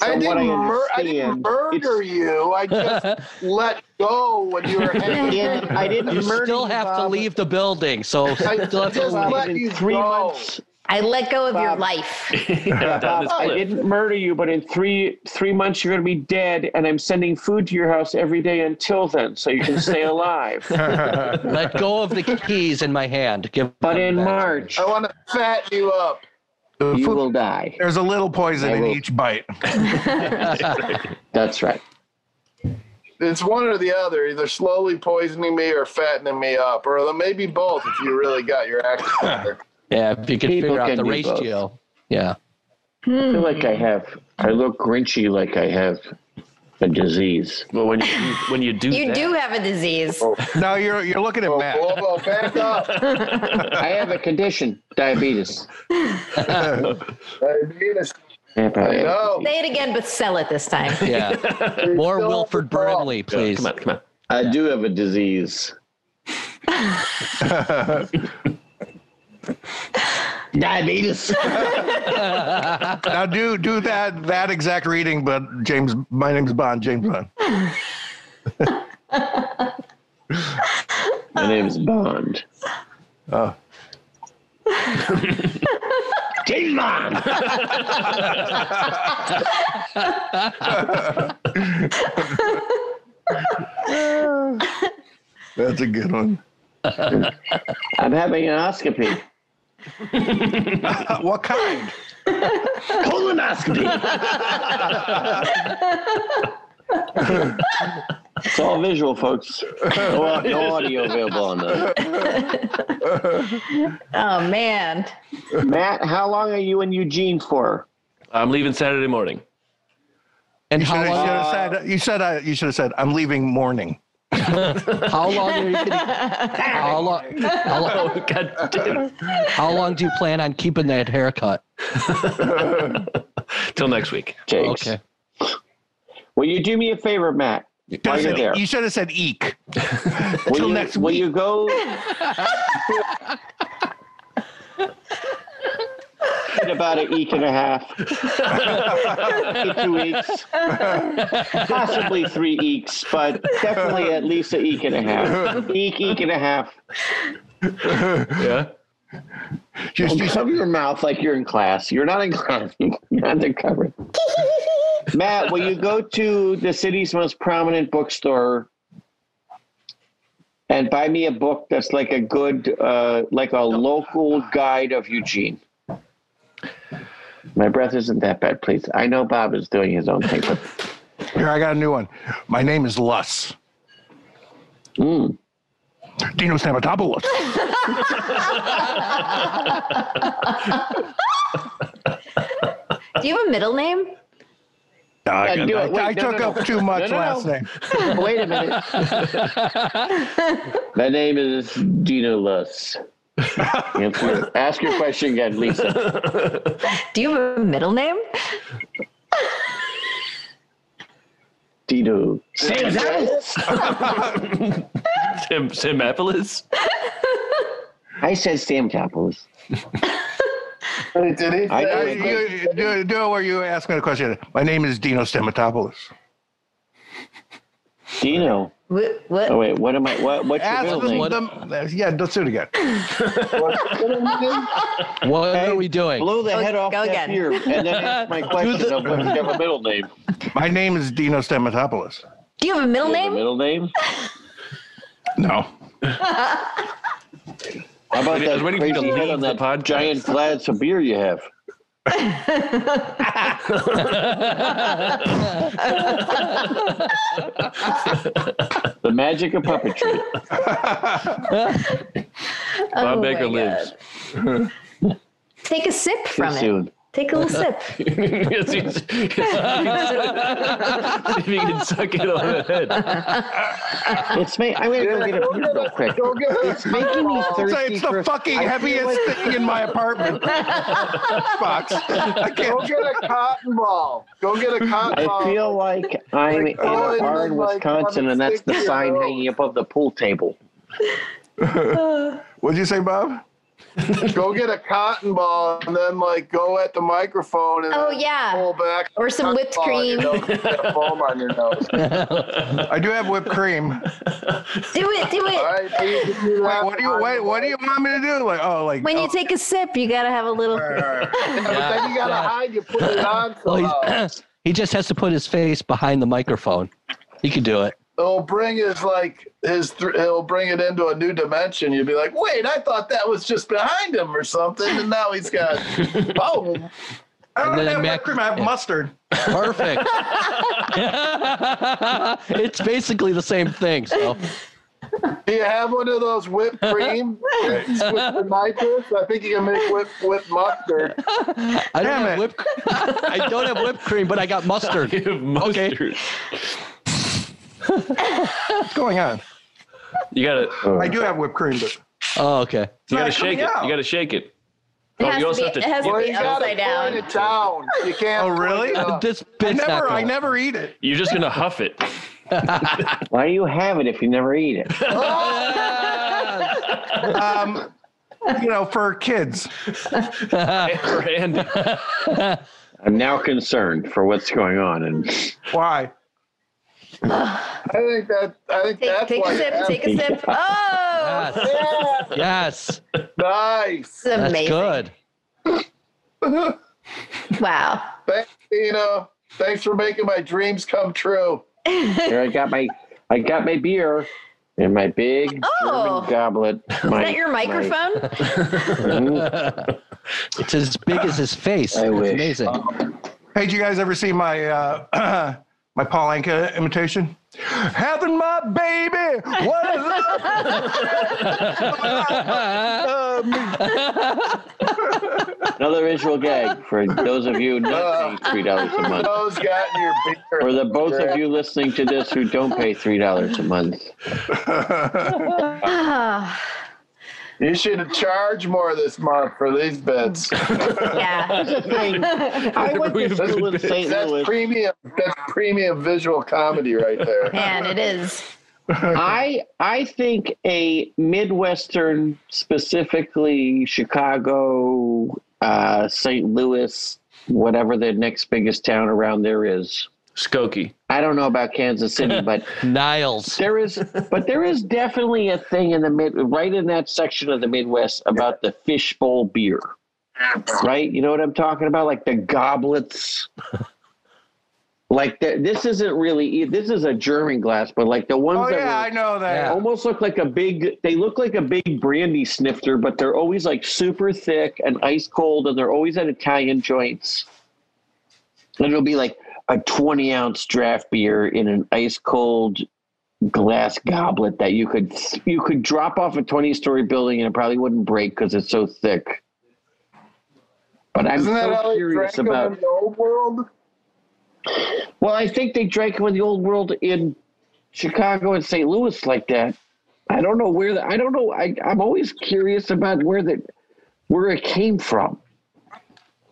Speaker 1: I
Speaker 7: From what
Speaker 1: didn't,
Speaker 7: I
Speaker 1: mur- I didn't
Speaker 7: understand,
Speaker 1: murder you. I just let go when you were hanging.
Speaker 7: in, I didn't
Speaker 4: You
Speaker 7: murder
Speaker 4: still
Speaker 7: you,
Speaker 4: have to
Speaker 7: Bob.
Speaker 4: leave the building, so
Speaker 1: I
Speaker 4: still
Speaker 1: just
Speaker 4: have to leave.
Speaker 1: let
Speaker 7: In
Speaker 1: you
Speaker 7: three
Speaker 1: go.
Speaker 7: months.
Speaker 5: I let go of your
Speaker 7: Bob.
Speaker 5: life.
Speaker 6: Down this
Speaker 7: I
Speaker 6: cliff.
Speaker 7: didn't murder you, but in three three months you're gonna be dead, and I'm sending food to your house every day until then, so you can stay alive.
Speaker 4: Let go of the keys in my hand. Give
Speaker 7: But
Speaker 4: them
Speaker 7: in
Speaker 4: back to me.
Speaker 7: March,
Speaker 1: I want to fatten you up.
Speaker 3: The
Speaker 7: you
Speaker 3: food-
Speaker 7: will die.
Speaker 3: there's a little poison
Speaker 7: I
Speaker 3: in
Speaker 7: will-
Speaker 3: each bite.
Speaker 7: That's right.
Speaker 1: It's one or the other, either slowly poisoning me or fattening me up, or maybe both if you really got your act together.
Speaker 4: Yeah, if you could
Speaker 7: People
Speaker 4: figure out
Speaker 7: can
Speaker 4: the
Speaker 7: do
Speaker 4: ratio. Yeah.
Speaker 7: I feel like I have. I look grinchy, like I have a disease.
Speaker 6: Well, when you do, when you do
Speaker 5: You
Speaker 6: that,
Speaker 5: do have a disease.
Speaker 7: Oh.
Speaker 3: No, you're you're looking at Matt.
Speaker 1: Lobo, back up.
Speaker 7: I have a condition, diabetes.
Speaker 1: I mean, it's-
Speaker 7: Yeah, probably have a
Speaker 1: No.
Speaker 7: disease.
Speaker 5: Say it again, but sell it this time.
Speaker 4: Yeah.
Speaker 1: it's
Speaker 4: More
Speaker 1: still-
Speaker 4: Wilford Brimley,
Speaker 6: Yeah,
Speaker 4: please.
Speaker 6: come on, come on.
Speaker 7: I do have a disease. diabetes.
Speaker 3: Now do do that that exact reading, but James, my name's Bond. James Bond.
Speaker 4: Ah.
Speaker 7: My name's Bond.
Speaker 3: Oh.
Speaker 7: James Bond.
Speaker 3: That's a good one.
Speaker 7: I'm having an oscopy.
Speaker 3: what kind?
Speaker 7: Colonoscopy. it's all visual, folks. No, no audio available on that.
Speaker 5: Oh man.
Speaker 7: Matt, how long are you in Eugene for?
Speaker 6: I'm leaving Saturday morning.
Speaker 4: And
Speaker 3: You should
Speaker 4: how long,
Speaker 3: have said. You said. Uh, you should have said. I'm leaving morning.
Speaker 4: how long are you going how long, how, long,
Speaker 6: Oh, God damn it.
Speaker 4: how long do you plan on keeping that haircut?
Speaker 6: Till next week.
Speaker 7: Jakes?
Speaker 4: Okay.
Speaker 7: Will you do me a favor, Matt? While you're there,
Speaker 3: You should have said eek.
Speaker 7: will
Speaker 3: till
Speaker 7: you,
Speaker 3: next
Speaker 7: will you go? In about a week and a half, Maybe two weeks, possibly three eeks, but definitely at least a eek and a half. Eek, eek and a half.
Speaker 6: Yeah.
Speaker 3: Just,
Speaker 7: Don't
Speaker 3: you said,
Speaker 7: cover your mouth like you're in class. You're not in class. You're undercover. Matt, will you go to the city's most prominent bookstore and buy me a book that's like a good, uh, like a local guide of Eugene? My breath isn't that bad, please. I know Bob is doing his own thing, but
Speaker 3: here, I got a new one. My name is Lus.
Speaker 7: Mm.
Speaker 3: Dinos Namatopoulos.
Speaker 5: Do you have a middle name?
Speaker 3: I,
Speaker 7: Yeah, do it. Wait,
Speaker 3: I
Speaker 7: no,
Speaker 3: took
Speaker 7: no, no.
Speaker 3: up too much
Speaker 7: No, no,
Speaker 3: last
Speaker 7: no.
Speaker 3: name.
Speaker 7: wait a minute. My name is Dino Lutz. Answer- Ask your question again, Lisa.
Speaker 5: Do you have a middle name?
Speaker 7: Dino. Sam
Speaker 6: Tim, Tim Appelis?
Speaker 5: Oh
Speaker 7: I said Sam Capos.
Speaker 1: Did he?
Speaker 7: I
Speaker 1: say-
Speaker 7: know
Speaker 3: You- you- do, do it where you ask me a question. My name is Dinos Stamatopoulos.
Speaker 7: Dino.
Speaker 5: What? what?
Speaker 7: Oh wait, what am I? What? What's your
Speaker 3: Ask
Speaker 7: middle
Speaker 3: them,
Speaker 7: name?
Speaker 3: them- yeah, let's do it again.
Speaker 4: What are we doing?
Speaker 7: Blow the
Speaker 5: Go-
Speaker 7: head off
Speaker 5: go
Speaker 7: that
Speaker 5: again.
Speaker 7: beard, and then ask my question of whether you have a middle name.
Speaker 3: My name is Dinos Stamatopoulos.
Speaker 5: Do you have a middle
Speaker 7: You have a
Speaker 5: name?
Speaker 7: middle name?
Speaker 3: No.
Speaker 7: How about
Speaker 6: I was
Speaker 7: that
Speaker 6: waiting for you to
Speaker 7: crazy head
Speaker 6: leave
Speaker 7: on
Speaker 6: the
Speaker 7: that
Speaker 6: podcast.
Speaker 7: giant Vlad Sabir you have? the magic of puppetry.
Speaker 6: Bob
Speaker 5: Oh
Speaker 6: Baker
Speaker 5: my
Speaker 6: lives.
Speaker 5: Take a sip
Speaker 7: Too
Speaker 5: from it.
Speaker 7: soon.
Speaker 5: Take a little sip.
Speaker 6: Yes, yes, yes. if you can suck it on the head.
Speaker 7: It's me. I'm gonna go get a beer real quick.
Speaker 1: Go get
Speaker 7: It's making me thirsty.
Speaker 3: It's, it's
Speaker 7: for-
Speaker 3: the fucking
Speaker 7: I feel
Speaker 3: heaviest
Speaker 7: like-
Speaker 3: thing in my apartment. Box. I
Speaker 1: Go
Speaker 3: can't.
Speaker 1: get a cotton ball. Go get a cotton ball.
Speaker 7: I feel Oh, like I'm in a
Speaker 1: oh, it
Speaker 7: bar in
Speaker 1: was like
Speaker 7: Wisconsin, and that's the
Speaker 1: 160
Speaker 7: sign
Speaker 1: years
Speaker 7: hanging above the pool table.
Speaker 3: What'd you say, Bob?
Speaker 1: go get a cotton ball and then like go at the microphone and
Speaker 5: Oh
Speaker 1: then
Speaker 5: yeah.
Speaker 1: pull back.
Speaker 5: Or some whipped
Speaker 1: Ball on
Speaker 5: cream.
Speaker 1: your nose, get a foam on your nose.
Speaker 3: I do have whipped cream.
Speaker 5: Do it. Do
Speaker 1: All
Speaker 5: it.
Speaker 1: right, please give me
Speaker 3: Wait,
Speaker 1: that
Speaker 3: what do you
Speaker 1: cotton
Speaker 3: wait? What do you want me to do? Like, oh, like
Speaker 5: When
Speaker 3: oh,
Speaker 5: you take a sip, you gotta have a little.
Speaker 1: ball. But then you gotta
Speaker 4: Yeah.
Speaker 1: hide. You put it on.
Speaker 4: Well,
Speaker 1: somehow.
Speaker 4: he's, he just has to put his face behind the microphone. He could do it.
Speaker 1: He'll bring his like his. Th- he'll bring it into a new dimension. You'd be like, wait, I thought that was just behind him or something, and now he's got. Oh,
Speaker 3: I
Speaker 4: and
Speaker 3: don't
Speaker 4: then
Speaker 3: have
Speaker 4: Mac-
Speaker 3: whipped cream. I have
Speaker 4: yeah.
Speaker 3: mustard.
Speaker 4: Perfect. it's basically the same thing. So
Speaker 1: do you have one of those whipped cream things with the nitrous? I think you can make whip whip mustard.
Speaker 4: I don't
Speaker 3: Damn
Speaker 4: have
Speaker 3: it.
Speaker 4: whipped. I don't have whipped cream, but I got mustard.
Speaker 6: Mustard.
Speaker 3: What's going on?
Speaker 6: You gotta, you
Speaker 3: I do have whipped cream, but
Speaker 4: Oh, okay.
Speaker 6: gotta
Speaker 3: not
Speaker 6: shake
Speaker 3: coming
Speaker 6: it.
Speaker 3: out.
Speaker 6: You gotta shake it.
Speaker 5: It
Speaker 6: Oh,
Speaker 5: has
Speaker 6: you
Speaker 5: to
Speaker 6: also
Speaker 5: be.
Speaker 6: have to-
Speaker 5: It has to
Speaker 1: Well,
Speaker 5: be
Speaker 1: you gotta
Speaker 5: upside
Speaker 1: point
Speaker 5: down.
Speaker 1: it down. You can't.
Speaker 3: Oh,
Speaker 1: point
Speaker 3: really?
Speaker 1: it up.
Speaker 4: This
Speaker 3: I
Speaker 4: bit's not
Speaker 3: never,
Speaker 4: gonna-
Speaker 3: I never eat it.
Speaker 6: You're just gonna huff it.
Speaker 7: Why do you have it if you never eat it?
Speaker 3: Um, you know, for kids.
Speaker 6: For Andy.
Speaker 7: I'm now concerned for what's going on. And
Speaker 3: Why?
Speaker 1: I think that. I think
Speaker 5: Take,
Speaker 1: that's
Speaker 5: take
Speaker 1: why
Speaker 5: a
Speaker 1: you
Speaker 5: sip.
Speaker 1: have-
Speaker 5: Take a sip. Oh,
Speaker 4: Yes.
Speaker 1: Yeah,
Speaker 4: Yes.
Speaker 1: nice.
Speaker 5: this is
Speaker 4: That's
Speaker 5: amazing.
Speaker 4: good.
Speaker 5: Wow.
Speaker 1: Thanks, Dino. Thanks for making my dreams come true.
Speaker 7: here I got my, I got my beer. in my big
Speaker 5: Oh.
Speaker 7: German goblet.
Speaker 5: Is that your microphone?
Speaker 4: it's as big as his face.
Speaker 7: I
Speaker 4: it's
Speaker 7: wish.
Speaker 4: amazing.
Speaker 3: Hey, did you guys ever see my uh, my Paul Anka imitation? Having my baby, what a love.
Speaker 7: Another visual gag for those of you not paying three dollars a month,
Speaker 1: Those got in your beer.
Speaker 7: or the both of you listening to this who don't pay three dollars a month.
Speaker 5: Ah,
Speaker 1: You should charge more this month for these bits.
Speaker 5: yeah.
Speaker 7: I went to school in St.
Speaker 1: That's
Speaker 7: Louis.
Speaker 1: premium. That's premium visual comedy right there.
Speaker 5: Man, it is.
Speaker 7: I I think a Midwestern, specifically Chicago, uh, St. Louis, whatever the next biggest town around there is.
Speaker 6: Skokie.
Speaker 7: I don't know about Kansas City, but
Speaker 4: Niles.
Speaker 7: there is but there is definitely a thing in the mid right in that section of the Midwest about the fishbowl beer. Right? You know what I'm talking about? Like the goblets. Like the, this isn't really e, this is a German glass, but like the ones
Speaker 3: Oh
Speaker 7: that
Speaker 3: yeah,
Speaker 7: were-
Speaker 3: I know
Speaker 7: they
Speaker 3: that.
Speaker 7: almost look like a big they look like a big brandy snifter but they're always like super thick and ice cold and they're always at italian joints and it'll be like a 20 ounce draft beer in an ice cold glass goblet that you could you could drop off a 20 story building and it probably wouldn't break because it's so thick but i'm
Speaker 1: Isn't that
Speaker 7: so
Speaker 1: how they
Speaker 7: curious
Speaker 1: drank them
Speaker 7: about
Speaker 1: in the old world?
Speaker 7: well i think they drank them in the old world in Chicago and St. Louis like that. I don't know where the I don't know. I I'm always curious about where the where it came from.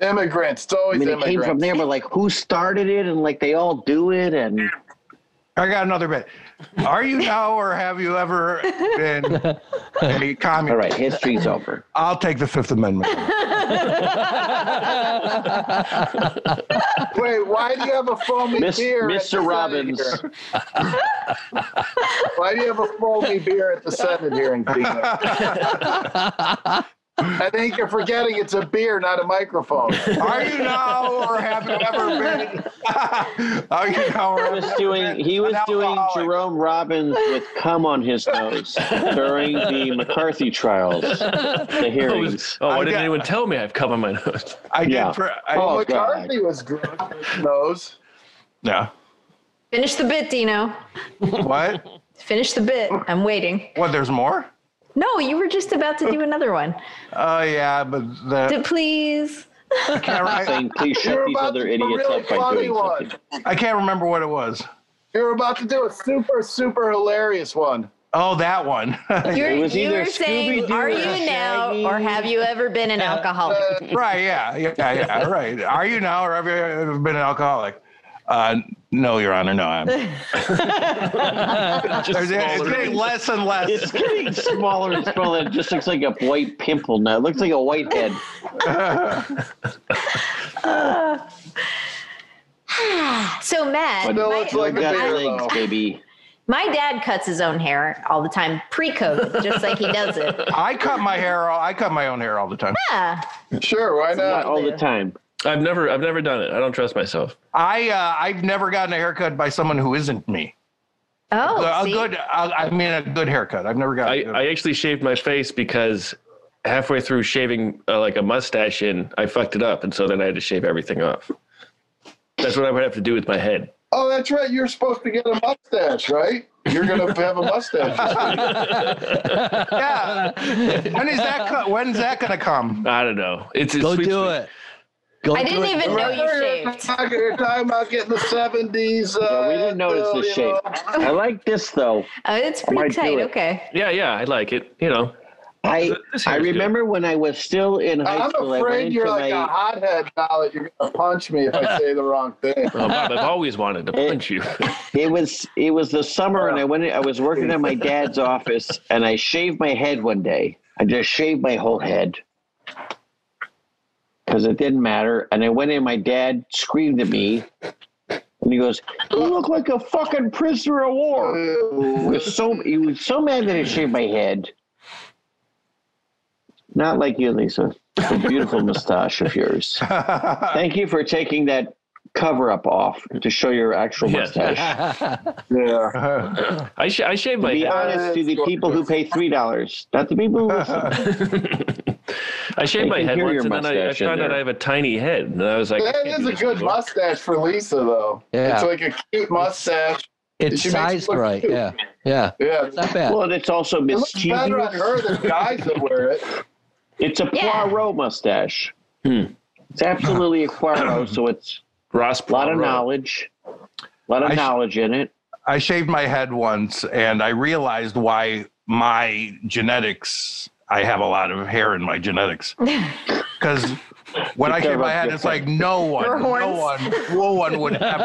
Speaker 1: Immigrants. It's
Speaker 7: I
Speaker 1: always
Speaker 7: mean, it
Speaker 1: immigrants.
Speaker 7: came from there, but like who started it and like they all do it and
Speaker 3: I got another bit. Are you now or have you ever been a
Speaker 7: all
Speaker 3: communist?
Speaker 7: right, history's over.
Speaker 3: I'll take the Fifth Amendment.
Speaker 1: Wait, why do you have a foamy
Speaker 7: Miss,
Speaker 1: beer? at the
Speaker 7: Mr.
Speaker 1: Senate
Speaker 7: Robbins.
Speaker 1: hearing? Why do you have a foamy beer at the Senate hearing, Tina? I think you're forgetting it's a beer, not a microphone.
Speaker 3: Are you now or have you ever been? Are you now or
Speaker 7: He was doing he was
Speaker 3: An
Speaker 7: doing
Speaker 3: alcoholic.
Speaker 7: Jerome Robbins with cum on his nose during the McCarthy trials, the
Speaker 6: Oh,
Speaker 7: hearings.
Speaker 6: was- oh, why
Speaker 3: I've
Speaker 6: didn't
Speaker 3: got-
Speaker 6: anyone tell me I've come on my nose?
Speaker 3: I did.
Speaker 7: Yeah.
Speaker 3: For, I,
Speaker 7: Oh, God.
Speaker 1: McCarthy was drunk with his nose.
Speaker 3: yeah.
Speaker 5: Finish the bit, Dino.
Speaker 3: What?
Speaker 5: Finish the bit. I'm waiting.
Speaker 3: What? There's more?
Speaker 5: No, you were just about to do another one.
Speaker 3: Oh yeah, but the,
Speaker 5: D- Please.
Speaker 3: I, can't, I,
Speaker 7: Saying please shut
Speaker 1: You're
Speaker 7: these
Speaker 1: about to
Speaker 7: other
Speaker 1: do a
Speaker 7: idiots
Speaker 1: really
Speaker 7: up by
Speaker 1: funny
Speaker 7: doing something.
Speaker 1: one.
Speaker 3: I can't remember what it was.
Speaker 1: You're about to do a super, super hilarious one.
Speaker 3: Oh, that one.
Speaker 5: You're,
Speaker 7: It was
Speaker 5: you
Speaker 7: either
Speaker 5: were saying,
Speaker 7: Scooby-Doo
Speaker 5: are
Speaker 7: or
Speaker 5: you now
Speaker 7: Shaggy."
Speaker 5: or have you ever been an alcoholic?
Speaker 1: Uh,
Speaker 3: right? Yeah. Yeah. Yeah. Right. Are you now or have you ever been an alcoholic? Uh, no, Your Honor. No, I'm.
Speaker 6: Just
Speaker 3: It's
Speaker 6: smaller
Speaker 3: getting
Speaker 6: beans.
Speaker 3: less and less.
Speaker 7: It's getting smaller and smaller. It just looks like a white pimple now. It looks like a white head.
Speaker 5: So, Matt,
Speaker 1: Still
Speaker 5: my,
Speaker 1: looks like a
Speaker 7: Got
Speaker 1: beer,
Speaker 7: legs,
Speaker 1: though.
Speaker 7: baby.
Speaker 5: my dad cuts his own hair all the time pre COVID, just like he does it.
Speaker 3: I cut my hair. all- I cut my own hair all the time.
Speaker 5: Yeah.
Speaker 1: Sure, why
Speaker 7: Not
Speaker 1: not?
Speaker 7: all the time.
Speaker 6: I've never, I've never done it. I don't trust myself.
Speaker 3: I uh, I've never gotten a haircut by someone who isn't me.
Speaker 5: Oh,
Speaker 3: a
Speaker 5: see?
Speaker 3: good. I, I mean, a good haircut. I've never
Speaker 6: I,
Speaker 3: gotten.
Speaker 6: I actually shaved my face because halfway through shaving uh, like a mustache in, I fucked it up, and so then I had to shave everything off. That's what I would have to do with my head.
Speaker 1: Oh, that's right. You're supposed to get a mustache, right? You're gonna have a mustache.
Speaker 3: yeah. when is that? Co- when's that gonna come?
Speaker 6: I don't know. It's, it's
Speaker 4: Go
Speaker 6: sweet-
Speaker 4: do it. Go
Speaker 5: I
Speaker 4: do
Speaker 5: didn't
Speaker 4: it.
Speaker 5: even know you shaved.
Speaker 1: You're talking about getting the seventies. Uh,
Speaker 7: Yeah, we didn't notice the
Speaker 1: you
Speaker 7: shape.
Speaker 1: know.
Speaker 7: I like this though.
Speaker 5: Oh, it's
Speaker 7: might
Speaker 5: pretty
Speaker 7: do
Speaker 5: tight.
Speaker 7: it.
Speaker 5: Okay.
Speaker 6: Yeah, yeah, I like it. You know,
Speaker 7: I
Speaker 6: This
Speaker 7: I
Speaker 6: hair's good.
Speaker 7: remember when I was still in high
Speaker 1: I'm
Speaker 7: school. I went
Speaker 1: afraid
Speaker 7: into
Speaker 1: you're like
Speaker 7: my-
Speaker 1: a hothead now that you're gonna punch me if I say the wrong thing.
Speaker 6: Oh, Bob, I've always wanted to punch you.
Speaker 7: It was it was the summer, and I went. in- I was working at my dad's office, and I shaved my head one day. I just shaved my whole head because it didn't matter. And I went in. My dad screamed at me, and he goes, "You look like a fucking prisoner of war." He was so he was so mad that I shaved my head. Not like you, Lisa. A beautiful mustache of yours. Thank you for taking that cover up off to show your actual
Speaker 6: Yes.
Speaker 7: mustache.
Speaker 1: Yeah.
Speaker 6: I, sh- I shave
Speaker 7: To
Speaker 6: my
Speaker 7: be
Speaker 1: uh,
Speaker 6: head.
Speaker 7: honest to the people who pay three dollars, not the people who listen.
Speaker 6: I shaved
Speaker 7: I
Speaker 6: my
Speaker 7: can
Speaker 6: head
Speaker 7: hear
Speaker 6: once,
Speaker 7: your
Speaker 6: and then I, I
Speaker 7: mustache in
Speaker 6: found out
Speaker 7: there.
Speaker 6: I have a tiny head, and I was like, I
Speaker 1: That
Speaker 6: can't
Speaker 1: is
Speaker 6: do
Speaker 1: a
Speaker 6: this
Speaker 1: good
Speaker 6: anymore.
Speaker 1: mustache for Lisa, though.
Speaker 4: Yeah.
Speaker 1: It's like a cute mustache.
Speaker 4: It's
Speaker 1: She makes
Speaker 4: sized
Speaker 1: it look
Speaker 4: right.
Speaker 1: cute.
Speaker 4: Yeah. Yeah.
Speaker 1: Yeah.
Speaker 4: It's not bad.
Speaker 7: Well, and it's also
Speaker 1: It looks better on
Speaker 7: mischievous.
Speaker 1: her than guys that wear it.
Speaker 7: It's a
Speaker 5: Yeah.
Speaker 7: Poirot mustache.
Speaker 6: Hmm.
Speaker 7: It's absolutely a Poirot, so it's
Speaker 6: Ross
Speaker 7: a lot of
Speaker 6: Perot.
Speaker 7: knowledge, a lot of
Speaker 3: I sh-
Speaker 7: knowledge in it.
Speaker 3: I shaved my head once and I realized why my genetics, I have a lot of hair in my genetics. Because when I
Speaker 7: Because
Speaker 3: shave my
Speaker 7: of
Speaker 3: head,
Speaker 7: your
Speaker 3: it's like no one,
Speaker 5: Your
Speaker 3: no
Speaker 5: horns.
Speaker 3: one, no one would ever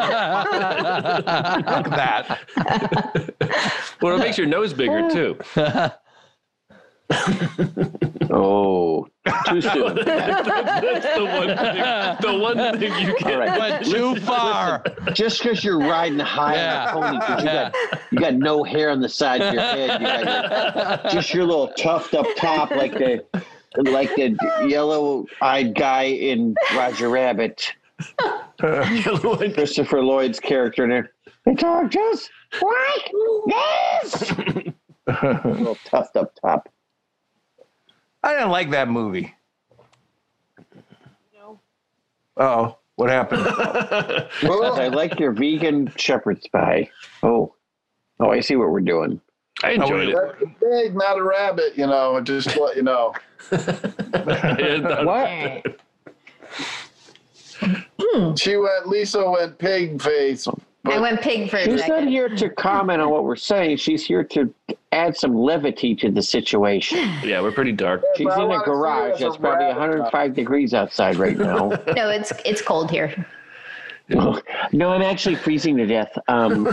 Speaker 3: fuck that.
Speaker 6: Well, it makes your nose bigger too.
Speaker 7: Oh, too soon.
Speaker 6: That's the one thing. The one thing you
Speaker 7: All
Speaker 6: can.
Speaker 7: right.
Speaker 4: Went too far.
Speaker 7: Just because you're riding high
Speaker 4: Yeah.
Speaker 7: on a pony, 'cause you
Speaker 4: Yeah.
Speaker 7: got you got no hair on the side of your head. You got your, just your little tuft up top, like the like the yellow-eyed guy in Roger Rabbit, Christopher Lloyd's character. in there. They talk just like this. little tuft up top.
Speaker 3: I didn't like that movie. Oh, what happened?
Speaker 7: I like your vegan shepherd's pie. Oh, oh, I see what we're doing.
Speaker 6: I enjoyed it.
Speaker 1: That's a pig, not a rabbit, you know, just to let you know.
Speaker 6: Yeah,
Speaker 5: All
Speaker 7: What?
Speaker 5: right.
Speaker 1: She went, Lisa went pig face.
Speaker 5: I went pig for a
Speaker 7: She's not
Speaker 5: second.
Speaker 7: here to comment on what we're saying. She's here to add some levity to the situation.
Speaker 6: Yeah, we're pretty dark.
Speaker 7: She's
Speaker 1: I
Speaker 7: in a
Speaker 1: wanna see her
Speaker 7: garage
Speaker 1: as a
Speaker 7: that's probably
Speaker 1: rabbit.
Speaker 7: 105 degrees outside right now.
Speaker 5: No, it's it's cold here.
Speaker 7: no, I'm actually freezing to death. Um,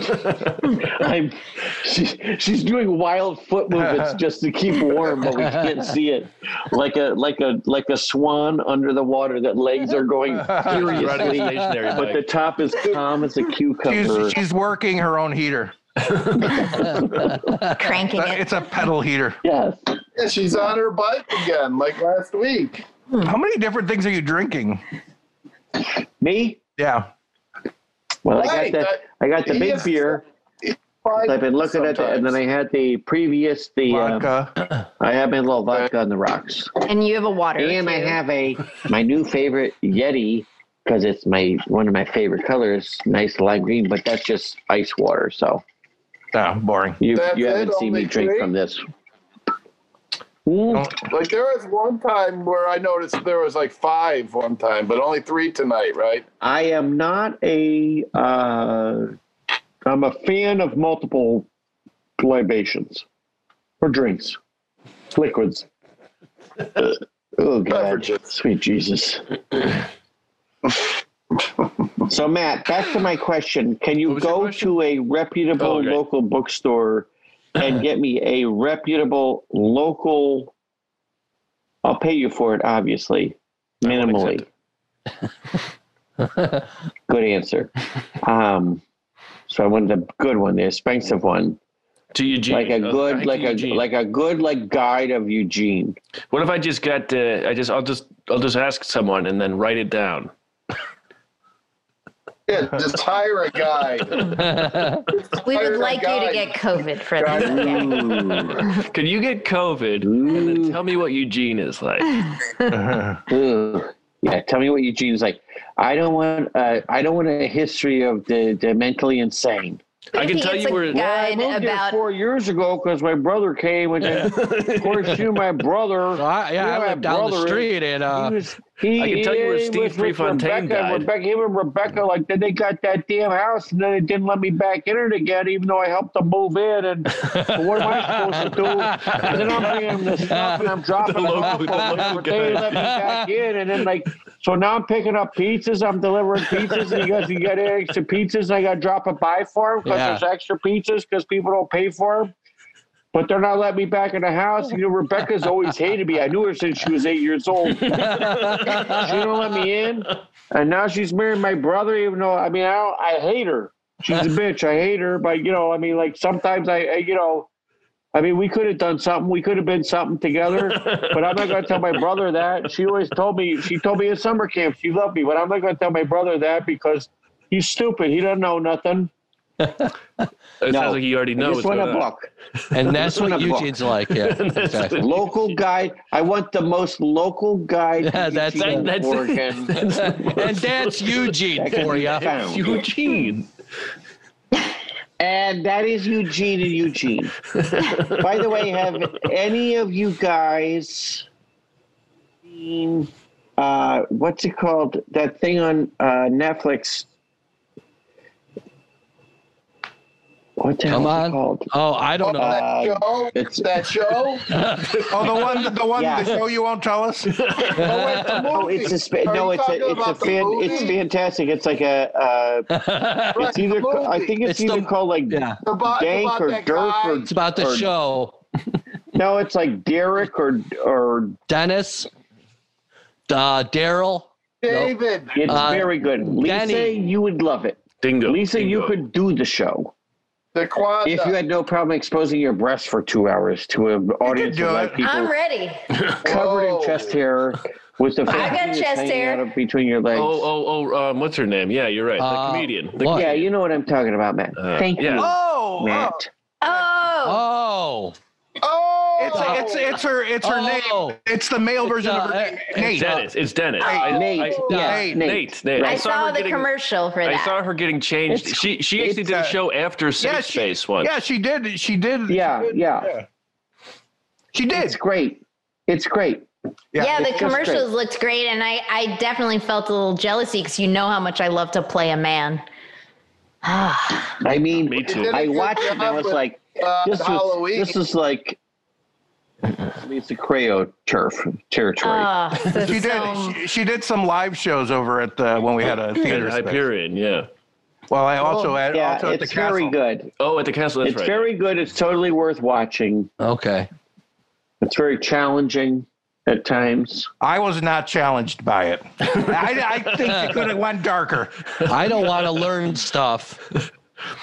Speaker 7: I'm. She's she's doing wild foot movements just to keep warm, but we can't see it. Like a like a like a swan under the water that legs are going
Speaker 6: Running
Speaker 7: furiously,
Speaker 6: stationary,
Speaker 7: but the
Speaker 6: like,
Speaker 7: top is calm as a cucumber.
Speaker 3: she's, she's working her own heater.
Speaker 5: Cranking it.
Speaker 3: It's a pedal heater.
Speaker 7: yes.
Speaker 1: Yeah, she's on her bike again, like last week.
Speaker 3: How many different things are you drinking?
Speaker 7: Me?
Speaker 3: Yeah.
Speaker 7: Well, I
Speaker 1: Right,
Speaker 7: got that.
Speaker 1: that-
Speaker 7: I got the
Speaker 1: uh, he
Speaker 7: big
Speaker 1: is-
Speaker 7: beer. I've been looking at that, and then I had the previous the. Uh,
Speaker 3: Vodka.
Speaker 7: I have my little vodka on the rocks,
Speaker 5: and you have a water.
Speaker 7: and I
Speaker 5: too.
Speaker 7: have a my new favorite Yeti because it's my one of my favorite colors, nice lime green. But that's just ice water, so
Speaker 3: No, boring.
Speaker 7: you
Speaker 1: That's
Speaker 7: you
Speaker 1: it?
Speaker 7: haven't seen me
Speaker 1: Only
Speaker 7: drink
Speaker 1: three?
Speaker 7: from this. Mm,
Speaker 3: Don't-
Speaker 1: Like there was one time where I noticed there was like five one time, but only three tonight, right?
Speaker 7: I am not a. Uh, I'm a fan of multiple libations or drinks, liquids. Uh, oh God,
Speaker 1: Beverages.
Speaker 7: sweet Jesus. so Matt, back to my question: Can you
Speaker 6: was your
Speaker 7: go
Speaker 6: question?
Speaker 7: to a reputable
Speaker 6: Oh, okay.
Speaker 7: local bookstore and get me a reputable local? I'll pay you for it, obviously,
Speaker 6: won't
Speaker 7: minimally. good answer. Um, so I wanted a good one, the expensive one,
Speaker 6: to Eugene.
Speaker 7: like a
Speaker 6: Uh,
Speaker 7: good,
Speaker 6: back
Speaker 7: like
Speaker 6: to
Speaker 7: a
Speaker 6: Eugene.
Speaker 7: like a good like guide of Eugene.
Speaker 6: What if I just got? Uh, I just. I'll just. I'll just ask someone and then write it down.
Speaker 1: Yeah, just hire a guy.
Speaker 5: We
Speaker 1: Hire
Speaker 5: would
Speaker 1: a
Speaker 5: like you to
Speaker 1: guy.
Speaker 5: get COVID for this.
Speaker 6: Can you get COVID and then tell me what Eugene is like?
Speaker 7: Ooh. Yeah, tell me what Eugene's like. I don't want. Uh, I don't want a history of the, the mentally insane.
Speaker 6: I can
Speaker 5: He
Speaker 6: tell
Speaker 5: gets
Speaker 6: you
Speaker 5: a
Speaker 6: where.
Speaker 5: guy-
Speaker 7: Well, I
Speaker 5: Guide
Speaker 7: moved here
Speaker 5: about-
Speaker 7: four years ago because my brother came and then, of course you, my brother.
Speaker 4: So I, yeah,
Speaker 7: you know
Speaker 4: I
Speaker 7: my
Speaker 4: went down the
Speaker 7: brother is-
Speaker 4: street and
Speaker 7: He
Speaker 4: uh,
Speaker 7: was, he,
Speaker 6: I can tell you where
Speaker 7: he
Speaker 6: Steve
Speaker 7: was with
Speaker 6: Prefontaine
Speaker 7: Rebecca,
Speaker 6: died.
Speaker 7: Rebecca, him and Rebecca, like, then they got that damn house, and then they didn't let me back in it again, even though I helped them move in. And what am I supposed to do? And then I'm bringing this stuff, and I'm dropping
Speaker 6: The
Speaker 7: it
Speaker 6: local-
Speaker 7: off,
Speaker 6: the local
Speaker 7: but they
Speaker 6: guy.
Speaker 7: let me back in, and then like, so now I'm picking up pizzas, I'm delivering pizzas, and you guys, you got any extra pizzas, and I got to drop it by for them because
Speaker 4: Yeah.
Speaker 7: there's extra pizzas because people don't pay for them. But they're not letting me back in the house. You know, Rebecca's always hated me. I knew her since she was eight years old. She don't let me in, and now she's marrying my brother. Even though I mean, I don't, I hate her. She's a bitch. I hate her. But you know, I mean, like sometimes I, I you know, I mean, we could have done something. We could have been something together. But I'm not going to tell my brother that. She always told me. She told me in summer camp she loved me, but I'm not going to tell my brother that because You stupid. He doesn't know nothing.
Speaker 6: It
Speaker 7: No.
Speaker 6: sounds like you already
Speaker 7: I
Speaker 6: know
Speaker 7: just
Speaker 6: what's
Speaker 7: want
Speaker 6: going on.
Speaker 7: a book.
Speaker 4: And that's
Speaker 7: Open
Speaker 4: what
Speaker 7: a book.
Speaker 4: Eugene's like. Yeah, exactly.
Speaker 7: Local guide. I want the most local guide.
Speaker 4: Yeah, that's-
Speaker 7: Eugene,
Speaker 6: that's-
Speaker 7: Oregon.
Speaker 4: and that's Eugene
Speaker 7: that can
Speaker 4: for
Speaker 7: be
Speaker 4: you.
Speaker 7: found.
Speaker 6: Eugene.
Speaker 7: And that is Eugene and Eugene. By the way, have any of you guys seen uh, what's it called? That thing on uh, Netflix. What the
Speaker 4: Come
Speaker 7: hell is
Speaker 4: on.
Speaker 7: it called?
Speaker 4: Oh, I don't know.
Speaker 1: That
Speaker 7: Uh,
Speaker 1: show?
Speaker 7: it's-
Speaker 1: that show?
Speaker 3: Oh, the one, the one,
Speaker 7: Yeah.
Speaker 3: the show you won't tell us.
Speaker 1: Oh, wait, the
Speaker 7: Oh,
Speaker 1: movie.
Speaker 7: it's a spa-
Speaker 1: Are
Speaker 7: no,
Speaker 1: you
Speaker 7: it's
Speaker 1: talking
Speaker 7: a it's a
Speaker 1: about the
Speaker 7: fan,
Speaker 1: movie?
Speaker 7: it's fantastic. It's like a uh,
Speaker 1: Right,
Speaker 7: it's
Speaker 1: the
Speaker 7: either
Speaker 1: movie.
Speaker 7: I think it's,
Speaker 4: It's
Speaker 7: either
Speaker 4: the-
Speaker 7: called like
Speaker 4: yeah,
Speaker 1: about, it's
Speaker 7: Dank
Speaker 1: about
Speaker 7: or
Speaker 1: that
Speaker 7: Dirk
Speaker 1: guy.
Speaker 7: or-
Speaker 4: it's about the
Speaker 7: Or-
Speaker 4: show.
Speaker 7: no, it's like Derek or or
Speaker 4: Dennis, uh, Daryl.
Speaker 1: David.
Speaker 7: it's
Speaker 4: Uh,
Speaker 7: very good. Lisa,
Speaker 4: Danny.
Speaker 7: you would love it.
Speaker 6: Dingo.
Speaker 7: Lisa, you
Speaker 6: Dingo.
Speaker 7: could do the show
Speaker 1: The quad.
Speaker 7: if you had no problem exposing your breasts for two hours to an audience
Speaker 3: do
Speaker 7: of like
Speaker 3: it.
Speaker 7: people
Speaker 5: I'm ready.
Speaker 7: covered in chest hair with the
Speaker 5: got
Speaker 7: fingers
Speaker 5: chest
Speaker 7: hanging
Speaker 5: hair.
Speaker 7: out of between your legs.
Speaker 6: Oh, oh, oh, um, what's her name? Yeah, you're right. The
Speaker 4: Uh,
Speaker 6: comedian. The-
Speaker 4: what?
Speaker 7: yeah, you know what I'm talking about, Matt.
Speaker 6: Uh,
Speaker 7: Thank
Speaker 6: yeah.
Speaker 7: you,
Speaker 3: Oh,
Speaker 7: Matt.
Speaker 3: oh.
Speaker 4: Oh,
Speaker 5: Oh,
Speaker 1: Oh,
Speaker 3: It's, it's it's her it's her
Speaker 4: Oh.
Speaker 3: name. It's the male version of her
Speaker 4: uh,
Speaker 3: name.
Speaker 6: it's
Speaker 3: Nate.
Speaker 6: Dennis. It's Dennis. I-
Speaker 7: Nate,
Speaker 6: I-
Speaker 7: yeah,
Speaker 3: Nate.
Speaker 7: Nate.
Speaker 6: Nate. Nate.
Speaker 5: I saw,
Speaker 6: her
Speaker 5: the
Speaker 6: getting-
Speaker 5: commercial for
Speaker 6: I
Speaker 5: that.
Speaker 6: saw her getting changed.
Speaker 7: It's-
Speaker 6: she she actually
Speaker 7: it's,
Speaker 6: did
Speaker 3: uh,
Speaker 6: a show after Safe
Speaker 3: yeah, she-
Speaker 6: Space once.
Speaker 3: Yeah, she did. She did.
Speaker 7: Yeah, yeah,
Speaker 3: She did.
Speaker 7: It's great. It's great.
Speaker 3: Yeah,
Speaker 5: Yeah, the
Speaker 7: it's just great.
Speaker 5: commercials looked great, and I, I definitely felt a little jealousy because you know how much I love to play a man. Ah,
Speaker 7: I mean,
Speaker 6: Me too.
Speaker 7: I watched it and I was like,
Speaker 1: uh,
Speaker 7: this is,
Speaker 1: Halloween.
Speaker 7: this is like Lisa Crayo turf territory.
Speaker 5: oh, so,
Speaker 3: She did.
Speaker 5: so-
Speaker 3: She, she did some live shows over at the when we had a
Speaker 6: At
Speaker 3: theater. space.
Speaker 6: Hyperion, yeah.
Speaker 3: Well, I also had
Speaker 7: Oh, yeah,
Speaker 3: also at the
Speaker 7: it's very
Speaker 3: castle.
Speaker 7: good.
Speaker 6: Oh, at the castle. That's
Speaker 7: it's
Speaker 6: right.
Speaker 7: very good. It's totally worth watching.
Speaker 4: okay.
Speaker 7: It's very challenging at times.
Speaker 3: I was not challenged by it. I, I think it could have went darker.
Speaker 4: I don't want to learn stuff.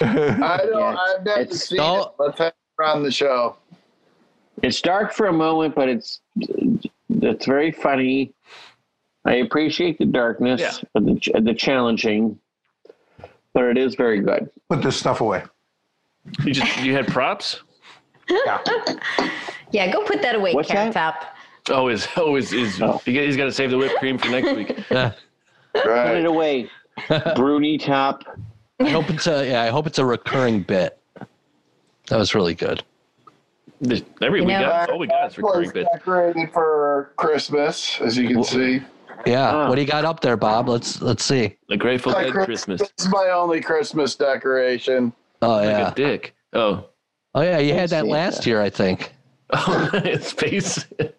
Speaker 1: I don't.
Speaker 7: Yeah,
Speaker 1: I've never
Speaker 7: it's-
Speaker 1: seen
Speaker 4: don't-
Speaker 1: it. Let's have her on the show.
Speaker 7: It's dark for a moment, but it's it's very funny. I appreciate the darkness
Speaker 6: Yeah.
Speaker 7: and the, the challenging, but it is very good.
Speaker 3: Put this stuff away.
Speaker 6: You just you had props.
Speaker 3: Yeah.
Speaker 5: yeah, go put that away,
Speaker 7: What's
Speaker 5: Carrot Top.
Speaker 6: Oh, is oh is is
Speaker 7: Oh.
Speaker 6: he- he's got to save the whipped cream for next week.
Speaker 4: Uh,
Speaker 7: Put it
Speaker 1: Right.
Speaker 7: away, Bruni Top.
Speaker 4: I hope it's a yeah. I hope it's a recurring bit. That was really good.
Speaker 6: This- Every
Speaker 5: You
Speaker 6: week,
Speaker 5: know-
Speaker 6: that's all we got is recurring bits.
Speaker 1: decorated for Christmas, as you can see.
Speaker 4: Yeah.
Speaker 7: Huh.
Speaker 4: What do you got up there, Bob? Let's let's see.
Speaker 6: The Grateful
Speaker 1: My
Speaker 6: Dead Christmas.
Speaker 1: It's my only Christmas decoration.
Speaker 4: Oh
Speaker 6: Like
Speaker 4: yeah.
Speaker 6: a dick. Oh,
Speaker 4: Oh yeah. You had
Speaker 7: Let's
Speaker 4: that
Speaker 7: see.
Speaker 4: last year, I think.
Speaker 6: oh, his face.
Speaker 1: It's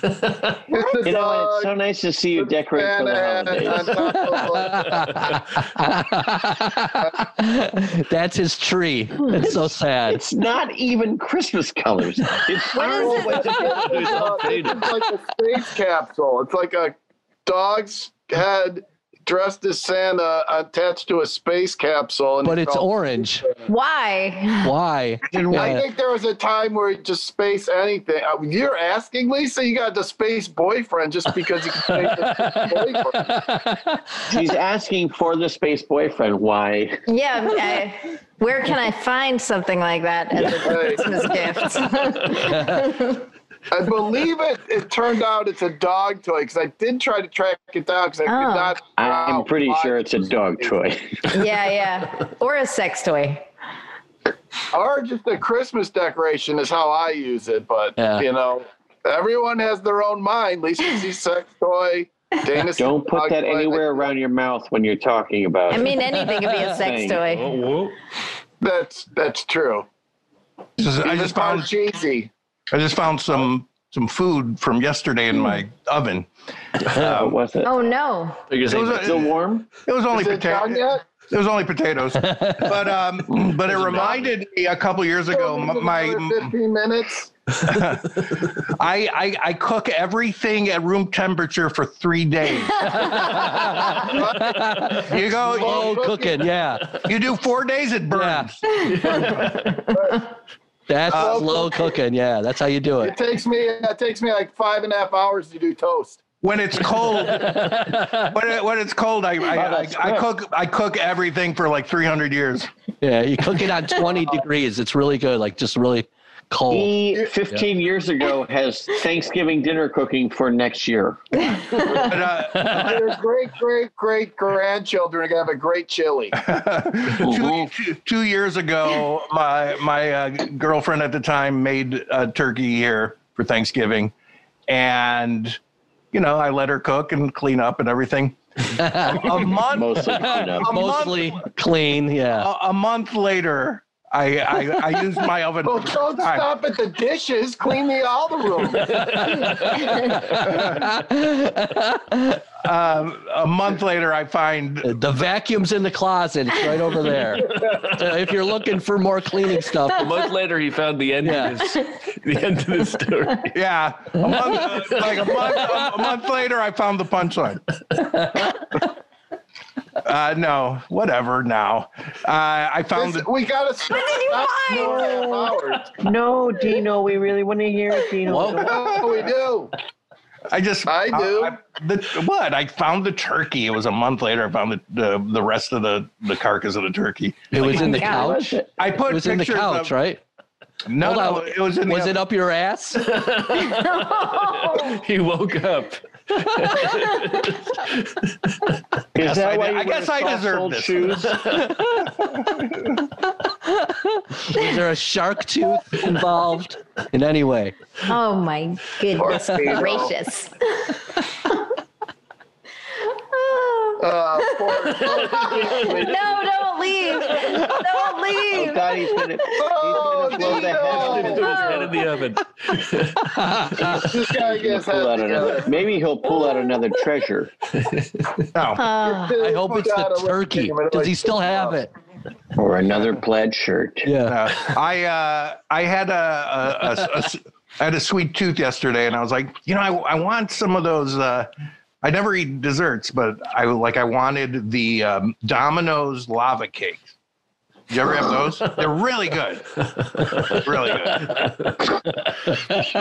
Speaker 1: the
Speaker 7: You know, and it's
Speaker 1: dog.
Speaker 7: so nice to see you decorate for the
Speaker 1: banana on
Speaker 7: holidays.
Speaker 1: top of, like,
Speaker 4: That's his tree. It's so sad.
Speaker 7: It's not even Christmas colors. It's
Speaker 5: What is
Speaker 7: horrible.
Speaker 5: it?
Speaker 6: He's all faded.
Speaker 1: it's like a space capsule. It's like a dog's head dressed as Santa attached to a space capsule. And
Speaker 4: But it's
Speaker 1: all-
Speaker 4: orange.
Speaker 5: Why?
Speaker 4: Why?
Speaker 1: I
Speaker 4: Yeah.
Speaker 1: think there was a time where you just space anything. Uh, You're asking Lisa, you got the space boyfriend just because you can space the space boyfriend.
Speaker 7: She's asking for the space boyfriend. Why?
Speaker 5: Yeah, I, where can I find something like that as a
Speaker 1: Right.
Speaker 5: Christmas gift?
Speaker 1: I believe it. It turned out it's a dog toy because I did try to track it down because I
Speaker 5: Oh.
Speaker 1: could not.
Speaker 7: I'm
Speaker 1: wow,
Speaker 7: pretty
Speaker 1: why-
Speaker 7: sure it's a dog toy.
Speaker 5: yeah, yeah, or a sex toy.
Speaker 1: or just a Christmas decoration is how I use it. But
Speaker 4: Yeah.
Speaker 1: you know, everyone has their own mind. Lisa sees sex toy. Dana sees
Speaker 7: Don't put
Speaker 1: dog
Speaker 7: that
Speaker 1: toy.
Speaker 7: anywhere around your mouth when you're talking about
Speaker 5: I
Speaker 7: it.
Speaker 5: mean, anything could be a sex
Speaker 7: Thank
Speaker 5: toy.
Speaker 6: Oh, whoa.
Speaker 1: That's that's true.
Speaker 3: This is- I
Speaker 1: I
Speaker 3: just
Speaker 1: just
Speaker 3: found
Speaker 1: cheesy.
Speaker 3: I just found some some food from yesterday in my oven.
Speaker 7: what was it?
Speaker 5: Oh no!
Speaker 6: You're
Speaker 3: It
Speaker 6: saying
Speaker 3: was,
Speaker 6: that-
Speaker 7: Still warm?
Speaker 3: it was only
Speaker 1: Is it done
Speaker 3: potatoes.
Speaker 1: yet?
Speaker 3: It was only potatoes, but um, but it reminded me a couple years
Speaker 1: Oh,
Speaker 3: ago. m-
Speaker 1: Another
Speaker 3: My
Speaker 1: fifteen minutes.
Speaker 3: I, I I cook everything at room temperature for three days. you go,
Speaker 4: Slow oh, cooking. Yeah.
Speaker 3: you, you do four days, it burns.
Speaker 4: That's slow cooking. Yeah. That's how you do
Speaker 1: It
Speaker 4: it.
Speaker 1: takes me. It takes me like five and a half hours to do toast.
Speaker 3: when it's cold, when, it, when it's cold, I, I, I, I cook I cook everything for like 300 years.
Speaker 4: Yeah, you cook it on 20 degrees. It's really good, like just really cold.
Speaker 7: He, 15 years ago, has Thanksgiving dinner cooking for next year.
Speaker 3: But, uh,
Speaker 1: Their great, great, great grandchildren are gonna have a great chili.
Speaker 3: two, two, two years ago, my my uh, girlfriend at the time made uh, turkey here for Thanksgiving, and you know I let her cook and clean up and everything. a month
Speaker 7: Mostly clean up.
Speaker 3: a month-
Speaker 4: Mostly clean, yeah.
Speaker 3: a, a month later, I I, I used my oven.
Speaker 1: Well,
Speaker 3: for the
Speaker 1: don't
Speaker 3: first time.
Speaker 1: stop at the dishes. Clean the all the room.
Speaker 3: Um, a month later, I find
Speaker 4: The vacuum's in the closet. It's right over there. So if you're looking for more cleaning stuff,
Speaker 6: A month later, he found the end
Speaker 4: Yeah.
Speaker 6: of his, the end of the story.
Speaker 3: yeah, a month, like a month, a month later, I found the punchline. Uh, no, whatever. Now, uh, I found
Speaker 1: This-
Speaker 3: the.
Speaker 1: we gotta stop. stop snoring hours.
Speaker 7: No, Dino, we really want to hear it, Dino.
Speaker 4: oh,
Speaker 1: No, Oh, we do.
Speaker 3: I just.
Speaker 1: I do.
Speaker 3: the, what? I found the turkey. It was a month later. I found the the, the rest of the the carcass of the turkey.
Speaker 4: it was in the
Speaker 5: Yeah.
Speaker 4: couch. It
Speaker 3: I put
Speaker 4: was in the
Speaker 3: pictures
Speaker 4: couch,
Speaker 3: of,
Speaker 4: right?
Speaker 3: No,
Speaker 4: Hold
Speaker 3: no,
Speaker 4: on.
Speaker 3: it was in
Speaker 4: Was
Speaker 3: the
Speaker 4: it up your ass?
Speaker 6: He woke up.
Speaker 7: Is that
Speaker 3: I
Speaker 7: why
Speaker 3: did- I
Speaker 7: you wear
Speaker 3: guess I
Speaker 7: soft
Speaker 3: deserve
Speaker 7: soled
Speaker 3: this.
Speaker 7: shoes?
Speaker 4: Was there a shark tooth involved in any way?
Speaker 5: Oh my goodness
Speaker 1: Poor
Speaker 5: gracious.
Speaker 1: Uh, poor-
Speaker 5: Ah. no, don't leave. Don't leave.
Speaker 7: Oh, God, he's gonna, he's
Speaker 1: Oh,
Speaker 7: gonna blow the head
Speaker 1: Dino.
Speaker 6: Threw his head in the oven.
Speaker 1: this guy gets
Speaker 7: pull out
Speaker 1: head
Speaker 7: another.
Speaker 1: together.
Speaker 7: Maybe he'll pull out another treasure.
Speaker 3: no.
Speaker 5: Oh,
Speaker 4: I hope it's
Speaker 1: God,
Speaker 4: the
Speaker 1: I'm looking at
Speaker 4: turkey.
Speaker 1: him and
Speaker 4: Does he
Speaker 1: like,
Speaker 4: still have it?
Speaker 7: Or another plaid shirt.
Speaker 4: Yeah.
Speaker 3: Uh, I uh, I had a, a- a- a s- I had a sweet tooth yesterday, and I was like, you know, I, I want some of those. Uh, I never eat desserts, but I like I wanted the um, Domino's lava cakes. You ever have those? They're really good. really good.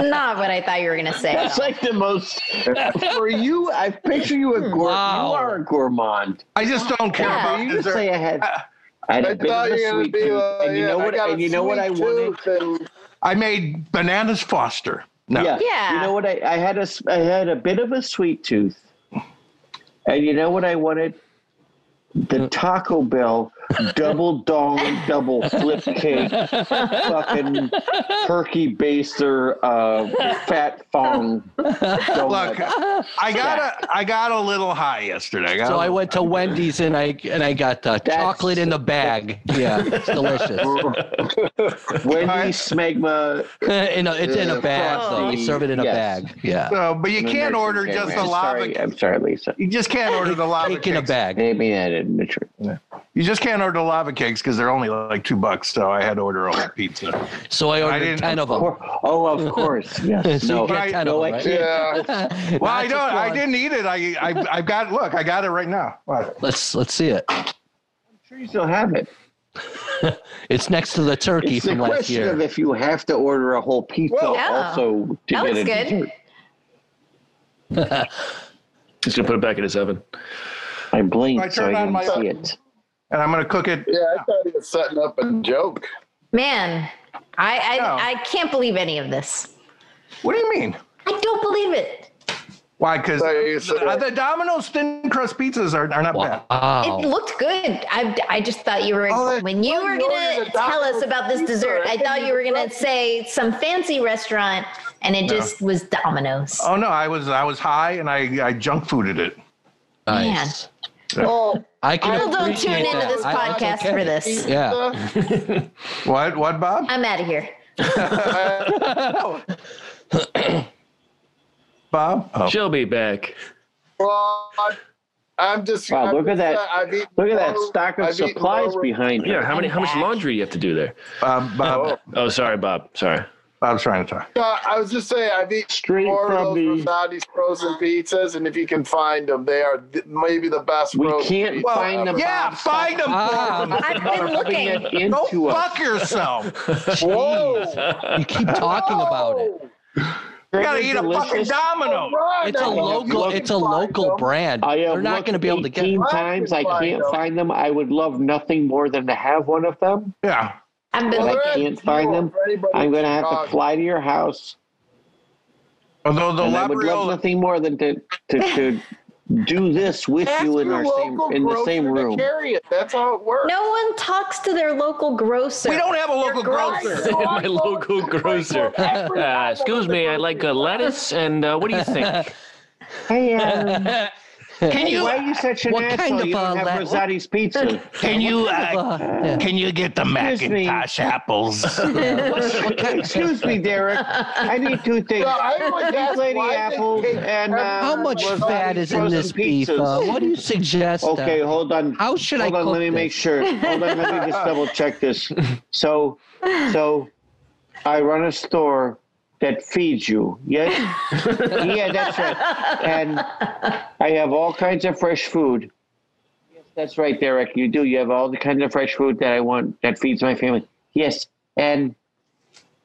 Speaker 5: not what I thought you were going to say.
Speaker 7: That's like the most for you. I picture you a gour-
Speaker 4: Wow.
Speaker 7: You are a gourmand.
Speaker 3: I just don't care
Speaker 5: Yeah.
Speaker 7: For
Speaker 3: about
Speaker 7: you to
Speaker 3: dessert.
Speaker 7: say I had, I had a
Speaker 1: I
Speaker 7: bit of
Speaker 1: thought
Speaker 7: a
Speaker 1: you were gonna
Speaker 7: sweet
Speaker 1: be
Speaker 7: tooth,
Speaker 1: uh,
Speaker 7: and you
Speaker 1: yeah,
Speaker 7: know
Speaker 1: I
Speaker 7: what?
Speaker 1: got a
Speaker 7: And you know what I
Speaker 1: sweet
Speaker 7: wanted?
Speaker 1: tooth and-
Speaker 3: I made bananas Foster. No.
Speaker 7: Yeah.
Speaker 5: Yeah.
Speaker 7: You know what? I, I had a s- I had a bit of a sweet tooth, and you know what I wanted?
Speaker 3: Mm.
Speaker 7: The Taco Bell double dong double flip cake fucking turkey baster uh, fat fong. donut.
Speaker 3: Look, I got a I got a little high yesterday. I got
Speaker 4: So
Speaker 3: a
Speaker 4: I
Speaker 3: little-
Speaker 4: went to Wendy's and I and I got the
Speaker 7: That's-
Speaker 4: chocolate in the bag. Yeah, it's delicious.
Speaker 7: Wendy Smegma
Speaker 4: in a, it's in a
Speaker 7: Uh,
Speaker 4: bag though. They
Speaker 7: frosty,
Speaker 4: serve it in a
Speaker 7: yes.
Speaker 4: bag. Yeah.
Speaker 3: So, but you can't order
Speaker 7: Okay,
Speaker 3: just
Speaker 7: I'm
Speaker 3: the lava.
Speaker 7: Sorry, I'm sorry, Lisa.
Speaker 3: You just can't order the lava
Speaker 4: Cake in a
Speaker 3: cakes.
Speaker 4: bag.
Speaker 7: Maybe I didn't. mature.
Speaker 3: You just can't order lava cakes because they're only like two bucks. So I had to order all that pizza.
Speaker 4: So I ordered
Speaker 3: didn't-
Speaker 4: ten of them.
Speaker 7: Or- Oh, of course. Yes.
Speaker 4: So
Speaker 7: no,
Speaker 4: you get
Speaker 3: I-
Speaker 4: ten
Speaker 7: no,
Speaker 4: of
Speaker 7: I
Speaker 4: them, right?
Speaker 7: can't.
Speaker 1: Yeah.
Speaker 3: Well, I don't. I didn't eat it. I, I, I've got. Look, I got it right now. What?
Speaker 4: Let's let's see it.
Speaker 7: sure you still have it.
Speaker 4: It's next to the turkey
Speaker 7: It's the
Speaker 4: from last
Speaker 7: question
Speaker 4: year.
Speaker 7: of if you have to order a whole pizza
Speaker 3: Well-
Speaker 5: Yeah.
Speaker 7: also to
Speaker 5: Oh, That
Speaker 7: get
Speaker 5: looks
Speaker 7: a
Speaker 5: good.
Speaker 7: dessert.
Speaker 6: He's gonna put it back in his oven.
Speaker 7: I blinked,
Speaker 3: I
Speaker 7: so I
Speaker 3: turned on
Speaker 7: didn't
Speaker 3: my-
Speaker 7: see it.
Speaker 3: And I'm gonna cook it.
Speaker 1: Yeah, I thought he was setting up a joke.
Speaker 5: Man, I, I,
Speaker 3: No.
Speaker 5: I can't believe any of this.
Speaker 3: What do you mean?
Speaker 5: I don't believe it.
Speaker 3: Why? Because
Speaker 1: So you said-
Speaker 3: the, the Domino's thin crust pizzas are, are not bad.
Speaker 5: It
Speaker 4: Wow.
Speaker 5: looked good. I, I just thought you were
Speaker 1: Oh, that-
Speaker 5: when you
Speaker 1: oh,
Speaker 5: were
Speaker 1: you
Speaker 5: gonna
Speaker 1: ordered a
Speaker 5: tell us
Speaker 1: Domino's
Speaker 5: about this
Speaker 1: pizza.
Speaker 5: dessert. I
Speaker 1: I
Speaker 5: thought
Speaker 1: didn't
Speaker 5: you were gonna
Speaker 1: even-
Speaker 5: say some fancy restaurant, and it just was Domino's.
Speaker 3: Oh no, I was I was high and I I junk fooded it.
Speaker 4: Nice.
Speaker 1: Oh,
Speaker 4: I can
Speaker 5: People don't tune
Speaker 4: appreciate
Speaker 5: into
Speaker 4: that.
Speaker 5: this
Speaker 4: I- I get
Speaker 5: podcast for
Speaker 4: it.
Speaker 5: this.
Speaker 4: Yeah.
Speaker 1: uh,
Speaker 3: What? What, Bob?
Speaker 5: I'm out of here.
Speaker 3: Bob? Oh.
Speaker 6: She'll be back.
Speaker 1: well, I- I'm just.
Speaker 7: Wow,
Speaker 1: I'm
Speaker 7: look
Speaker 1: just-
Speaker 7: at that-
Speaker 1: I've eaten
Speaker 7: Look at that
Speaker 1: more-
Speaker 7: stack of
Speaker 1: I've eaten
Speaker 7: supplies
Speaker 1: more-
Speaker 7: behind you.
Speaker 6: Yeah, how many? How much laundry you have to do there?
Speaker 3: Bob, uh, Bob
Speaker 6: Oh, sorry, Bob. Sorry.
Speaker 3: Bob's trying to talk.
Speaker 1: Uh, I was just saying, I've eaten
Speaker 7: Straight
Speaker 1: more
Speaker 7: from
Speaker 1: of those
Speaker 7: the.
Speaker 1: Rosati's frozen pizzas, and if you can find them, they are th- maybe the best.
Speaker 7: We
Speaker 1: frozen
Speaker 7: can't
Speaker 1: pizza
Speaker 7: find them.
Speaker 3: Yeah,
Speaker 7: Bob. Stop
Speaker 3: find them.
Speaker 4: Ah,
Speaker 5: I've been
Speaker 7: rubbing
Speaker 5: looking.
Speaker 7: it
Speaker 3: Go
Speaker 7: into us.
Speaker 3: fuck yourself.
Speaker 1: Oh,
Speaker 4: jeez. You keep talking about it.
Speaker 3: You gotta eat a fucking
Speaker 7: delicious.
Speaker 3: domino.
Speaker 4: It's a local. It's a local brand.
Speaker 7: I have
Speaker 4: They're not
Speaker 7: looked
Speaker 4: going to be able to get.
Speaker 7: 18
Speaker 4: it.
Speaker 7: times. I
Speaker 1: Find
Speaker 7: can't
Speaker 1: them.
Speaker 7: find them. I would love nothing more than to have one of them.
Speaker 3: Yeah.
Speaker 5: I've been
Speaker 7: Well,
Speaker 5: looking.
Speaker 7: I can't find them. I'm going to have to fly to your house.
Speaker 3: Although the
Speaker 7: and I would love
Speaker 3: Labriola,
Speaker 7: nothing more than to, to, to do this with you in our same in the same room.
Speaker 1: Carry it. That's how it works.
Speaker 5: No one talks to their local grocer.
Speaker 3: we don't have a local
Speaker 5: Your garage
Speaker 3: grocer.
Speaker 5: door.
Speaker 1: My
Speaker 6: local grocer. Uh, excuse me, I'd like a lettuce, and uh, what do you think?
Speaker 7: Hey, Adam,
Speaker 3: Can you
Speaker 7: why are you such an
Speaker 4: What
Speaker 7: asshole?
Speaker 4: kind of,
Speaker 7: you don't
Speaker 4: uh,
Speaker 7: have
Speaker 4: la-
Speaker 7: Rosati's pizza.
Speaker 3: can you uh,
Speaker 4: Uh, yeah.
Speaker 3: can you get the
Speaker 7: Excuse me.
Speaker 3: Macintosh apples?
Speaker 7: Excuse me, Derek. I need two things.
Speaker 1: Well, I always ask
Speaker 7: Big lady
Speaker 1: why they
Speaker 7: apples
Speaker 1: take
Speaker 7: and
Speaker 1: every-
Speaker 7: uh,
Speaker 4: How much
Speaker 7: Rosati's
Speaker 4: fat is in
Speaker 7: frozen
Speaker 4: this beef? Uh,
Speaker 7: pizzas.
Speaker 4: what do you suggest? uh,
Speaker 7: Okay, hold on.
Speaker 4: How should I
Speaker 7: Hold on,
Speaker 4: cook
Speaker 7: let me make
Speaker 4: this?
Speaker 7: sure. Hold on, let me just double check this. So, so I run a store that feeds you. Yes, yeah, that's right. And I have all kinds of fresh food. Yes, that's right, Derek. You do. You have all the kinds of fresh food that I want that feeds my family. Yes, and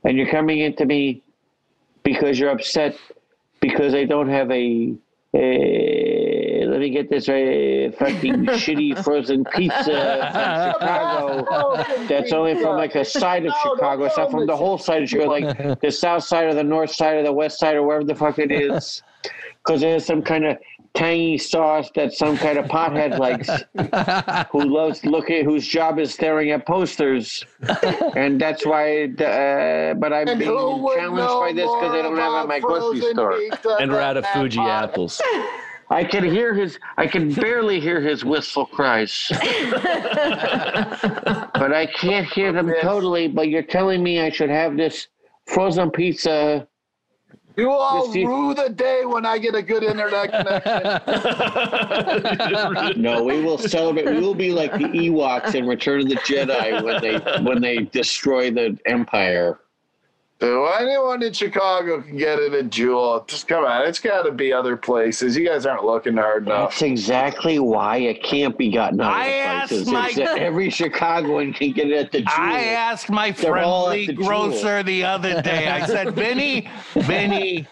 Speaker 7: and you're coming into me because you're upset because I don't have a. a Eh, let me get this right. Fucking shitty frozen pizza from Chicago. That's only from like a side of
Speaker 1: No, don't
Speaker 7: Chicago. It's
Speaker 1: tell them
Speaker 7: not from the
Speaker 1: this
Speaker 7: whole side of Chicago, like the south side or the north side or the west side or wherever the fuck it is. Because there's some kind of tangy sauce that some kind of pothead likes who loves looking, whose job is staring at posters. And that's why, the, uh, but I'm
Speaker 1: And
Speaker 7: being
Speaker 1: who would
Speaker 7: challenged by
Speaker 1: know
Speaker 7: this because
Speaker 1: more
Speaker 7: I don't have it
Speaker 1: about
Speaker 7: at my grocery
Speaker 1: frozen
Speaker 7: store.
Speaker 1: pizza
Speaker 10: And we're
Speaker 1: than
Speaker 10: out of
Speaker 1: that
Speaker 10: Fuji
Speaker 1: pot?
Speaker 10: apples.
Speaker 7: I can hear his, I can barely hear his wistful cries. but I can't hear them
Speaker 1: Yes.
Speaker 7: totally. But you're telling me I should have this frozen pizza.
Speaker 1: You all
Speaker 7: Yes, you-
Speaker 1: rue the day when I get a good internet connection.
Speaker 7: No, we will celebrate. We will be like the Ewoks in Return of the Jedi when they when they destroy the Empire.
Speaker 1: So anyone in Chicago can get it at Jewel. Just come on, it's got to be other places. You guys aren't looking hard enough.
Speaker 7: That's exactly why it can't be gotten out of
Speaker 3: I asked
Speaker 7: places.
Speaker 3: my-
Speaker 7: It's that every Chicagoan can get it at the Jewel.
Speaker 3: I asked my
Speaker 7: They're all
Speaker 3: friendly
Speaker 7: at the Jewel.
Speaker 3: grocer the other day. I said, Vinny, Vinny,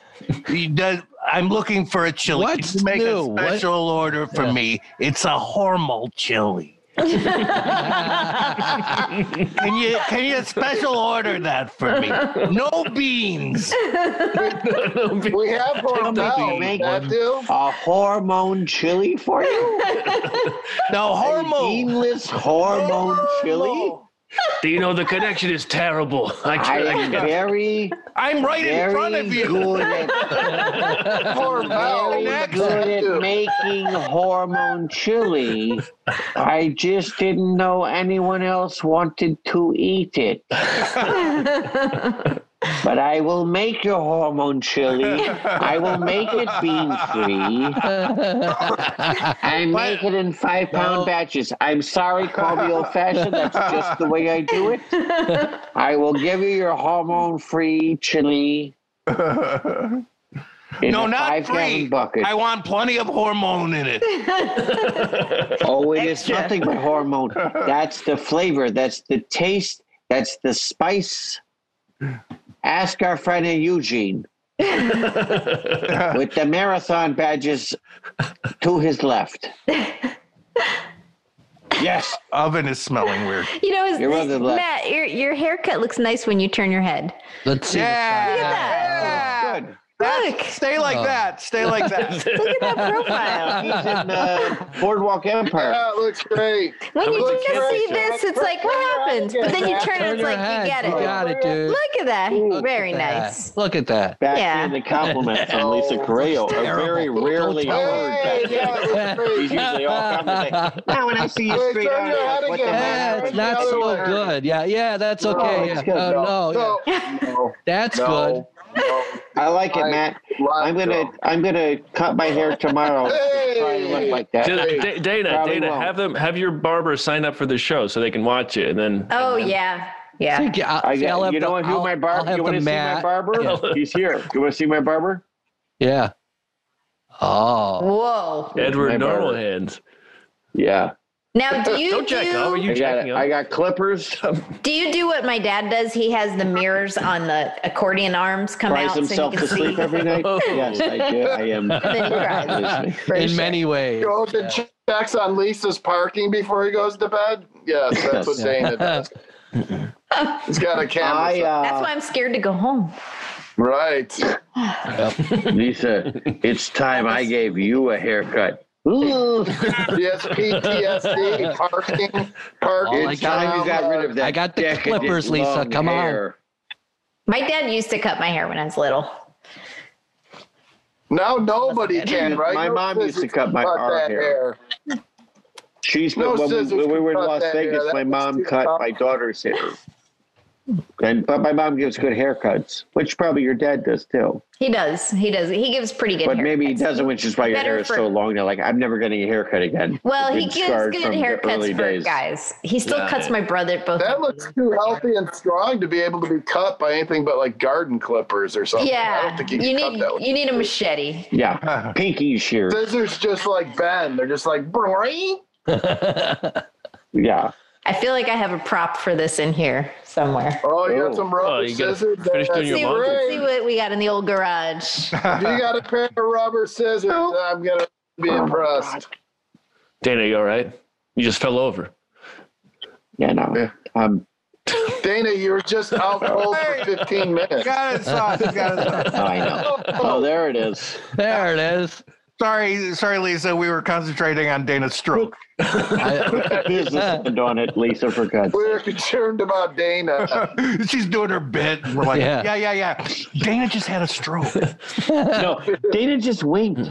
Speaker 3: he does, I'm looking for a chili. Can
Speaker 4: What's
Speaker 3: you make
Speaker 4: new?
Speaker 3: a
Speaker 4: What-
Speaker 3: special order for me. It's a Hormel chili. can you can you special order that for me? No beans.
Speaker 1: We have Hormel.
Speaker 7: Make
Speaker 1: That do?
Speaker 7: a hormone chili for you?
Speaker 3: No Hormel.
Speaker 7: Beanless hormone chili?
Speaker 6: Do you know the connection is terrible? I
Speaker 7: I
Speaker 6: can't.
Speaker 7: am very,
Speaker 3: I'm right in front
Speaker 7: very
Speaker 3: of you.
Speaker 7: good at
Speaker 1: Hormel.
Speaker 7: very
Speaker 1: That
Speaker 7: good
Speaker 1: do.
Speaker 7: at making hormone chili. I just didn't know anyone else wanted to eat it. but I will make your hormone chili. I will make it bean free. I make it in five pound batches. I'm sorry, call me old fashioned. That's just the way I do it. I will give you your hormone free chili. in
Speaker 3: No,
Speaker 7: a
Speaker 3: not
Speaker 7: five
Speaker 3: free.
Speaker 7: gallon bucket.
Speaker 3: I want plenty of hormone in it.
Speaker 7: Oh, it is nothing but hormone. That's the flavor. That's the taste. That's the spice. Ask our friend in Eugene with the marathon badges to his left.
Speaker 3: Yes, oven is smelling weird.
Speaker 5: You know, is
Speaker 7: Your mother left.
Speaker 5: Matt, your, your haircut looks nice when you turn your head.
Speaker 4: Let's see.
Speaker 3: Yeah.
Speaker 7: Good.
Speaker 5: Look,
Speaker 3: Stay like
Speaker 4: Oh.
Speaker 3: that. Stay like that.
Speaker 5: look at that profile.
Speaker 7: He's in uh, Boardwalk Empire.
Speaker 1: That looks great.
Speaker 5: When you
Speaker 1: Look
Speaker 5: just
Speaker 1: at
Speaker 5: see
Speaker 1: it.
Speaker 5: this, it's like, what happens? But then you turn it,
Speaker 4: Turn
Speaker 5: it's
Speaker 4: your
Speaker 5: like, you
Speaker 4: head.
Speaker 5: get
Speaker 4: You
Speaker 5: it.
Speaker 4: got it, dude.
Speaker 5: Look at that.
Speaker 4: Look
Speaker 5: Very
Speaker 4: at that.
Speaker 5: nice.
Speaker 4: Look at that.
Speaker 7: Back
Speaker 5: Yeah.
Speaker 7: in the compliment
Speaker 1: Oh,
Speaker 7: from Lisa Correo. A very
Speaker 4: Terrible.
Speaker 7: rarely
Speaker 4: Don't tell
Speaker 7: heard
Speaker 1: Hey,
Speaker 7: back
Speaker 1: yeah,
Speaker 7: then.
Speaker 1: it looks
Speaker 7: He's
Speaker 1: great.
Speaker 7: usually all compliment. Now when I see you
Speaker 1: Wait,
Speaker 7: straight
Speaker 1: turn
Speaker 7: on,
Speaker 1: your head
Speaker 7: what the
Speaker 1: again.
Speaker 7: hell?
Speaker 4: Yeah, it's not
Speaker 1: Another
Speaker 4: so
Speaker 1: one.
Speaker 4: good. Yeah, yeah, that's
Speaker 7: No,
Speaker 4: okay.
Speaker 7: it's
Speaker 4: Yeah.
Speaker 7: good,
Speaker 4: Oh no, yeah.
Speaker 1: no, no,
Speaker 4: that's good.
Speaker 1: no, no.
Speaker 7: I like it,
Speaker 1: I-
Speaker 7: Matt.
Speaker 1: Lots
Speaker 7: I'm gonna
Speaker 1: of-
Speaker 7: I'm gonna cut my hair tomorrow.
Speaker 1: Hey!
Speaker 7: Try and look like that.
Speaker 6: Just- Da- Dana,
Speaker 7: Probably
Speaker 6: Dana,
Speaker 7: won't.
Speaker 6: have them have your barber sign up for the show so they can watch it, and then
Speaker 5: Oh, yeah.
Speaker 4: I
Speaker 5: Yeah.
Speaker 4: think I'll,
Speaker 7: I
Speaker 4: see, I'll
Speaker 7: got,
Speaker 4: have
Speaker 7: you
Speaker 4: the-
Speaker 7: know what? Who
Speaker 4: I'll-
Speaker 7: my
Speaker 4: I'll
Speaker 7: barber?
Speaker 4: have
Speaker 7: You
Speaker 4: the
Speaker 7: want to see my
Speaker 4: Matt.
Speaker 7: barber?
Speaker 4: Yeah.
Speaker 7: He's here. You want to see my barber?
Speaker 4: Yeah. Oh.
Speaker 5: Whoa.
Speaker 6: Edward
Speaker 7: My barber.
Speaker 6: Normal Hands.
Speaker 7: Yeah.
Speaker 5: Now, do you
Speaker 6: Don't
Speaker 5: do,
Speaker 6: check. How are you
Speaker 7: I got,
Speaker 6: checking?
Speaker 7: I got clippers.
Speaker 5: do you do what my dad does? He has the mirrors on the accordion arms come
Speaker 7: Cries
Speaker 5: out so
Speaker 7: himself
Speaker 5: you
Speaker 7: to
Speaker 5: can see.
Speaker 7: sleep every night.
Speaker 4: Oh.
Speaker 7: Yes, I do. I am.
Speaker 5: then he cries.
Speaker 7: Excuse me.
Speaker 5: for
Speaker 4: in
Speaker 5: sure.
Speaker 4: many ways.
Speaker 1: Go to
Speaker 4: Yeah.
Speaker 1: checks on Lisa's parking before he goes to bed. Yes, that's what
Speaker 7: Yeah.
Speaker 1: Dana does. He's got a camera.
Speaker 7: I,
Speaker 1: set.
Speaker 7: uh,
Speaker 5: That's why I'm scared to go home.
Speaker 1: right.
Speaker 7: uh, Lisa, it's time I gave you a haircut. Ooh.
Speaker 1: Yes, PTSD, parking, parking.
Speaker 4: All I
Speaker 7: It's time you got rid of that.
Speaker 4: Oh I got the
Speaker 7: decadent
Speaker 4: clippers, Lisa.
Speaker 7: long
Speaker 4: Come on.
Speaker 7: hair.
Speaker 5: My dad used to cut my hair when I was little.
Speaker 1: Now nobody can, right?
Speaker 7: My
Speaker 1: No
Speaker 7: mom used
Speaker 1: scissors
Speaker 7: to cut my
Speaker 1: cut
Speaker 7: our
Speaker 1: that
Speaker 7: hair. She's
Speaker 1: No
Speaker 7: when,
Speaker 1: scissors
Speaker 7: we, when we
Speaker 1: can
Speaker 7: were in
Speaker 1: cut
Speaker 7: Las
Speaker 1: that hair.
Speaker 7: Vegas,
Speaker 1: That
Speaker 7: my
Speaker 1: was
Speaker 7: mom
Speaker 1: too
Speaker 7: cut
Speaker 1: tough.
Speaker 7: my daughter's hair. And but my mom gives good haircuts, which probably your dad does too.
Speaker 5: He does. He does. He gives pretty good
Speaker 7: But
Speaker 5: haircuts.
Speaker 7: maybe he doesn't, which is why your
Speaker 5: Better
Speaker 7: hair is
Speaker 5: for-
Speaker 7: so long. They're like, I'm never getting a haircut again.
Speaker 5: Well, he
Speaker 7: Been
Speaker 5: gives
Speaker 7: scarred
Speaker 5: good
Speaker 7: from the early
Speaker 5: haircuts for
Speaker 7: days.
Speaker 5: guys. He still
Speaker 6: Yeah.
Speaker 5: cuts my brother both.
Speaker 1: That looks too healthy and strong to be able to be cut by anything but like garden clippers or something. I don't
Speaker 5: yeah,
Speaker 1: think you,
Speaker 5: you
Speaker 1: can cut
Speaker 5: need
Speaker 1: that way.
Speaker 5: you need a machete.
Speaker 7: Yeah, pinky shears.
Speaker 1: Scissors just like bend. They're just like, "Boing."
Speaker 7: Yeah,
Speaker 5: I feel like I have a prop for this in here somewhere.
Speaker 1: oh, you
Speaker 7: Oh.
Speaker 1: got some
Speaker 6: Oh,
Speaker 1: rubber
Speaker 6: you gotta
Speaker 1: scissors.
Speaker 6: finish doing
Speaker 1: That's
Speaker 6: your
Speaker 5: See,
Speaker 6: laundry.
Speaker 1: great.
Speaker 5: see what we got in the old
Speaker 1: If
Speaker 5: garage.
Speaker 1: you got a pair of rubber scissors, I'm gonna be
Speaker 7: Oh,
Speaker 1: impressed.
Speaker 6: Dana, you all right? You just fell over.
Speaker 7: yeah, no.
Speaker 1: Yeah.
Speaker 7: Um,
Speaker 1: Dana, you were just out cold for 15 minutes.
Speaker 3: Got it, sauce. Got it, sauce.
Speaker 7: I know. Oh, there it is.
Speaker 4: There it is.
Speaker 3: Sorry, sorry, Lisa. We were concentrating on Dana's stroke.
Speaker 4: I,
Speaker 7: Business end on it, Lisa. For God's
Speaker 1: We were concerned about Dana.
Speaker 3: She's doing her bit. We're like,
Speaker 4: Yeah.
Speaker 3: yeah. yeah, yeah, Dana just had a stroke.
Speaker 7: no, Dana just winked.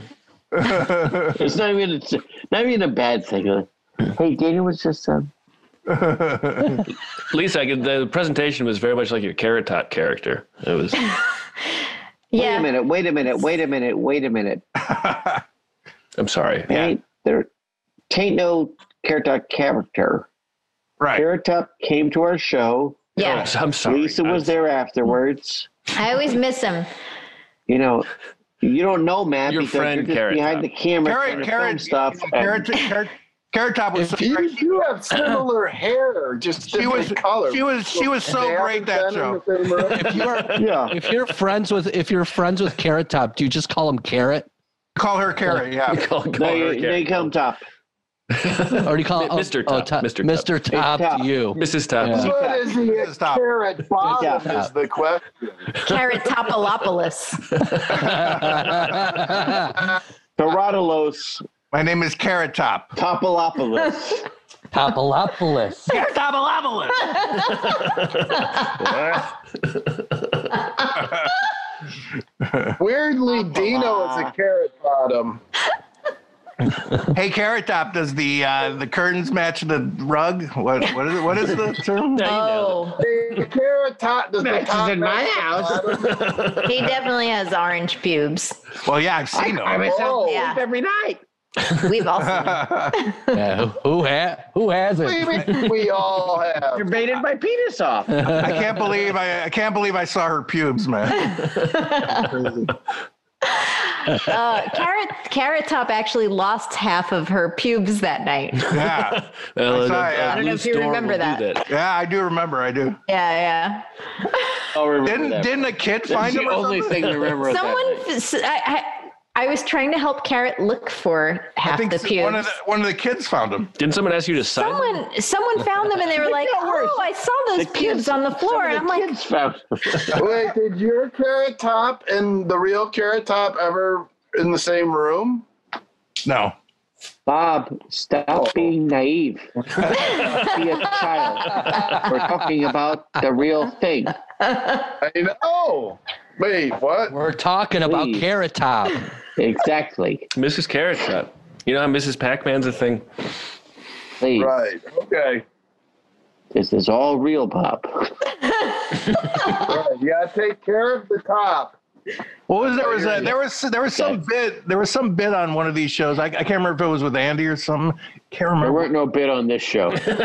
Speaker 7: it's not even it's not even a bad thing. Like, hey, Dana was just um,
Speaker 6: Lisa, I could, the presentation was very much like your Carrot Top character. It was.
Speaker 7: wait a
Speaker 5: yeah,
Speaker 7: minute, wait a minute, wait a minute, wait a minute.
Speaker 6: I'm sorry.
Speaker 7: There ain't there tain't no carrot top character.
Speaker 3: right.
Speaker 7: Carrot top came to our show.
Speaker 5: yeah.
Speaker 6: I'm sorry.
Speaker 7: Lisa was
Speaker 6: I'm-
Speaker 7: there afterwards.
Speaker 5: I always miss him.
Speaker 7: You know, you don't know Matt
Speaker 6: Your
Speaker 7: because
Speaker 6: friend,
Speaker 7: you're just
Speaker 6: Carrot
Speaker 7: behind
Speaker 6: Top.
Speaker 7: the camera trying
Speaker 3: Carrot,
Speaker 7: to film
Speaker 3: carrot,
Speaker 7: stuff. and-
Speaker 3: carrot, carrot, carrot top was.
Speaker 1: you, you have similar hair, just
Speaker 3: She
Speaker 1: different
Speaker 3: was,
Speaker 1: color.
Speaker 3: she was, she was so
Speaker 1: They
Speaker 3: great that
Speaker 1: haven't been
Speaker 3: show.
Speaker 1: in the same room.
Speaker 4: if you're
Speaker 7: yeah.
Speaker 4: if you're friends with if you're friends with Carrot Top, do you just call him Carrot,
Speaker 3: Call her Carrot. Yeah.
Speaker 6: Call- call
Speaker 7: No,
Speaker 6: her
Speaker 7: you,
Speaker 6: Carrot
Speaker 7: no, you come top.
Speaker 4: or do you call him
Speaker 6: Mr. Top, Mr. Top.
Speaker 4: Mr. Top,
Speaker 7: Top.
Speaker 4: to you?
Speaker 6: Mrs. Top.
Speaker 4: Yeah.
Speaker 1: What is he at
Speaker 3: Stop.
Speaker 1: carrot bottom
Speaker 7: Yeah.
Speaker 1: is the question.
Speaker 5: Carrot Topolopoulos.
Speaker 7: Herodolos
Speaker 3: My name is Carrot Top.
Speaker 7: Topolopoulos.
Speaker 4: Topolopoulos.
Speaker 1: Weirdly, Dino is a carrot bottom.
Speaker 3: Hey, Carrot Top, does the uh, the curtains match the rug? What what is what is the term?
Speaker 5: Oh,
Speaker 1: The carrot top does the
Speaker 7: Max is
Speaker 1: top
Speaker 7: in my house.
Speaker 5: Oh, he definitely has orange pubes.
Speaker 3: Well, yeah, I've seen them.
Speaker 1: Oh,
Speaker 5: Yeah,
Speaker 7: every night.
Speaker 5: we've all seen him.
Speaker 4: Yeah, who ha- who has
Speaker 1: we,
Speaker 4: it?
Speaker 1: we- we all have.
Speaker 7: You baited my penis off.
Speaker 3: I can't believe I, I can't believe I saw her pubes, man.
Speaker 5: Uh, Carrot Carrot Top actually lost half of her pubes that night.
Speaker 3: Yeah,
Speaker 6: Uh,
Speaker 3: saw it, yeah.
Speaker 6: uh,
Speaker 3: I
Speaker 5: don't know if
Speaker 6: Lou
Speaker 5: you
Speaker 6: Storm
Speaker 5: remember
Speaker 6: will do
Speaker 5: that.
Speaker 3: yeah, I do remember. I do.
Speaker 5: Yeah,
Speaker 7: I'll remember
Speaker 3: Didn't
Speaker 7: that.
Speaker 3: didn't a kid
Speaker 7: That's
Speaker 3: find
Speaker 7: the
Speaker 3: him? or
Speaker 7: only
Speaker 3: something?
Speaker 7: thing to
Speaker 5: yeah.
Speaker 7: remember. of that
Speaker 5: Someone,
Speaker 7: night.
Speaker 5: s- I, I, I was trying to help Carrot look for
Speaker 3: I
Speaker 5: half
Speaker 3: think
Speaker 5: the pubes.
Speaker 3: one of the one of the kids found him.
Speaker 6: Didn't someone ask you to sign?
Speaker 5: Someone, someone found them and they were like,
Speaker 7: got worse.
Speaker 5: "Oh, I saw those
Speaker 7: The
Speaker 5: pubes
Speaker 7: kids-
Speaker 5: on the floor,"
Speaker 7: some
Speaker 5: and
Speaker 7: of the
Speaker 5: I'm like,
Speaker 7: kids found-
Speaker 1: Wait, did your carrot top and the real carrot top ever in the same room?
Speaker 3: No.
Speaker 7: Bob, stop being naive. Be a child. We're talking about the real thing.
Speaker 1: I know. Wait, what?
Speaker 4: We're talking about
Speaker 7: Please.
Speaker 4: Carrot Top.
Speaker 7: Exactly.
Speaker 6: Mrs. Carrot Top. You know how Mrs. Pac-Man's a thing.
Speaker 7: Please.
Speaker 1: Right. Okay.
Speaker 7: This is all real, Bob.
Speaker 1: Right. You gotta take care of the top.
Speaker 3: What was there was a, there was there was some bit there was some bit on one of these shows. I, I can't remember if it was with Andy or something. Can't
Speaker 7: There
Speaker 3: remember.
Speaker 7: weren't no bid on this show. Other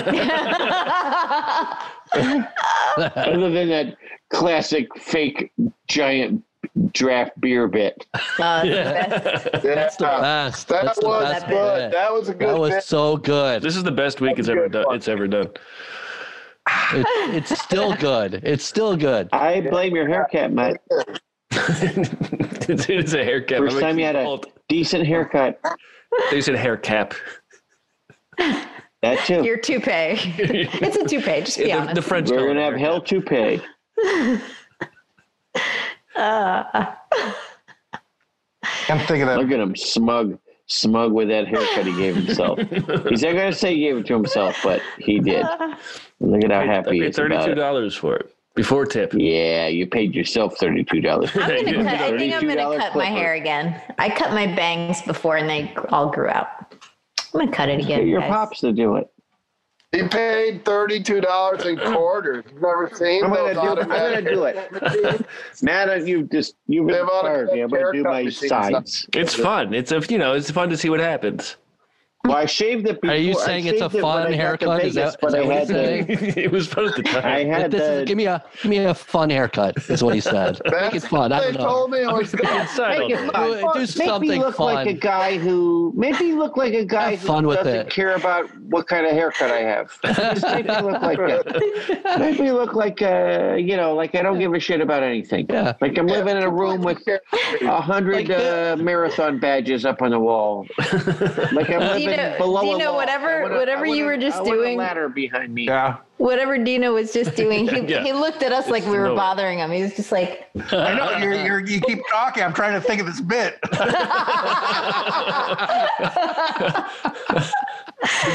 Speaker 7: than that classic fake giant draft beer bit.
Speaker 5: Uh, that's-
Speaker 4: That's the
Speaker 1: Yeah.
Speaker 4: best.
Speaker 1: That
Speaker 4: That's the
Speaker 1: was
Speaker 4: best.
Speaker 1: good.
Speaker 4: bit.
Speaker 1: That was a good.
Speaker 4: That was
Speaker 1: bit.
Speaker 4: so good.
Speaker 6: This is the best week it's ever done. It's ever done.
Speaker 4: It, it's still good. It's still good.
Speaker 7: I blame your haircut, Matt.
Speaker 6: it's, it's a hair cap.
Speaker 7: First
Speaker 6: I'm
Speaker 7: time you had a
Speaker 6: bald.
Speaker 7: decent haircut.
Speaker 6: They said hair cap.
Speaker 7: That too.
Speaker 5: your toupee. it's a toupee. Just be
Speaker 6: the,
Speaker 5: honest.
Speaker 6: the French.
Speaker 7: We're
Speaker 6: call it
Speaker 7: gonna
Speaker 6: a
Speaker 7: have
Speaker 6: hair
Speaker 7: hell to pay.
Speaker 5: Uh,
Speaker 3: Can't think of that.
Speaker 7: Look at him, smug, smug with that haircut he gave himself. He's not gonna say he gave it to himself, but he did. Look at how
Speaker 6: cap. I
Speaker 7: happy he
Speaker 6: paid
Speaker 7: is about
Speaker 6: thirty-two
Speaker 7: it.
Speaker 6: dollars for it before tip.
Speaker 7: Yeah, you paid yourself thirty-two dollars.
Speaker 5: I'm
Speaker 6: Thank
Speaker 5: gonna
Speaker 6: you.
Speaker 5: cut, I think I'm
Speaker 7: $32
Speaker 5: gonna cut my
Speaker 7: clipper.
Speaker 5: hair again. I cut my bangs before and they all grew out. I'm gonna cut it
Speaker 7: Get
Speaker 5: again.
Speaker 7: your
Speaker 5: guys.
Speaker 7: pops to do it.
Speaker 1: He paid thirty-two dollars in quarters. You've never seen
Speaker 7: I'm
Speaker 1: those
Speaker 7: gonna do. I'm gonna
Speaker 1: automatic-
Speaker 7: do it. Matt, you just you've
Speaker 1: They've
Speaker 7: inspired me. I'm gonna do
Speaker 1: automatic
Speaker 7: my
Speaker 1: haircut
Speaker 7: sides.
Speaker 6: It's fun. It's a you know it's fun to see what happens.
Speaker 7: Well, I shaved it. Before.
Speaker 4: Are you
Speaker 7: I
Speaker 4: saying it's a
Speaker 7: shaved it when
Speaker 4: fun
Speaker 7: I got to
Speaker 4: haircut? Is
Speaker 7: Vegas,
Speaker 4: that-
Speaker 7: but
Speaker 4: is that
Speaker 7: I
Speaker 4: what
Speaker 7: had
Speaker 4: you're
Speaker 7: the-
Speaker 4: saying?
Speaker 6: it was fun at the time.
Speaker 7: I had
Speaker 4: this
Speaker 7: the.
Speaker 4: is, give me a give me a fun haircut is what he said. Make it
Speaker 1: That's
Speaker 4: fun. I
Speaker 1: what
Speaker 4: don't
Speaker 1: they
Speaker 4: know.
Speaker 1: told me it was good.
Speaker 6: Inside all
Speaker 7: Make it
Speaker 6: day.
Speaker 7: fun.
Speaker 4: Do- do
Speaker 7: Make me
Speaker 4: something
Speaker 7: look like a
Speaker 4: fun.
Speaker 7: guy who make me look like a guy
Speaker 4: Have
Speaker 7: who
Speaker 4: fun with
Speaker 7: doesn't
Speaker 4: it.
Speaker 7: care about what kind of haircut I have. Just make me look like that. Make me look like uh, you know, like I don't give a shit about anything.
Speaker 4: Yeah.
Speaker 7: Like I'm living in a room with a hundred
Speaker 4: Like
Speaker 7: uh, marathon badges up on the wall. Like I'm living
Speaker 5: Dino-
Speaker 7: below
Speaker 5: Dino,
Speaker 7: a wall. I
Speaker 5: whatever-
Speaker 7: want a-
Speaker 5: whatever
Speaker 7: I want
Speaker 5: you
Speaker 7: a-
Speaker 5: were just
Speaker 7: I want a
Speaker 5: doing-
Speaker 7: ladder behind me.
Speaker 3: Yeah.
Speaker 5: Whatever Dino was just doing, he,
Speaker 6: Yeah.
Speaker 5: he looked at us like we were
Speaker 6: no-
Speaker 5: bothering him. He was just like,
Speaker 3: I know you're, you're you keep talking. I'm trying to think of this bit.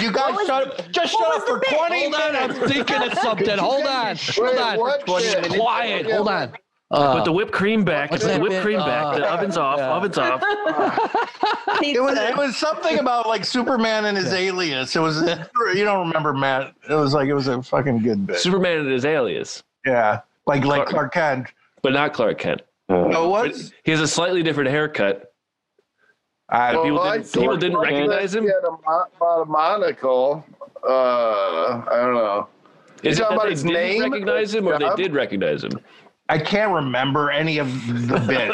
Speaker 3: you guys shut up. Just shut up for 20
Speaker 4: Hold on, I'm
Speaker 3: minutes.
Speaker 4: thinking of something. Hold on. Hold
Speaker 1: Wait,
Speaker 4: on.
Speaker 1: what shit?
Speaker 4: Quiet. Hold on.
Speaker 6: Put
Speaker 4: Uh,
Speaker 6: the whipped cream back.
Speaker 4: What's
Speaker 6: Put the
Speaker 4: that
Speaker 6: whipped
Speaker 4: bit?
Speaker 6: cream back. The
Speaker 4: Uh,
Speaker 6: oven's off.
Speaker 4: yeah.
Speaker 6: Oven's off.
Speaker 3: It
Speaker 5: "Pizza."
Speaker 3: was it was something about like Superman and his alias. It was you don't remember Matt. It was like it was a fucking good bit.
Speaker 6: Superman and his alias,
Speaker 3: Yeah. Like like Clark Kent.
Speaker 6: but not Clark Kent.
Speaker 3: No, what?
Speaker 6: He has a slightly different haircut.
Speaker 3: I
Speaker 1: Well,
Speaker 6: people
Speaker 1: I
Speaker 6: didn't, people
Speaker 1: saw
Speaker 6: didn't
Speaker 1: one
Speaker 6: recognize
Speaker 1: that
Speaker 6: him.
Speaker 1: He had a, mo- about a monocle. Uh, I don't know.
Speaker 6: Is it
Speaker 1: talking
Speaker 6: that
Speaker 1: about
Speaker 6: they
Speaker 1: his
Speaker 6: didn't
Speaker 1: name?
Speaker 6: recognize him, or they
Speaker 1: Job?
Speaker 6: did recognize him?
Speaker 3: I can't remember any of the bit,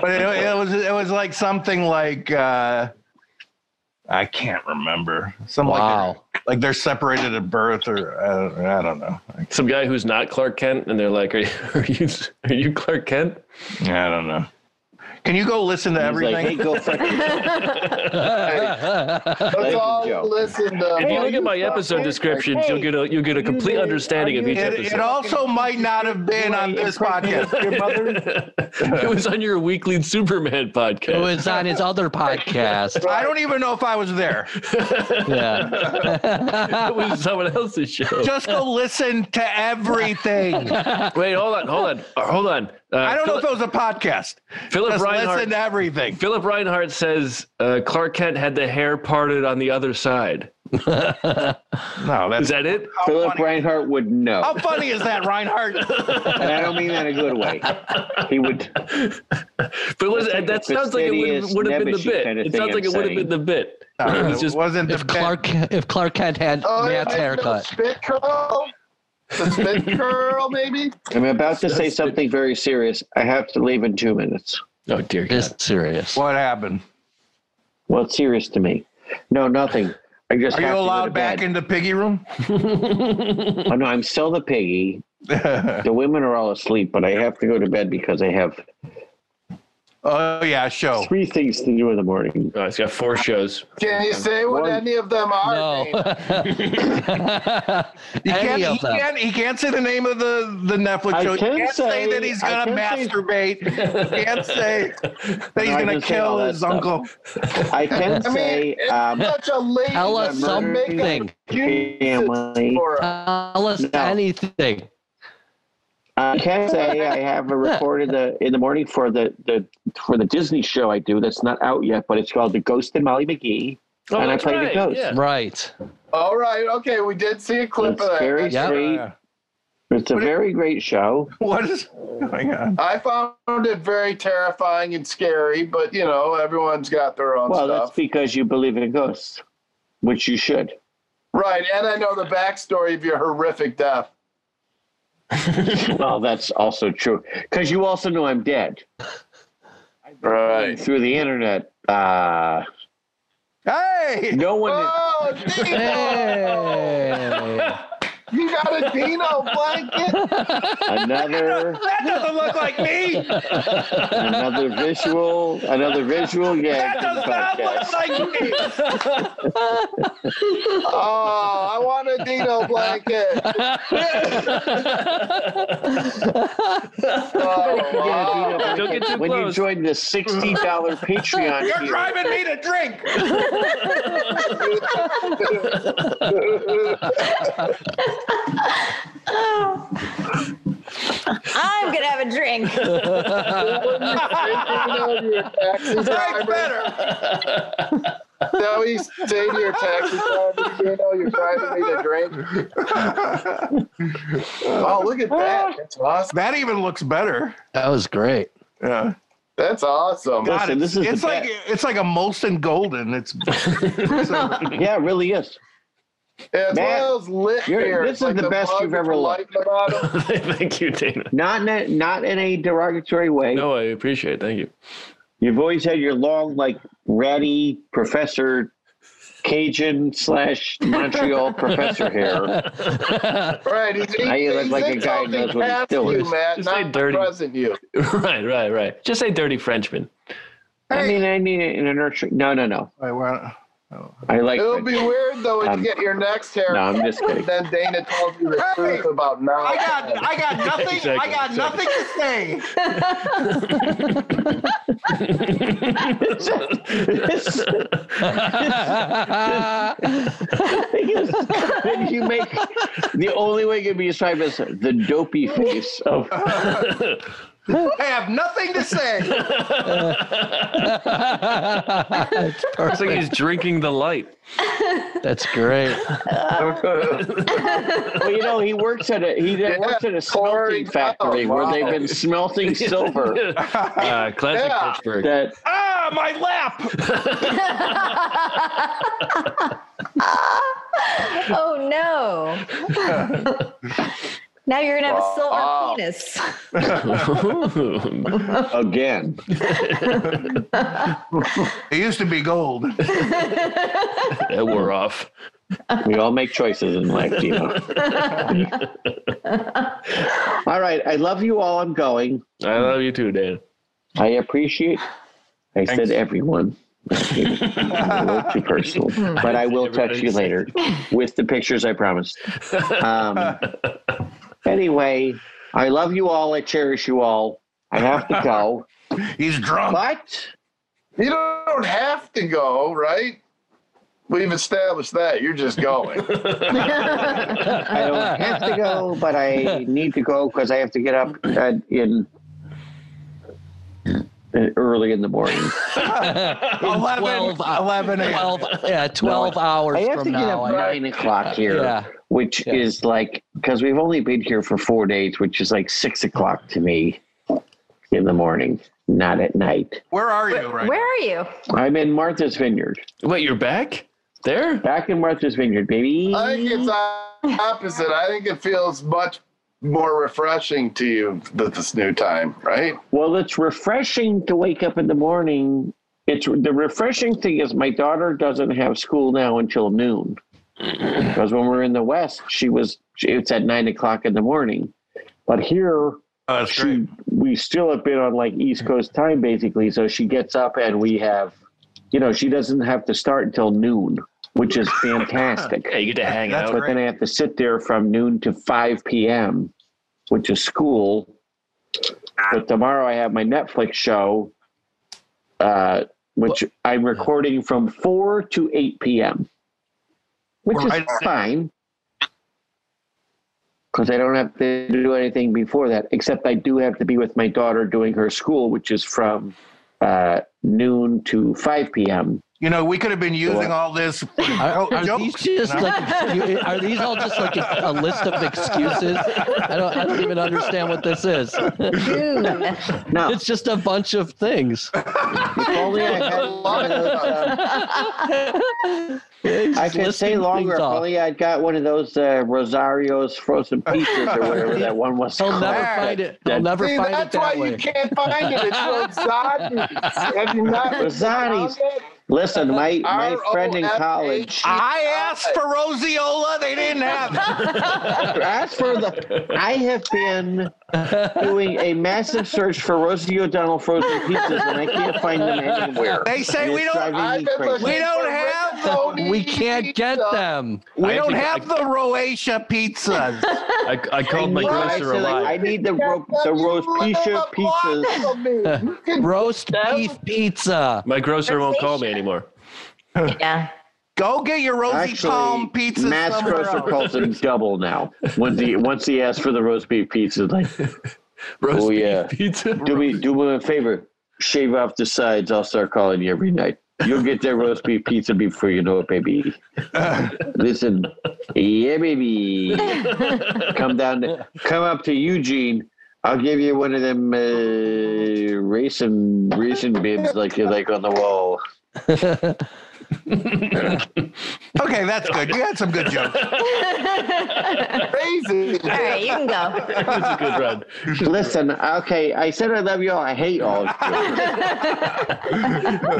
Speaker 3: but it, it was it was like something like uh, I can't remember. Some like
Speaker 4: Wow.
Speaker 3: they're, like they're separated at birth, or uh, I don't know. I,
Speaker 6: Some guy who's not Clark Kent, and they're like, "Are you, are you, are you Clark Kent?"
Speaker 3: I don't know. Can you go listen to
Speaker 7: He's like, hey,
Speaker 3: everything?
Speaker 7: go fuck yourself.
Speaker 1: Let's
Speaker 4: Uh,
Speaker 7: you,
Speaker 1: all
Speaker 7: Joe.
Speaker 1: listen to. Oh,
Speaker 6: If you look at my episode descriptions, you'll get a you'll get a complete
Speaker 7: there?
Speaker 6: understanding
Speaker 7: Are
Speaker 6: of
Speaker 7: you
Speaker 6: each
Speaker 3: it, it
Speaker 6: episode.
Speaker 3: also might not have been on this podcast.
Speaker 7: Your mother,
Speaker 6: It was on your weekly Superman
Speaker 4: it
Speaker 6: podcast.
Speaker 4: was on his other podcast.
Speaker 3: I don't even know if I was there.
Speaker 4: Yeah.
Speaker 6: it was someone else's show.
Speaker 3: Just go listen to everything.
Speaker 6: Wait, hold on, hold on, uh, hold on. Uh,
Speaker 3: I don't know
Speaker 6: Philip,
Speaker 3: if it was a podcast.
Speaker 6: Philip
Speaker 3: Just
Speaker 6: Reinhart.
Speaker 3: listen to everything.
Speaker 6: Philip Reinhart says uh, Clark Kent had the hair parted on the other side.
Speaker 3: No,
Speaker 6: Is
Speaker 3: that's
Speaker 6: that it?
Speaker 7: Philip Reinhart would know.
Speaker 3: how funny is that, Reinhardt?
Speaker 7: and I don't mean that in a good way. He would.
Speaker 6: But was,
Speaker 7: That's like
Speaker 6: that
Speaker 7: a
Speaker 6: sounds like it would,
Speaker 7: fastidious,
Speaker 6: would have been the
Speaker 7: nebbishy
Speaker 6: bit.
Speaker 7: kind of
Speaker 6: it
Speaker 7: thing
Speaker 6: sounds like
Speaker 7: I'm
Speaker 6: it would have
Speaker 7: saying.
Speaker 6: been the bit.
Speaker 3: No,
Speaker 6: It
Speaker 3: it
Speaker 6: was just-
Speaker 3: wasn't the
Speaker 4: If Clark if Clark Kent had
Speaker 1: Oh, yeah,
Speaker 4: Matt's
Speaker 1: I didn't know
Speaker 4: haircut.
Speaker 1: Spit curl. The spit curl, maybe.
Speaker 7: I'm about to say something very serious. I have to leave in two minutes.
Speaker 6: Oh dear God.
Speaker 4: This serious.
Speaker 3: What happened?
Speaker 7: Well, it's serious to me. No, nothing. I just
Speaker 3: Are you
Speaker 7: have to go to
Speaker 3: allowed
Speaker 7: bed.
Speaker 3: back in the piggy room?
Speaker 7: Oh no, I'm still the piggy. The women are all asleep, but I have to go to bed because I have
Speaker 3: oh yeah, show.
Speaker 7: three things to do in the morning.
Speaker 6: Oh, it's got four shows.
Speaker 1: Can you say what
Speaker 7: One-
Speaker 1: any of them are?
Speaker 4: No.
Speaker 1: Dana?
Speaker 3: He can't,
Speaker 4: Any
Speaker 3: he,
Speaker 4: of them.
Speaker 3: can't, he can't say the name of the, the Netflix
Speaker 7: I
Speaker 3: show. He
Speaker 7: can
Speaker 3: can't say,
Speaker 7: say-
Speaker 3: that he's
Speaker 7: I
Speaker 3: gonna
Speaker 7: can say-
Speaker 3: masturbate. he can't say that he's
Speaker 7: No, I
Speaker 3: gonna
Speaker 7: can say all
Speaker 3: kill
Speaker 7: that
Speaker 3: his
Speaker 7: stuff.
Speaker 3: uncle.
Speaker 7: I can
Speaker 1: I mean,
Speaker 7: say
Speaker 1: it's
Speaker 7: um,
Speaker 1: such a late.
Speaker 4: Tell us
Speaker 1: make
Speaker 7: something.
Speaker 1: an
Speaker 4: something.
Speaker 1: excuse
Speaker 7: family.
Speaker 1: for us.
Speaker 4: Tell us
Speaker 7: No.
Speaker 4: anything.
Speaker 7: I can say I have a recorded the in the morning for the, the for the Disney show I do that's not out yet, but it's called The Ghost and Molly McGee.
Speaker 6: Oh,
Speaker 7: And I
Speaker 6: that's
Speaker 7: played a
Speaker 6: right,
Speaker 7: ghost.
Speaker 6: yeah.
Speaker 4: Right.
Speaker 1: All right, okay, we did see a clip
Speaker 7: It's
Speaker 1: of that.
Speaker 7: very
Speaker 4: Yeah.
Speaker 7: sweet. It's a
Speaker 3: But it-
Speaker 7: very great show.
Speaker 3: Uh, What is going on?
Speaker 1: I found it very terrifying and scary, but you know, everyone's got their own
Speaker 7: Well, that's
Speaker 1: stuff.
Speaker 7: because you believe in ghosts, which you should.
Speaker 1: right, and I know the backstory of your horrific death.
Speaker 7: well, that's also true. Because you also know I'm dead
Speaker 1: Right.
Speaker 7: through the internet. Uh,
Speaker 3: Hey!
Speaker 7: no one.
Speaker 1: Oh, Dino!
Speaker 4: Hey.
Speaker 1: you got a Dino blanket?
Speaker 7: Another.
Speaker 3: That doesn't look like me.
Speaker 7: Another visual. Another visual. Yeah.
Speaker 3: That does not look like me.
Speaker 1: Oh, I want a Dino blanket. Oh, wow.
Speaker 6: Don't get too
Speaker 7: when you
Speaker 6: close.
Speaker 7: join the sixty dollar Patreon,
Speaker 3: You're
Speaker 7: tier,
Speaker 3: driving me to drink.
Speaker 5: Oh. I'm gonna have a drink.
Speaker 1: Taking your taxi
Speaker 3: Drink
Speaker 1: driver.
Speaker 3: better.
Speaker 1: Now he's saying to your taxi driver, you know, you're driving me to drink. oh, look at that. That's awesome.
Speaker 3: That even looks better.
Speaker 4: That was great.
Speaker 3: Yeah.
Speaker 1: That's awesome.
Speaker 3: God,
Speaker 7: Listen,
Speaker 3: it's,
Speaker 7: this is the
Speaker 3: it's like it's like a Molson Golden. It's
Speaker 7: yeah, it really is.
Speaker 1: Yeah, it's one
Speaker 7: Matt,
Speaker 1: of those lit
Speaker 7: you're-
Speaker 1: beers.
Speaker 7: this is the best
Speaker 1: mug
Speaker 7: you've
Speaker 1: with
Speaker 7: ever
Speaker 1: the
Speaker 7: looked.
Speaker 1: lightning on it.
Speaker 6: Thank you, Dana.
Speaker 7: Not in a, not in a derogatory way.
Speaker 6: No, I appreciate it. Thank you.
Speaker 7: You've always had your long, like ratty professor, Cajun slash Montreal professor hair.
Speaker 1: Right. He's,
Speaker 7: Now you look like a guy who knows what he's
Speaker 1: past
Speaker 7: doing.
Speaker 1: You, Matt,
Speaker 6: Just say
Speaker 1: not
Speaker 6: dirty.
Speaker 1: present you.
Speaker 6: Right, right, right. Just say dirty Frenchman.
Speaker 7: I mean, I need an nurture. No, no, no.
Speaker 3: I want
Speaker 7: I like.
Speaker 1: It'll
Speaker 7: No,
Speaker 1: be weird though when
Speaker 7: Um,
Speaker 1: you get your next hair.
Speaker 7: I'm just
Speaker 1: and
Speaker 7: kidding.
Speaker 1: then Dana tells you the truth about now.
Speaker 3: I got I got nothing I
Speaker 6: Exactly,
Speaker 3: got
Speaker 6: exactly.
Speaker 3: nothing to say.
Speaker 7: This- thing is, when you make the only way you can be described as the dopey face of
Speaker 3: I have nothing to say.
Speaker 4: That's
Speaker 6: It's like he's drinking the light.
Speaker 4: great.
Speaker 7: well, you know, he works at a he works at a
Speaker 1: Corey,
Speaker 7: smelting factory
Speaker 1: wow.
Speaker 7: where they've been smelting silver.
Speaker 6: Uh, classic
Speaker 1: Yeah.
Speaker 6: Pittsburgh.
Speaker 7: That
Speaker 3: Ah, my lap.
Speaker 5: oh no. now you're gonna have a silver
Speaker 1: Wow.
Speaker 5: penis.
Speaker 7: again.
Speaker 3: It used to be gold.
Speaker 6: that wore off.
Speaker 7: We all make choices in life, Dino. all right, I love you all. I'm going.
Speaker 6: I love you too, Dan.
Speaker 7: I appreciate. I
Speaker 6: Thanks.
Speaker 7: said everyone. a little too personal, but I will text you later with the pictures I promised. Um, anyway, I love you all. I cherish you all. I have to go,
Speaker 3: He's drunk.
Speaker 7: but
Speaker 1: You don't have to go, right? We've established that. You're just going.
Speaker 7: I don't have to go. But I need to go because I have to get up at, in early in the morning.
Speaker 3: 11,
Speaker 4: 12 hours.
Speaker 3: 11 a.m.
Speaker 4: 12, yeah, 12 hours
Speaker 7: I have
Speaker 4: from
Speaker 7: to get
Speaker 4: now.
Speaker 7: up nine o'clock here,
Speaker 4: Yeah.
Speaker 7: which
Speaker 4: Yeah.
Speaker 7: is like because we've only been here for four days, which is like six o'clock to me in the morning, not at night.
Speaker 3: Where are you right
Speaker 5: Where are you?
Speaker 7: I'm in Martha's Vineyard,
Speaker 6: Wait, you're back there?
Speaker 7: back in Martha's Vineyard, baby.
Speaker 1: I think it's o- opposite. I think it feels much more refreshing to you that this new time, right?
Speaker 7: Well, it's refreshing to wake up in the morning. It's the refreshing thing is my daughter doesn't have school now until noon. Because when we were in the West, she was it's at nine o'clock in the morning. But here
Speaker 3: now? Oh, that's great.
Speaker 7: she we still have been on like East Coast time basically, so she gets up and we have you know, she doesn't have to start until noon, which is fantastic.
Speaker 6: Yeah, you get to hang
Speaker 3: That's
Speaker 6: out.
Speaker 7: but then I have to sit there from noon to 5 p.m., which is school. But tomorrow I have my Netflix show, uh, which I'm recording from 4 to 8 p.m., which is
Speaker 3: Right.
Speaker 7: fine. Because I don't have to do anything before that, except I do have to be with my daughter doing her school, which is from uh, noon to 5 p.m.
Speaker 3: You know, we could have been using all this. for jo-
Speaker 4: Are, are these
Speaker 3: jokes,
Speaker 4: just
Speaker 3: you know?
Speaker 4: like excu- are these all just like a, a list of excuses? I don't I don't even understand what this is.
Speaker 5: Dude.
Speaker 7: No,
Speaker 4: It's just a bunch of things.
Speaker 7: if only I had one of those, um, I could say longer. If only I'd got one of those uh, Rosario's frozen pizzas or whatever that one was.
Speaker 4: He'll
Speaker 7: called.
Speaker 4: never find it. He'll
Speaker 7: That-
Speaker 4: never
Speaker 1: See,
Speaker 4: find it
Speaker 1: that's why
Speaker 4: that
Speaker 1: you
Speaker 4: way.
Speaker 1: can't find it. It's Rosati's. Have you not
Speaker 7: Rosati's.
Speaker 1: found it?
Speaker 7: Listen, my my friend in
Speaker 1: R O F H.
Speaker 7: college.
Speaker 4: E
Speaker 3: I asked for roseola, they didn't have it.
Speaker 7: As for the, I have been doing a massive search for Rosie O'Donnell frozen pizzas, and I can't find them anywhere.
Speaker 3: They say
Speaker 7: And
Speaker 3: we
Speaker 7: it's
Speaker 3: don't.
Speaker 7: driving me
Speaker 1: I've been
Speaker 7: crazy.
Speaker 1: listening
Speaker 3: We don't
Speaker 1: to
Speaker 3: have
Speaker 1: Rigatoni
Speaker 4: We can't get
Speaker 1: pizza.
Speaker 4: them.
Speaker 3: We
Speaker 6: I
Speaker 3: don't
Speaker 6: think
Speaker 3: have the Roatia pizzas.
Speaker 6: I, I called my
Speaker 7: Right,
Speaker 6: grocer a
Speaker 7: so like,
Speaker 6: lot.
Speaker 7: I need the
Speaker 1: Get them,
Speaker 7: ro- the
Speaker 1: you
Speaker 7: roast
Speaker 1: live
Speaker 7: pizza
Speaker 1: a
Speaker 7: pizzas.
Speaker 1: block from me. You can-
Speaker 4: Roast
Speaker 1: That
Speaker 4: beef pizza.
Speaker 6: my grocer won't call me anymore.
Speaker 5: yeah.
Speaker 3: Go get your Rosie Palm
Speaker 7: Actually,
Speaker 3: pizza
Speaker 7: Mass
Speaker 3: somewhere
Speaker 7: Grocer
Speaker 3: else.
Speaker 7: calls them double now. Once he once he asks for the roast beef pizza, like,
Speaker 6: Roast
Speaker 7: oh
Speaker 6: beef
Speaker 7: yeah,
Speaker 6: pizza.
Speaker 7: do me do me a favor, shave off the sides. I'll start calling you every night. You'll get that roast beef pizza before you know it, baby. Listen, yeah, baby. Come down, to, come up to Eugene. I'll give you one of them uh, racing racing bibs like you like on the wall.
Speaker 3: Okay, that's good. You had some good jokes.
Speaker 1: Crazy.
Speaker 5: All right, you can go.
Speaker 6: That was a good run.
Speaker 7: Listen, okay, I said I love you all. I hate all of you.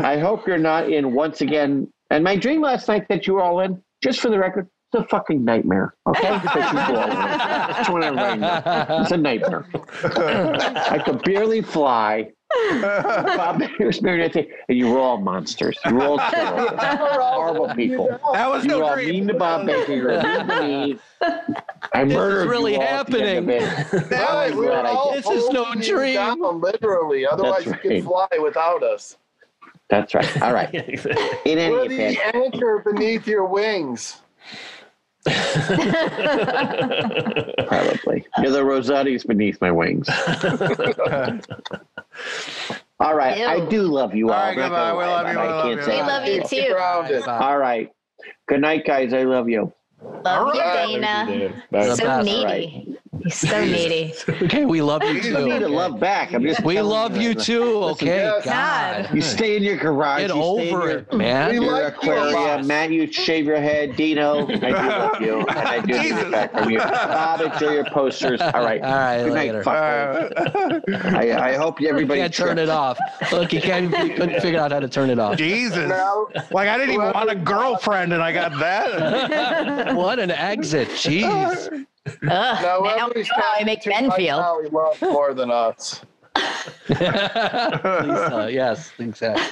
Speaker 7: I hope you're not in once again. And my dream last night that you were all in, just for the record, it's a fucking nightmare. Okay? That you were all in. That's what everybody knows. It's a nightmare. I could barely fly. Bob was married to- and you were all monsters. You were all terrible, horrible people.
Speaker 3: That was
Speaker 7: You were
Speaker 3: no
Speaker 7: all
Speaker 3: dream.
Speaker 7: mean to Bob Baker. You were mean to me. I
Speaker 4: This is
Speaker 7: murdered
Speaker 4: really
Speaker 7: you all at the end of
Speaker 4: happening.
Speaker 7: it.
Speaker 1: Right, we were
Speaker 7: glad I
Speaker 1: all
Speaker 4: did. This is no
Speaker 1: holding you
Speaker 4: dream.
Speaker 1: down, literally. Otherwise,
Speaker 7: That's
Speaker 1: you could fly without us.
Speaker 7: That's right. All right. In any
Speaker 1: We're
Speaker 7: event,
Speaker 1: the anchor beneath your wings.
Speaker 7: probably. You're the Rosati's beneath my wings. all right. I
Speaker 5: Ew.
Speaker 7: do love you all.
Speaker 3: All right,
Speaker 7: I'm not
Speaker 3: goodbye. We
Speaker 7: gonna lie
Speaker 3: love you.
Speaker 7: about it.
Speaker 3: We
Speaker 7: I
Speaker 3: love
Speaker 7: can't
Speaker 3: you.
Speaker 7: say
Speaker 5: We
Speaker 1: Keep
Speaker 5: love you too.
Speaker 1: grounded.
Speaker 7: All right. Good night, guys. I love you.
Speaker 5: Love you,
Speaker 1: right.
Speaker 5: Dana.
Speaker 6: Bye.
Speaker 4: All
Speaker 5: So
Speaker 4: right.
Speaker 5: needy. He's so needy.
Speaker 4: Okay, we love you
Speaker 7: You don't need
Speaker 4: too.
Speaker 7: to love back. I'm just
Speaker 4: We
Speaker 7: telling
Speaker 4: love you
Speaker 7: right now.
Speaker 4: too. Okay,
Speaker 1: yes.
Speaker 5: God.
Speaker 4: God.
Speaker 7: You stay in your garage.
Speaker 4: Get
Speaker 7: you stay in
Speaker 4: over
Speaker 7: your,
Speaker 4: it, man.
Speaker 1: We
Speaker 7: Your
Speaker 1: like you a
Speaker 7: aquarium,
Speaker 1: lot.
Speaker 7: Matt. You shave your head, Dino. I do love you, and I do need it back from you. Bob, enjoy your posters. All right,
Speaker 4: All right,
Speaker 7: good night.
Speaker 4: later.
Speaker 7: fuckers.
Speaker 3: Uh,
Speaker 7: I, I hope everybody
Speaker 4: can't turn it
Speaker 7: trips.
Speaker 4: off. Look, he can't. He couldn't figure out how to turn it off.
Speaker 3: Jesus.
Speaker 1: Now,
Speaker 3: Like I didn't even want a girlfriend, and I got that.
Speaker 4: What an exit! Jeez.
Speaker 5: Ugh,
Speaker 1: now
Speaker 5: I don't
Speaker 1: everybody's
Speaker 5: know how I
Speaker 1: talking
Speaker 5: make
Speaker 1: to
Speaker 5: men
Speaker 1: right
Speaker 5: feel.
Speaker 1: now, he loves more than us.
Speaker 4: Lisa, yes, exactly.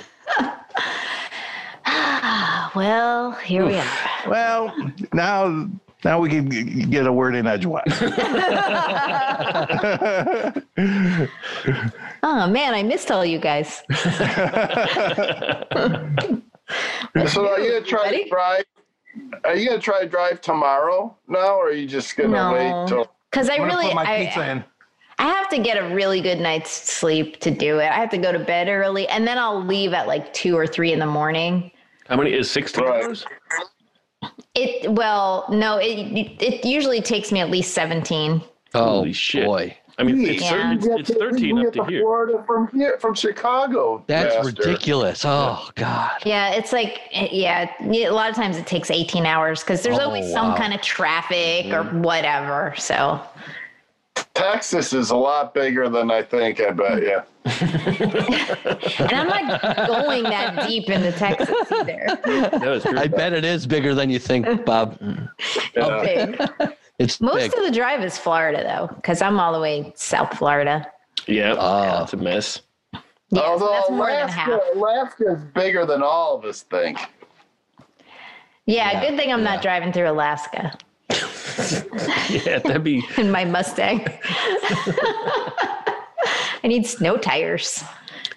Speaker 5: Well, here we are.
Speaker 3: Well, now now we can g- get a word in edgewise.
Speaker 5: Oh man, I missed all you guys.
Speaker 1: So are you gonna try
Speaker 5: Ready?
Speaker 1: to drive? Are you gonna try to drive tomorrow now, or are you just gonna
Speaker 5: No.
Speaker 1: wait till?
Speaker 5: Because I
Speaker 3: I'm gonna
Speaker 5: really,
Speaker 3: put my
Speaker 5: I,
Speaker 3: pizza in.
Speaker 5: I have to get a really good night's sleep to do it. I have to go to bed early, and then I'll leave at like two or three in the morning.
Speaker 6: How many is 16
Speaker 1: Right.
Speaker 6: hours?
Speaker 5: It well, no, it it usually takes me at least seventeen.
Speaker 4: Oh
Speaker 6: Holy shit.
Speaker 4: boy,
Speaker 6: I mean, it's,
Speaker 5: Yeah.
Speaker 6: thir- it's,
Speaker 1: You
Speaker 6: it's
Speaker 1: get to-
Speaker 6: 13
Speaker 1: you
Speaker 6: up
Speaker 1: get
Speaker 6: to here.
Speaker 1: Florida from here, from Chicago.
Speaker 4: that's
Speaker 1: bastard.
Speaker 4: ridiculous. Oh God.
Speaker 5: Yeah, it's like yeah, a lot of times it takes eighteen hours because there's
Speaker 4: Oh,
Speaker 5: always some
Speaker 4: wow. Mm-hmm.
Speaker 5: kind of traffic or whatever. So
Speaker 1: Texas is a lot bigger than I think. I bet. Yeah.
Speaker 5: and I'm not going that deep into Texas either.
Speaker 6: That was true.
Speaker 4: I bet it is bigger than you think, Bob.
Speaker 1: yeah.
Speaker 5: Big.
Speaker 4: It's
Speaker 5: Most
Speaker 4: big.
Speaker 5: of the drive is Florida though, because I'm all the way South Florida.
Speaker 6: yeah,
Speaker 4: Oh.
Speaker 6: it's a mess.
Speaker 5: Yeah, so
Speaker 1: Although
Speaker 5: that's more than half.
Speaker 1: Alaska, Alaska is bigger than all of us think.
Speaker 5: Yeah, good thing I'm not driving through Alaska
Speaker 6: Yeah, that'd be
Speaker 5: in my Mustang. I need snow tires.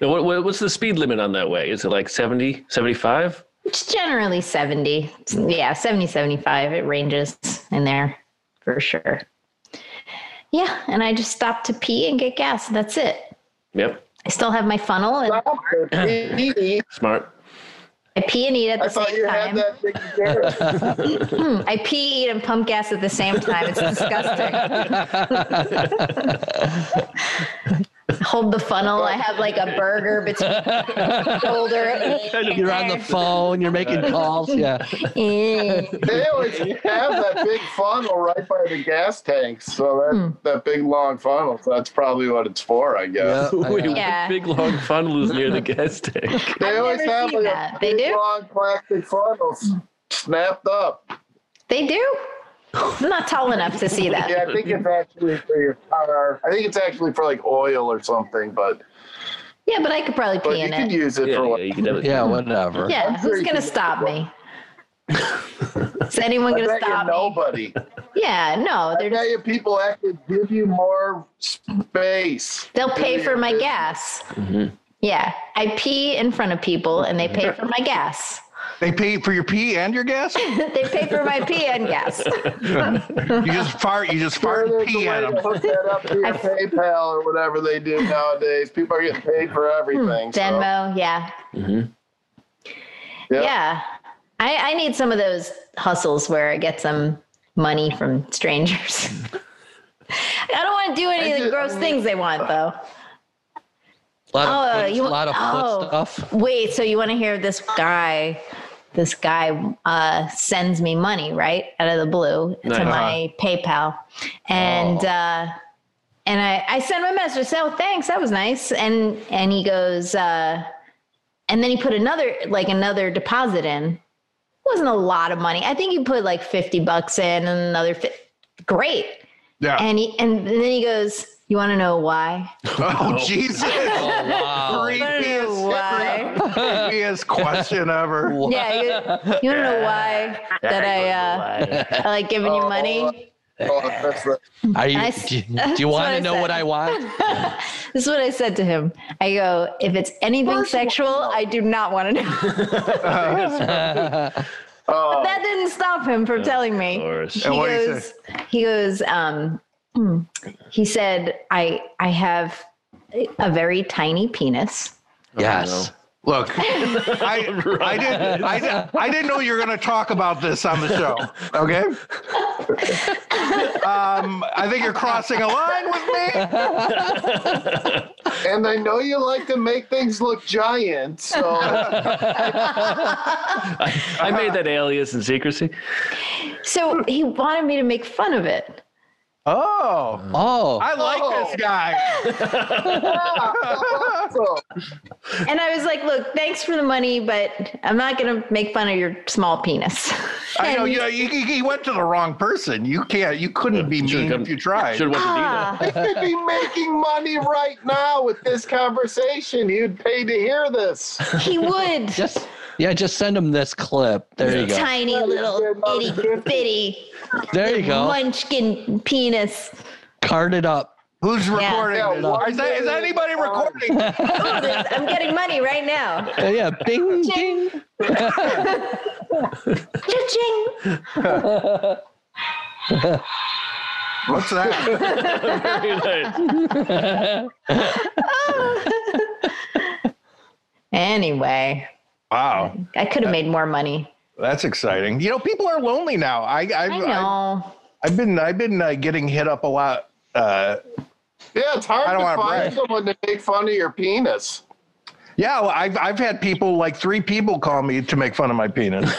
Speaker 6: Now, What, what, what's the speed limit on that way? Is it like 70, 75?
Speaker 5: It's generally 70. Yeah, 70, 75. It ranges in there for sure. Yeah, and I just stop to pee and get gas. That's it.
Speaker 6: Yep.
Speaker 5: I still have my funnel. And
Speaker 1: Stop the pee.
Speaker 6: Smart.
Speaker 5: I pee and eat at the
Speaker 1: I thought
Speaker 5: same
Speaker 1: you
Speaker 5: time.
Speaker 1: had that taken care of.
Speaker 5: Mm, I pee, eat, and pump gas at the same time. It's disgusting. Hold the funnel. I have like a burger between my shoulder. and
Speaker 4: You're on the phone. You're making calls. Yeah.
Speaker 5: Eh.
Speaker 1: They always have that big funnel right by the gas tanks. So that,
Speaker 5: Hmm.
Speaker 1: that big long funnel. So that's probably what it's for, I guess.
Speaker 4: Yeah, I
Speaker 6: Wait,
Speaker 4: know.
Speaker 6: what
Speaker 5: Yeah.
Speaker 6: big long funnel is near the gas tank.
Speaker 1: They
Speaker 5: I've
Speaker 1: always
Speaker 5: never
Speaker 1: have
Speaker 5: seen
Speaker 1: like
Speaker 5: that.
Speaker 1: a
Speaker 5: They
Speaker 1: big
Speaker 5: do? Hmm.
Speaker 1: long plastic funnels snapped up.
Speaker 5: They do. I'm not tall enough to see that.
Speaker 1: Yeah, I think it's actually for your car. I think it's actually for like oil or something, but
Speaker 5: Yeah, but I could probably
Speaker 1: but
Speaker 5: pee
Speaker 1: you
Speaker 5: in
Speaker 1: could
Speaker 5: it.
Speaker 1: use it
Speaker 6: yeah,
Speaker 1: for
Speaker 6: yeah,
Speaker 1: what
Speaker 6: you can definitely.
Speaker 4: Yeah, whatever.
Speaker 5: Yeah,
Speaker 1: I'm sure
Speaker 5: who's
Speaker 1: you can-
Speaker 5: gonna stop me? Is anyone
Speaker 1: I
Speaker 5: gonna
Speaker 1: bet you
Speaker 5: stop me?
Speaker 1: nobody.
Speaker 5: Yeah, no,
Speaker 1: I
Speaker 5: they're
Speaker 1: bet
Speaker 5: just
Speaker 1: you people actually give you more space.
Speaker 5: they'll pay
Speaker 1: Yeah,
Speaker 5: for my
Speaker 1: yeah.
Speaker 5: gas. Yeah, I pee in front of people and they pay for my gas.
Speaker 3: They pay for your pee and your gas. You
Speaker 5: they pay for my pee and gas.
Speaker 3: just fart. You just fart
Speaker 1: Sure, there's
Speaker 3: and
Speaker 1: a way
Speaker 3: pee at
Speaker 1: to
Speaker 3: them.
Speaker 1: hook that up to your PayPal or whatever they do nowadays. People are getting paid for everything. so-
Speaker 5: Hmm, Venmo, yeah.
Speaker 1: Yeah.
Speaker 5: Yeah. I, I need some of those hustles where I get some money from strangers. I don't want to do any of the
Speaker 1: just-
Speaker 5: gross
Speaker 1: I mean-
Speaker 5: things they want, though.
Speaker 4: A lot
Speaker 5: Oh,
Speaker 4: of, foot-
Speaker 5: you-
Speaker 4: lot of foot
Speaker 5: oh.
Speaker 4: stuff.
Speaker 5: Wait, so you want to hear this guy? This guy uh, sends me money right out of the blue
Speaker 6: Nice.
Speaker 5: to my PayPal, and uh, and I I send my message. So thanks, that was nice. And and he goes, uh, and then he put another like another deposit in. wasn't a lot of money. I think he put like fifty bucks in and another. Fi- Great.
Speaker 3: Yeah.
Speaker 5: And he and then he goes, you want to know why?
Speaker 3: Oh Jesus.
Speaker 4: Oh, wow.
Speaker 5: I don't know
Speaker 3: Creepiest,
Speaker 5: why.
Speaker 3: creepiest question ever.
Speaker 5: Yeah, you, you don't know why that I, uh, I like giving you
Speaker 1: Oh,
Speaker 5: money.
Speaker 1: Oh, that's the-
Speaker 4: Are you,
Speaker 5: I s-
Speaker 4: do, you-
Speaker 5: that's
Speaker 4: do you
Speaker 5: what
Speaker 4: want
Speaker 5: I
Speaker 4: to know
Speaker 5: said.
Speaker 4: what I want?
Speaker 5: This is what I said to him. I go, if it's anything sexual, I do not want to know.
Speaker 1: oh,
Speaker 5: that didn't stop him from telling
Speaker 6: Of
Speaker 5: me.
Speaker 6: course.
Speaker 5: He
Speaker 3: And what did he
Speaker 5: goes, he goes, um, hmm. he said, I, I have a very tiny penis.
Speaker 4: yes.
Speaker 3: Look, I, I didn't I, di- I didn't know you were going to talk about this on the show. Okay. Um, I think you're crossing a line with me.
Speaker 1: and I know you like to make things look giant, so
Speaker 6: I made that alias in secrecy.
Speaker 5: So he wanted me to make fun of it.
Speaker 3: Oh,
Speaker 4: Oh,
Speaker 3: I like this guy.
Speaker 1: so
Speaker 5: And I was like, look, thanks for the money, but I'm not going to make fun of your small penis.
Speaker 3: I know
Speaker 5: And-
Speaker 3: you know, he, he- he went to the wrong person. You can't. You couldn't be
Speaker 6: Should've
Speaker 3: mean
Speaker 6: come-
Speaker 3: if you tried.
Speaker 6: Should have went to Dino.
Speaker 5: Ah,
Speaker 1: you could be making money right now with this conversation. You'd pay to hear this.
Speaker 5: he would.
Speaker 4: just yeah, just send him this clip. There you go.
Speaker 5: Tiny little itty bitty
Speaker 4: There you go.
Speaker 5: munchkin penis.
Speaker 4: Card it up.
Speaker 3: Who's recording?
Speaker 1: Yeah,
Speaker 3: this?
Speaker 1: one
Speaker 3: is, that, is
Speaker 1: day-
Speaker 3: anybody recording?
Speaker 5: Oh, there's- I'm getting money right now.
Speaker 4: Uh, yeah, bing ding.
Speaker 5: Cha-ching.
Speaker 3: What's that?
Speaker 5: Anyway,
Speaker 3: Wow,
Speaker 5: I could have made more money.
Speaker 3: that's exciting. You know, people are lonely now. I I've,
Speaker 5: I
Speaker 3: I've,
Speaker 5: know.
Speaker 3: I've been I've been uh, getting hit up a lot. Uh,
Speaker 1: Yeah, it's hard
Speaker 3: I don't
Speaker 1: to
Speaker 3: wanna
Speaker 1: find
Speaker 3: brag.
Speaker 1: someone to make fun of your penis.
Speaker 3: Yeah, well, I've I've had people like three people call me to make fun of my penis.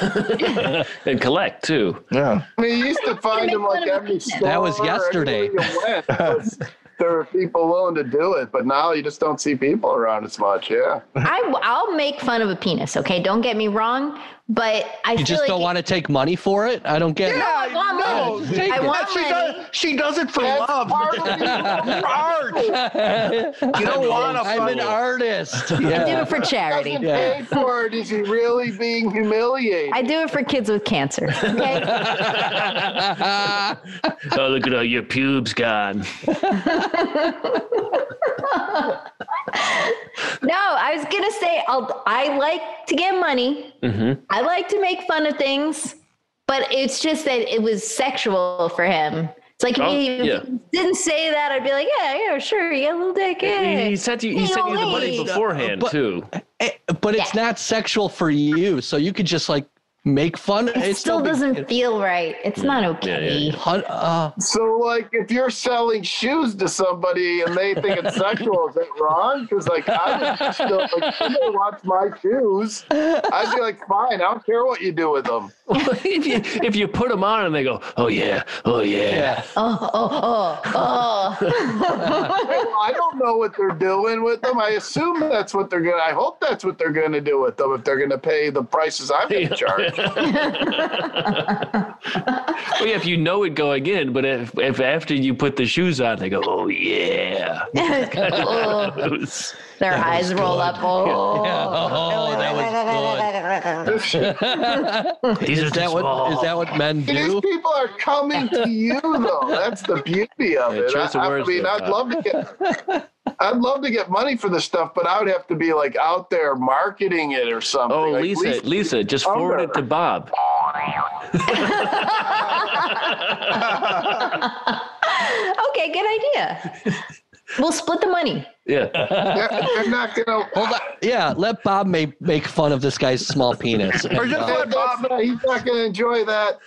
Speaker 6: and collect too.
Speaker 3: Yeah,
Speaker 1: I mean, you used to find them like every store.
Speaker 4: That was
Speaker 1: or
Speaker 4: yesterday.
Speaker 1: anywhere you went, there was- there were people willing to do it, but now you just don't see people around as much. Yeah.
Speaker 5: I, I'll make fun of a penis, okay? Don't get me wrong, but I
Speaker 4: You
Speaker 5: feel
Speaker 4: just
Speaker 5: like
Speaker 4: don't want to take money for it. I don't get it.
Speaker 5: I want
Speaker 3: no,
Speaker 5: money.
Speaker 3: take
Speaker 5: I
Speaker 3: it.
Speaker 5: want
Speaker 3: she
Speaker 5: money.
Speaker 3: does. She does it for
Speaker 1: That's
Speaker 3: love.
Speaker 1: part of it.
Speaker 3: For art. You don't want to.
Speaker 4: I'm an artist. Yeah.
Speaker 5: do it for charity.
Speaker 1: Doesn't pay for it. Is he really being humiliated?
Speaker 5: I do it for kids with cancer. Okay.
Speaker 6: Oh, look at all your pubes gone.
Speaker 5: no, I was gonna say I'll, I like to get money. I like to make fun of things, but it's just that it was sexual for him. It's like
Speaker 6: Oh,
Speaker 5: if he
Speaker 6: yeah.
Speaker 5: didn't say that, I'd be like, yeah, yeah, sure, you got a little dick. Yeah.
Speaker 6: He sent you. He sent you the money
Speaker 5: Hey,
Speaker 6: beforehand
Speaker 4: but-
Speaker 6: too.
Speaker 4: Eh, But it's not sexual for you, so you could just like make fun.
Speaker 5: It still doesn't feel right. It's not okay.
Speaker 4: Hun- uh,
Speaker 1: So, like, if you're selling shoes to somebody and they think it's sexual, is that wrong? Because, like, I would still like, somebody wants my shoes. I'd be like, fine, I don't care what you do with them.
Speaker 6: if you if you put them on and they go, oh yeah, oh yeah,
Speaker 4: yeah.
Speaker 5: Oh, oh, oh, oh.
Speaker 1: Well, I don't know what they're doing with them. I assume that's what they're gonna. I hope that's what they're gonna do with them if they're gonna pay the prices I'm gonna charge.
Speaker 6: well, yeah, if you know it going in, but if if after you put the shoes on, they go, oh yeah,
Speaker 5: oh.
Speaker 6: Those-
Speaker 5: Their eyes roll up. Oh.
Speaker 4: Yeah. Oh, that was good.
Speaker 6: These are
Speaker 4: is that
Speaker 6: too
Speaker 4: what
Speaker 6: small.
Speaker 4: is that what men
Speaker 1: These
Speaker 4: do?
Speaker 1: people are coming to you, though. That's the beauty of
Speaker 6: Yeah,
Speaker 1: it.
Speaker 6: choice of
Speaker 1: I, I
Speaker 6: words
Speaker 1: mean,
Speaker 6: there,
Speaker 1: I'd
Speaker 6: Todd.
Speaker 1: love to get, I'd love to get money for this stuff, but I would have to be like out there marketing it or something.
Speaker 6: Oh,
Speaker 1: Like,
Speaker 6: Lisa, Lisa, just
Speaker 1: I'm
Speaker 6: forward it
Speaker 1: better.
Speaker 6: to Bob.
Speaker 5: okay, good idea. We'll split the money.
Speaker 6: Yeah,
Speaker 1: They're, they're not gonna.
Speaker 4: Hold on. Yeah, let Bob make make fun of this guy's small penis. and,
Speaker 3: Or just
Speaker 4: uh,
Speaker 1: That-
Speaker 3: let
Speaker 1: that's
Speaker 3: Bob,
Speaker 1: not- he's not gonna enjoy that.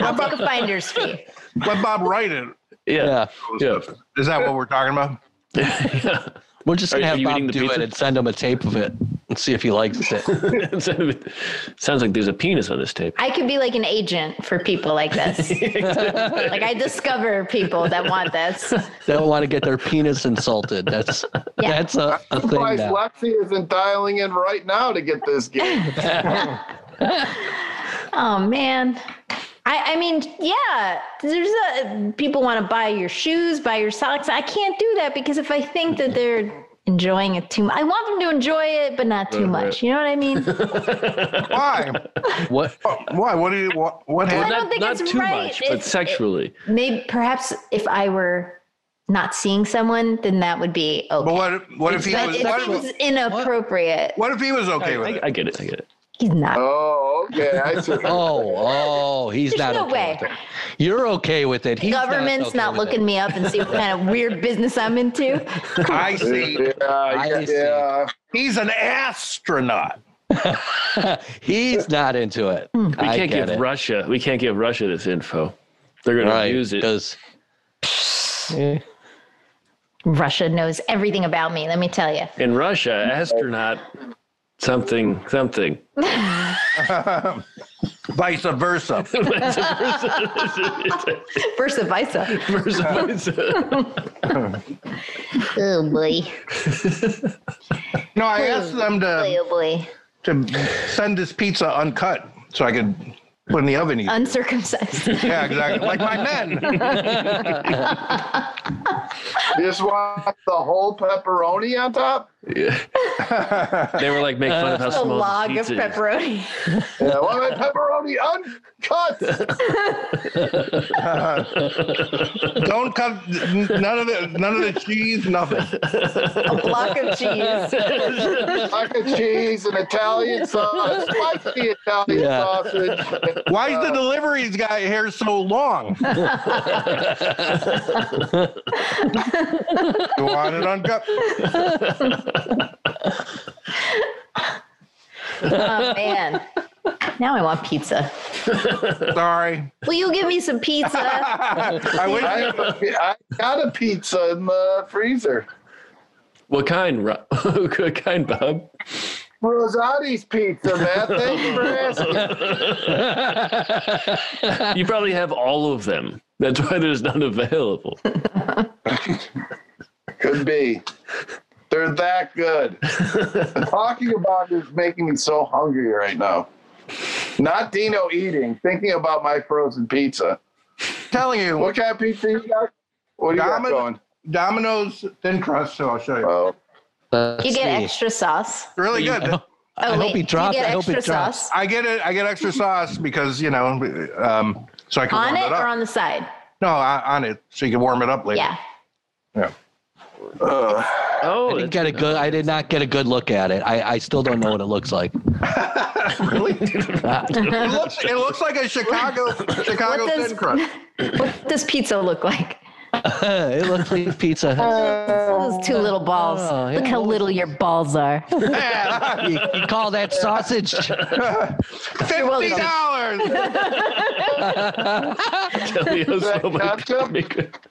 Speaker 5: I'll take a finder's fee.
Speaker 3: let Bob write it.
Speaker 6: yeah,
Speaker 4: yeah,
Speaker 6: yeah.
Speaker 3: Is that what we're talking about?
Speaker 4: we're just gonna
Speaker 6: Are
Speaker 4: have
Speaker 6: you eating
Speaker 4: Bob
Speaker 6: the
Speaker 4: do it
Speaker 6: pizza?
Speaker 4: and send him a tape of it and see if he likes it.
Speaker 6: Sounds like there's a penis on this tape.
Speaker 5: I could be like an agent for people like this. like I discover people that want this.
Speaker 4: They don't want to get their penis insulted. That's
Speaker 5: Yeah.
Speaker 4: that's a, a thing
Speaker 1: Surprised
Speaker 4: now.
Speaker 1: Lexi isn't dialing in right now to get this game.
Speaker 5: Oh man. I, I mean, yeah, there's a, people want to buy your shoes, buy your socks. I can't do that because if I think that they're enjoying it too much, I want them to enjoy it, but not too much. You know what I mean?
Speaker 3: Why? Oh,
Speaker 4: What
Speaker 3: Why? What do you? What, what
Speaker 5: I
Speaker 3: happened?
Speaker 5: don't think
Speaker 6: not
Speaker 5: it's
Speaker 6: too
Speaker 5: right.
Speaker 6: much,
Speaker 5: It-
Speaker 6: but sexually.
Speaker 5: Maybe perhaps if I were not seeing someone, then that would be okay.
Speaker 3: But what? What if he
Speaker 5: But
Speaker 3: was?
Speaker 5: if
Speaker 3: What
Speaker 5: it
Speaker 3: if,
Speaker 5: was inappropriate,
Speaker 3: what if he was
Speaker 6: I,
Speaker 3: okay with
Speaker 6: I,
Speaker 3: it?
Speaker 6: I get it. I get it.
Speaker 5: he's not.
Speaker 1: Oh, okay. I see.
Speaker 4: Oh, oh, he's
Speaker 5: There's
Speaker 4: not
Speaker 5: no
Speaker 4: okay
Speaker 5: way.
Speaker 4: with it. You're okay with it. He's
Speaker 5: Government's
Speaker 4: okay
Speaker 5: not,
Speaker 4: with
Speaker 5: looking
Speaker 4: It.
Speaker 5: me up and see what kind of weird business I'm into.
Speaker 3: I see.
Speaker 1: Yeah,
Speaker 4: I
Speaker 1: yeah,
Speaker 4: see.
Speaker 1: yeah.
Speaker 3: He's an astronaut.
Speaker 4: He's not into it.
Speaker 6: Hmm. We
Speaker 4: I
Speaker 6: can't
Speaker 4: get
Speaker 6: give
Speaker 4: it.
Speaker 6: Russia. We can't give Russia this info. They're going to
Speaker 4: right,
Speaker 6: use it.
Speaker 4: because
Speaker 5: Russia knows everything about me. Let me tell you.
Speaker 6: In Russia, astronaut something something.
Speaker 3: Vice versa.
Speaker 5: Versa
Speaker 4: uh,
Speaker 5: visa.
Speaker 6: uh,
Speaker 5: Oh boy.
Speaker 3: No, I asked them
Speaker 4: um,
Speaker 5: Boy,
Speaker 3: to
Speaker 5: oh boy.
Speaker 3: to send this pizza uncut so I could put in the oven. eat.
Speaker 5: Uncircumcised.
Speaker 3: Yeah, exactly. Like my men.
Speaker 1: You just want the whole pepperoni on top?
Speaker 6: they were like make fun of how
Speaker 5: Uh, A
Speaker 6: small this
Speaker 5: log of
Speaker 6: pizza is.
Speaker 5: pepperoni.
Speaker 1: Yeah, I want my pepperoni uncut.
Speaker 3: Don't cut none of the none of the cheese. Nothing.
Speaker 5: A block of cheese.
Speaker 1: Like a cheese and Italian sauce, spicy Italian
Speaker 4: Yeah.
Speaker 1: sausage.
Speaker 3: Why is the deliveries guy hair so long? you want it uncut?
Speaker 5: Oh man. Now I want pizza.
Speaker 3: Sorry.
Speaker 5: Will you give me some pizza?
Speaker 3: I wish
Speaker 1: I, have a- I got a pizza in the freezer.
Speaker 6: What kind, Ro- what kind, Bob?
Speaker 1: Rosati's pizza, man. Thanks for asking.
Speaker 6: You probably have all of them. That's why there's none available.
Speaker 1: Could be. They're that good. Talking about this is making me so hungry right now. Not Dino eating, thinking about my frozen pizza.
Speaker 3: telling you,
Speaker 1: What kind of pizza you got? What do you got
Speaker 3: Domino-
Speaker 1: going?
Speaker 3: Domino's thin crust. So I'll show you.
Speaker 1: Oh.
Speaker 4: uh,
Speaker 5: you
Speaker 4: let's
Speaker 5: get
Speaker 4: see.
Speaker 5: extra sauce.
Speaker 3: Really good.
Speaker 5: Oh,
Speaker 4: I hope
Speaker 5: wait.
Speaker 4: he
Speaker 5: you
Speaker 4: dropped-
Speaker 5: get
Speaker 4: I hope he
Speaker 5: extra
Speaker 4: dropped.
Speaker 5: sauce
Speaker 3: I get it. I get extra sauce because you know, um, so I can
Speaker 5: on
Speaker 3: warm it,
Speaker 5: it
Speaker 3: up.
Speaker 5: or on the side.
Speaker 3: no, on on it, so you can warm it up later.
Speaker 5: Yeah.
Speaker 4: I
Speaker 6: Oh,
Speaker 4: didn't
Speaker 6: that's-
Speaker 4: get a good. I did not get a good look at it. I, I still don't know what it looks like.
Speaker 3: It looks it looks like a Chicago Chicago
Speaker 5: What does-
Speaker 3: thin crust.
Speaker 5: What does pizza look like?
Speaker 4: it looks like Pizza
Speaker 5: Oh.
Speaker 4: Hut.
Speaker 5: Those two little balls.
Speaker 4: Oh, yeah.
Speaker 5: Look how little your balls are.
Speaker 4: you, you call that sausage?
Speaker 3: Fifty dollars.
Speaker 6: Leo's
Speaker 1: that
Speaker 6: so much-
Speaker 1: ketchup?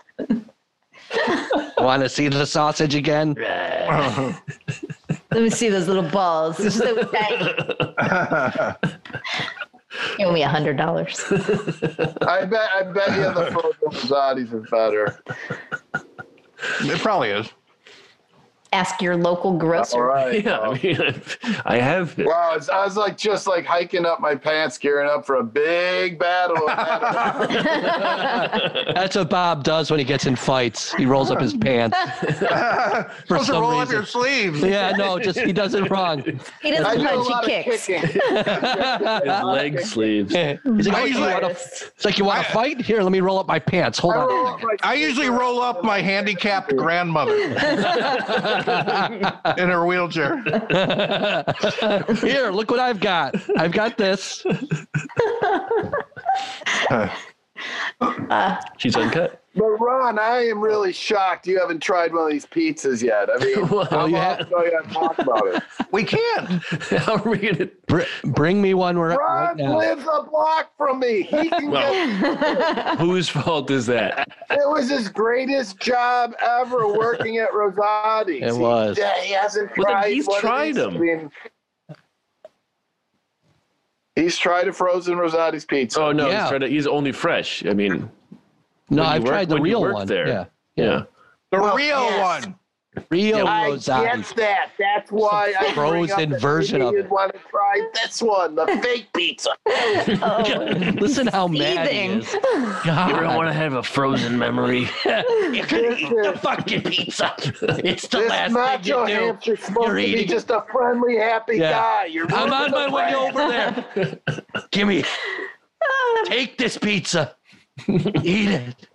Speaker 4: Want to see the sausage again?
Speaker 5: Let me see those little balls. They're so tiny. Give me a hundred dollars.
Speaker 1: I bet I bet you the photo Zotti's is better.
Speaker 3: it probably is.
Speaker 5: Ask your local
Speaker 1: All
Speaker 5: grocer.
Speaker 1: right.
Speaker 6: Yeah, I mean, I have.
Speaker 1: Wow, it's, I was like just like hiking up my pants, gearing up for a big battle.
Speaker 4: That's what Bob does when he gets in fights. He rolls up his pants. For
Speaker 3: Supposed to
Speaker 4: some
Speaker 3: roll up
Speaker 4: reason.
Speaker 3: your sleeves.
Speaker 4: Yeah, no, just he does it wrong.
Speaker 5: He doesn't
Speaker 1: I do a
Speaker 5: punch,
Speaker 1: lot
Speaker 5: he
Speaker 1: of
Speaker 5: kicks.
Speaker 1: kicking.
Speaker 6: His leg sleeves.
Speaker 4: He's like, "Oh, you wanna-" it's like you want to fight? Here, let me roll up my pants. Hold
Speaker 1: I
Speaker 4: on.
Speaker 1: roll up my-
Speaker 3: I usually roll up my handicapped grandmother in her wheelchair.
Speaker 4: Here, look what I've got. I've got this.
Speaker 6: She's uncut.
Speaker 1: But Ron, I am really shocked you haven't tried one of these pizzas yet. I mean, how long
Speaker 4: you have-
Speaker 1: ago you haven't talked about it?
Speaker 3: We can't.
Speaker 6: How are we gonna?
Speaker 4: Br- bring me one right, right
Speaker 1: Ron
Speaker 4: now.
Speaker 1: lives a block from me. He can
Speaker 6: Well,
Speaker 1: get,
Speaker 6: whose fault is that?
Speaker 1: it was his greatest job ever working at Rosati's.
Speaker 4: It was.
Speaker 1: He, yeah, he hasn't
Speaker 6: Well, then
Speaker 1: tried.
Speaker 6: he's
Speaker 1: one of
Speaker 6: tried
Speaker 1: these.
Speaker 6: 'em.
Speaker 1: I mean, he's tried a frozen Rosati's pizza.
Speaker 6: Oh no,
Speaker 4: Yeah.
Speaker 6: he's, trying to, he's only fresh. I mean,
Speaker 4: No,
Speaker 6: when you
Speaker 4: I've
Speaker 6: work-
Speaker 4: tried the
Speaker 6: when you
Speaker 4: real
Speaker 6: work
Speaker 4: one.
Speaker 6: there.
Speaker 4: Yeah.
Speaker 6: yeah.
Speaker 3: The
Speaker 1: Well,
Speaker 3: real
Speaker 1: yes.
Speaker 3: one.
Speaker 4: Real
Speaker 1: I
Speaker 4: Rosati.
Speaker 1: get that. That's why I bring up
Speaker 4: frozen
Speaker 1: that
Speaker 4: version
Speaker 1: maybe
Speaker 4: of
Speaker 1: you'd
Speaker 4: it.
Speaker 1: want to try this one, the fake pizza.
Speaker 4: Listen how mad he
Speaker 5: Seething.
Speaker 4: is. God.
Speaker 6: to have a frozen memory.
Speaker 10: Ah, You could eat the fucking pizza. It's the
Speaker 1: This
Speaker 10: last thing
Speaker 1: nacho
Speaker 10: you do.
Speaker 1: hamster's supposed
Speaker 10: You're
Speaker 1: to be
Speaker 10: eating-
Speaker 1: just a friendly, happy
Speaker 4: Yeah.
Speaker 1: guy. You're
Speaker 10: I'm on
Speaker 1: ruining
Speaker 10: my
Speaker 1: the
Speaker 10: way
Speaker 1: brand.
Speaker 10: over there. Give me. Take this pizza. Eat it.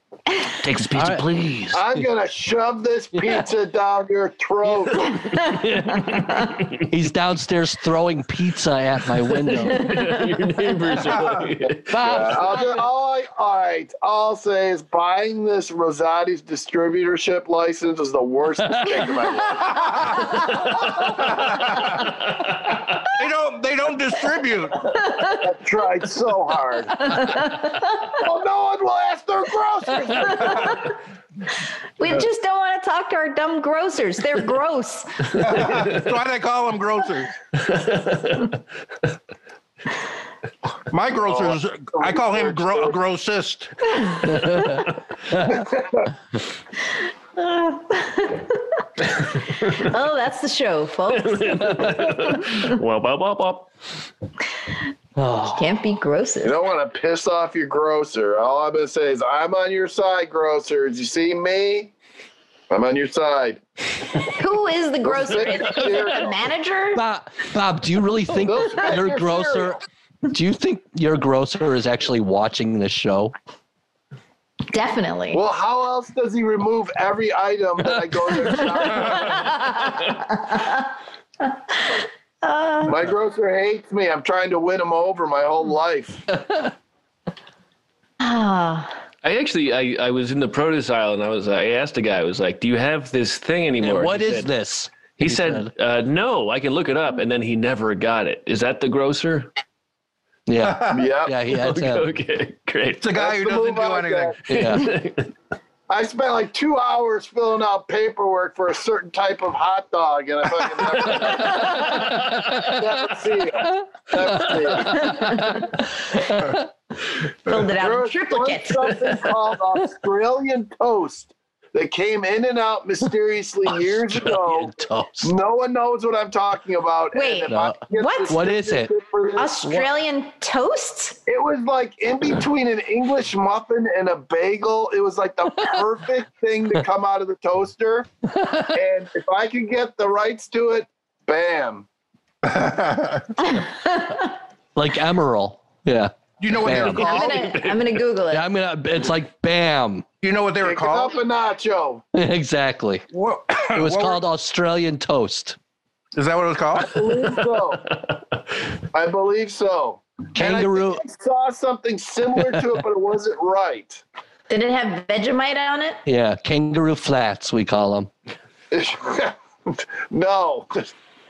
Speaker 10: Take this pizza,
Speaker 4: All right.
Speaker 10: please.
Speaker 1: I'm gonna shove this pizza down your throat.
Speaker 4: He's downstairs throwing pizza at my window.
Speaker 6: Your neighbors are.
Speaker 4: Bob,
Speaker 1: I'll do, all, I, all right, all I'll say is buying this Rosati's distributorship license is the worst mistake of my life.
Speaker 3: They don't. They don't distribute.
Speaker 1: I tried so hard. well, no one will ask their groceries.
Speaker 5: Oh, We just don't want to talk to our dumb grocers. They're gross.
Speaker 3: That's why they call them grocers. My
Speaker 1: Oh.
Speaker 3: grocers. I call him gro- a grossist.
Speaker 5: Oh, that's the show, folks.
Speaker 6: Well, bop, bop, bop.
Speaker 5: Can't be grosses.
Speaker 1: You don't want to piss off your grocer. All I'm gonna say is I'm on your side, grocers. You see me? I'm on your side.
Speaker 5: Who is the grocer? Is,
Speaker 1: They'll
Speaker 5: is
Speaker 1: fit your
Speaker 5: it the
Speaker 1: cereal.
Speaker 5: manager?
Speaker 4: Bob, Bob, do you really think
Speaker 1: Those guys
Speaker 4: your
Speaker 1: are
Speaker 4: grocer? Do you think your grocer is actually watching this show?
Speaker 5: Definitely.
Speaker 1: Well, how else does he remove every item that I go to? the shop
Speaker 5: Ah,
Speaker 1: with? My grocer hates me. I'm trying to win him over my whole life.
Speaker 5: Ah,
Speaker 6: I actually, I, I was in the produce aisle and I was, I asked the guy, I was like, "Do you have this thing anymore?"
Speaker 4: What
Speaker 6: He
Speaker 4: is
Speaker 6: said-
Speaker 4: this?
Speaker 6: He said, uh, "No, I can look it up." And then he never got it. Is that the grocer?
Speaker 4: Yeah,
Speaker 1: Yep.
Speaker 4: yeah, he that's him.
Speaker 6: Okay, great.
Speaker 3: It's a guy
Speaker 1: That's
Speaker 3: who
Speaker 1: the
Speaker 3: doesn't
Speaker 1: move
Speaker 3: do
Speaker 1: I
Speaker 3: anything.
Speaker 4: Yeah.
Speaker 1: I spent like two hours filling out paperwork for a certain type of hot dog, and I fucking never, never see it. Never see it.
Speaker 5: filled it out in
Speaker 1: There's
Speaker 5: triplicate.
Speaker 1: something called Australian toast that came in and out mysteriously years ago.
Speaker 4: Toast.
Speaker 1: No one knows what I'm talking about. and
Speaker 5: Wait.
Speaker 1: if I
Speaker 4: No.
Speaker 1: could get
Speaker 5: What?
Speaker 1: the
Speaker 4: What is it?
Speaker 1: certificate for this-
Speaker 5: Australian toast?
Speaker 1: It was like in between an English muffin and a bagel. It was like the perfect thing to come out of the toaster. And if I could get the rights to it, bam.
Speaker 4: Like Emerald. Yeah.
Speaker 3: You know what they were
Speaker 4: Bam.
Speaker 5: I'm
Speaker 3: called?
Speaker 5: gonna I'm gonna Google it.
Speaker 4: Yeah, I'm gonna it's like bam.
Speaker 3: You know what they were
Speaker 1: Pick it up
Speaker 3: called?
Speaker 1: a nacho.
Speaker 4: exactly.
Speaker 3: Uh, What,
Speaker 4: It was called Australian toast.
Speaker 3: Is that what it was called?
Speaker 1: I believe so. I believe so. And I
Speaker 4: Kangaroo
Speaker 1: think I saw something similar to it, but it wasn't right.
Speaker 5: Did it have Vegemite on it?
Speaker 4: Yeah, kangaroo flats we call them.
Speaker 1: no,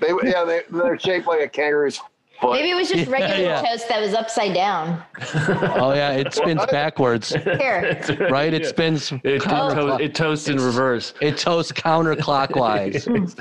Speaker 1: they yeah they they're shaped like a kangaroo's foot.
Speaker 5: Maybe it was just
Speaker 4: Yeah,
Speaker 5: regular
Speaker 4: yeah.
Speaker 5: toast that was upside down.
Speaker 4: Oh yeah, it spins backwards,
Speaker 5: Here.
Speaker 4: right? It spins.
Speaker 6: It, to-
Speaker 4: counterclock-
Speaker 6: it toasts in reverse.
Speaker 4: it toasts counterclockwise.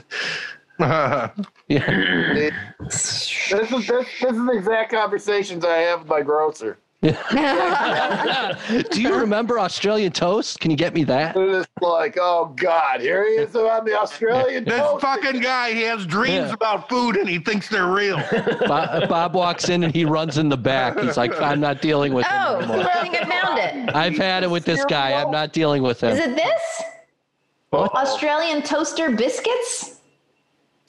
Speaker 4: yeah.
Speaker 1: This is this, this is the exact conversations I have with my grocer.
Speaker 5: Oh,
Speaker 4: Do you remember Australian toast? Can you get me that?
Speaker 1: They're just like, oh God, here he is on the Australian
Speaker 3: This
Speaker 1: toast.
Speaker 3: fucking guy, he has dreams
Speaker 4: Yeah.
Speaker 3: about food and he thinks they're real.
Speaker 4: Bob, Bob walks in and he runs in the back. He's like, I'm not dealing with him
Speaker 5: Oh,
Speaker 4: anymore.
Speaker 5: I think I found it.
Speaker 4: I've had it with this guy. I'm not dealing with
Speaker 5: Is
Speaker 4: him.
Speaker 5: it this? Australian toaster biscuits?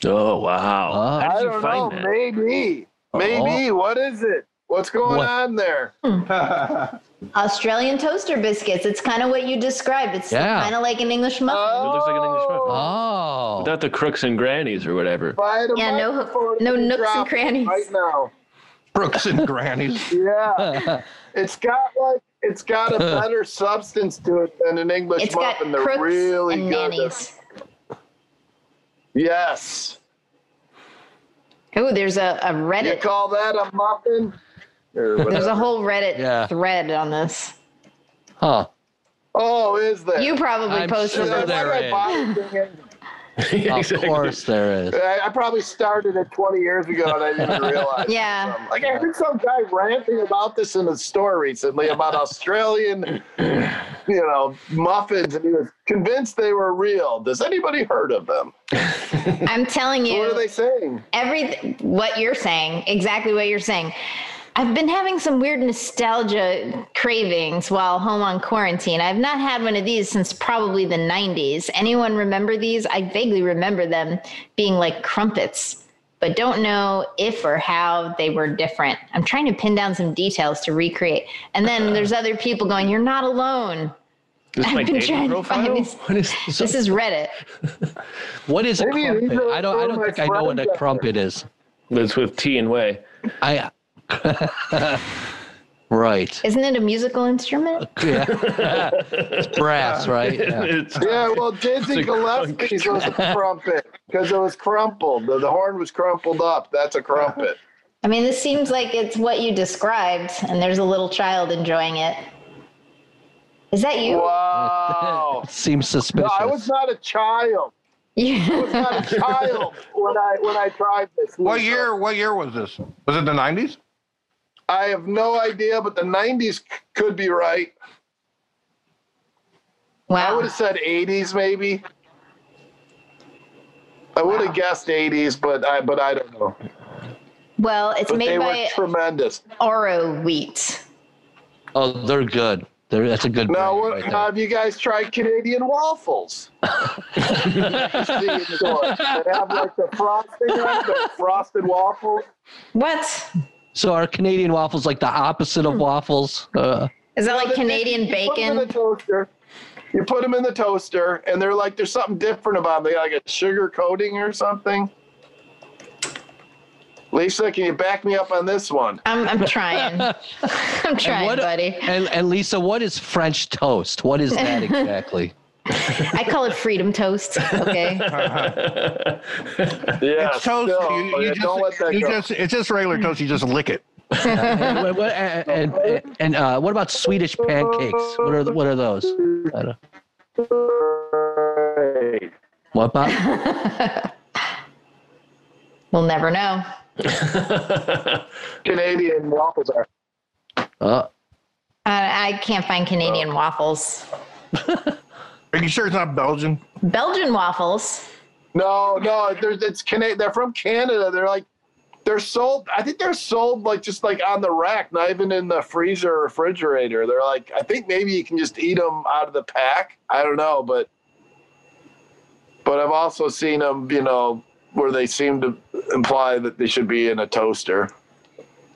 Speaker 6: Oh wow! How
Speaker 4: Oh.
Speaker 6: did
Speaker 1: I
Speaker 6: you
Speaker 1: don't know.
Speaker 6: find that?
Speaker 1: Maybe,
Speaker 6: Oh.
Speaker 1: maybe. What is it? What's going
Speaker 4: What?
Speaker 1: on there?
Speaker 5: Australian toaster biscuits. It's kind of what you described. It's
Speaker 4: Yeah.
Speaker 5: kind of like an English muffin.
Speaker 6: It looks like an English muffin.
Speaker 4: Oh,
Speaker 6: Without the crooks and grannies or whatever.
Speaker 1: Buy it a
Speaker 5: Yeah, no-
Speaker 1: microphone
Speaker 5: no
Speaker 1: and
Speaker 5: nooks and
Speaker 1: drop it
Speaker 5: crannies.
Speaker 1: right now.
Speaker 3: Brooks and grannies.
Speaker 1: Yeah, it's got like it's got a better substance to it than an English
Speaker 5: It's got
Speaker 1: muffin. They're
Speaker 5: crooks
Speaker 1: really
Speaker 5: and
Speaker 1: good.
Speaker 5: nannies.
Speaker 1: Yes,
Speaker 5: Oh, there's a, a
Speaker 1: you
Speaker 5: Reddit.
Speaker 1: call that a muffin? Or
Speaker 5: There's
Speaker 1: whatever.
Speaker 5: a whole Reddit
Speaker 4: Yeah.
Speaker 5: thread on this.
Speaker 4: huh.
Speaker 1: oh, is there?
Speaker 5: You probably
Speaker 4: I'm
Speaker 5: posted
Speaker 4: sure
Speaker 5: it.
Speaker 4: that-
Speaker 1: Why do I
Speaker 4: is.
Speaker 1: bother doing it?
Speaker 4: Of course there is.
Speaker 1: I, I probably started it 20 years ago and I didn't realize. it.
Speaker 5: Yeah.
Speaker 1: Like I heard some guy ranting about this in a store recently about Australian, you know, muffins, and he was convinced they were real. Does anybody heard of them?
Speaker 5: I'm telling you.
Speaker 1: What are they saying?
Speaker 5: everything what you're saying exactly what you're saying i've been having some weird nostalgia cravings while home on quarantine i've not had one of these since probably the 90s anyone remember these i vaguely remember them being like crumpets but don't know if or how they were different i'm trying to pin down some details to recreate and then there's other people going you're not alone
Speaker 6: This is
Speaker 5: I've
Speaker 6: my
Speaker 5: been
Speaker 6: dating
Speaker 5: trying to
Speaker 6: profile.
Speaker 5: find this-
Speaker 6: What is this?
Speaker 5: this is reddit
Speaker 4: What is a
Speaker 1: Maybe these
Speaker 4: crumpet?
Speaker 1: are
Speaker 4: I don't. I don't
Speaker 1: my
Speaker 4: think I know what a
Speaker 1: friends out
Speaker 4: crumpet is.
Speaker 6: It's with T and Way.
Speaker 4: I. right.
Speaker 5: isn't it a musical instrument
Speaker 4: Yeah. it's brass, right? Yeah.
Speaker 6: It's
Speaker 1: Yeah, well, Dizzy
Speaker 6: It's a crunk.
Speaker 1: Gillespie's was a crumpet because it was crumpled. The, the horn was crumpled up. That's a crumpet.
Speaker 5: I mean, this seems like it's what you described, and there's a little child enjoying it. Is that you?
Speaker 1: Wow.
Speaker 4: Seems
Speaker 1: No,
Speaker 4: suspicious.
Speaker 1: I was not a child. I
Speaker 5: Yeah.
Speaker 1: was not a child when I when I tried this.
Speaker 3: What year? What year was this? Was it the nineties?
Speaker 1: I have no idea, but the '90s c- could be right. I would
Speaker 5: wow.
Speaker 1: have said '80s, maybe. I would have guessed '80s, but I but I don't know.
Speaker 5: Well, it's
Speaker 1: But they
Speaker 5: made
Speaker 1: were
Speaker 5: by
Speaker 1: tremendous.
Speaker 5: Oro wheat.
Speaker 4: oh, they're good. They're, that's a good.
Speaker 1: Now,
Speaker 4: brand
Speaker 1: what,
Speaker 4: right there.
Speaker 1: have you guys tried Canadian waffles? You see in the store. They have like the frosting on them, frosted waffles.
Speaker 5: What?
Speaker 4: so are Canadian waffles like the opposite
Speaker 1: Hmm.
Speaker 4: of waffles? Uh,
Speaker 5: Is that like Canadian
Speaker 1: You put 'em in
Speaker 5: bacon?
Speaker 1: the toaster. You put them in the toaster, and they're like there's something different about them. They got like a sugar coating or something. Lisa, can you back me up on this one?
Speaker 5: I'm, I'm trying. I'm trying,
Speaker 4: what-
Speaker 5: buddy.
Speaker 4: and, and Lisa, what is French toast? What is that exactly?
Speaker 5: I call it freedom toast. Okay.
Speaker 1: Yeah,
Speaker 3: It's toast.
Speaker 1: still,
Speaker 3: you, you
Speaker 1: yeah,
Speaker 3: just,
Speaker 1: don't let that
Speaker 3: you
Speaker 1: go.
Speaker 3: just, it's just regular toast. You just lick it.
Speaker 4: and what- what- and, and, and, uh, what about Swedish pancakes? What are the, what are those? I don't- What about?
Speaker 5: We'll never know.
Speaker 1: Canadian waffles are.
Speaker 4: Uh,
Speaker 5: I, I can't find Canadian waffles.
Speaker 3: Are you sure it's not Belgian?
Speaker 5: Belgian waffles.
Speaker 1: No, no, there's it's Canadian. They're from Canada. They're like they're sold. I think they're sold like just like on the rack, not even in the freezer or refrigerator. They're like I think maybe you can just eat them out of the pack. I don't know, but but I've also seen them, you know, where they seem to imply that they should be in a toaster.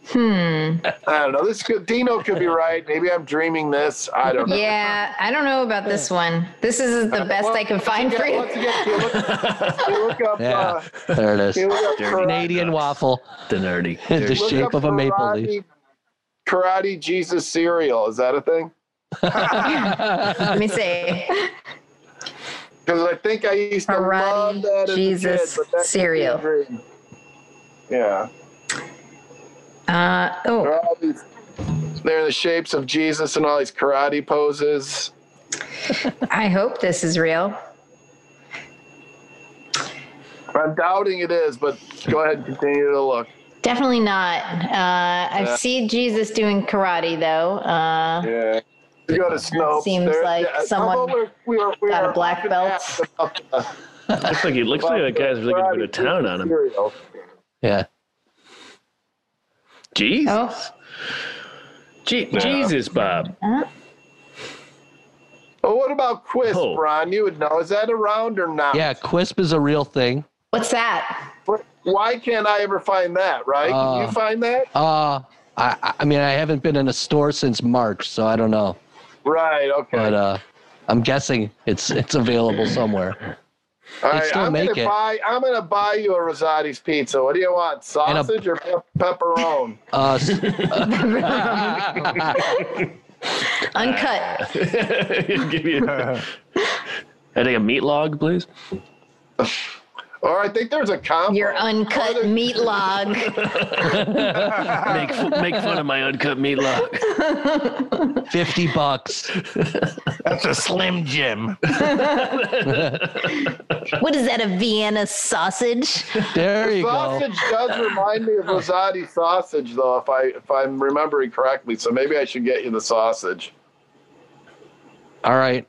Speaker 5: Hmm.
Speaker 1: I don't know. This could Dino could be right. Maybe I'm dreaming this. I don't know.
Speaker 5: Yeah, I don't know about this one. This is the best I can find for
Speaker 1: Once
Speaker 5: you.
Speaker 1: again, if you look, you look up.
Speaker 4: yeah,
Speaker 1: Uh,
Speaker 4: there it is.
Speaker 1: you look up karate-
Speaker 4: Canadian waffle,
Speaker 6: the nerdy.
Speaker 4: the
Speaker 1: look
Speaker 4: shape
Speaker 1: up
Speaker 4: of a maple
Speaker 1: karate-
Speaker 4: leaf.
Speaker 1: Karate Jesus cereal is that a thing?
Speaker 5: Let me see.
Speaker 1: Because I think I used to love
Speaker 5: Karate
Speaker 1: that as
Speaker 5: Jesus
Speaker 1: a kid, but that
Speaker 5: cereal.
Speaker 1: could be a dream. Yeah.
Speaker 5: Uh, oh,
Speaker 1: They're all these. They're the shapes of Jesus and all these karate poses.
Speaker 5: I hope this is real.
Speaker 1: I'm doubting it is, but go ahead, and continue to look.
Speaker 5: Definitely not. Uh, I've
Speaker 1: Yeah.
Speaker 5: seen Jesus doing karate though. Uh,
Speaker 1: Yeah. You go to Snopes.
Speaker 5: Seems
Speaker 1: there-
Speaker 5: like
Speaker 1: yeah,
Speaker 5: someone
Speaker 1: although we're- we are- we
Speaker 5: got a
Speaker 1: are
Speaker 5: black
Speaker 1: often
Speaker 5: belt.
Speaker 1: asked about the-
Speaker 6: Looks like he looks like that guy's really going to go to town on him.
Speaker 1: cereal.
Speaker 4: Yeah.
Speaker 6: Jesus.
Speaker 5: Oh.
Speaker 6: Je- Jesus, Bob.
Speaker 1: Well, what about Quisp,
Speaker 6: Oh.
Speaker 1: Ron? You would know. Is that around or not?
Speaker 4: Yeah, Quisp is a real thing.
Speaker 5: What's that?
Speaker 1: But Why can't I ever find that, right? Can
Speaker 4: Uh.
Speaker 1: you find that?
Speaker 4: Uh I I- I mean I haven't been in a store since March, so I don't know.
Speaker 1: Right, okay.
Speaker 4: But uh I'm guessing it's it's available somewhere.
Speaker 1: All
Speaker 4: they
Speaker 1: right,
Speaker 4: still
Speaker 1: I'm
Speaker 4: make
Speaker 1: gonna
Speaker 4: it.
Speaker 1: buy. I'm gonna buy you a Rosati's pizza. What do you want,
Speaker 4: And a-
Speaker 1: sausage or pep- pepperoni?
Speaker 4: Uh, s-
Speaker 5: Uncut.
Speaker 6: Give you- I think a meat log, please.
Speaker 1: or I think there's a combo.
Speaker 5: Your uncut meat log.
Speaker 6: Make f- make fun of my uncut meat log.
Speaker 4: 50 bucks.
Speaker 3: That's a slim Jim.
Speaker 5: What is that? A Vienna sausage?
Speaker 4: There you go.
Speaker 1: sausage does remind me of Rosati sausage, though, if I if I'm remembering correctly. So maybe I should get you the sausage.
Speaker 4: All right.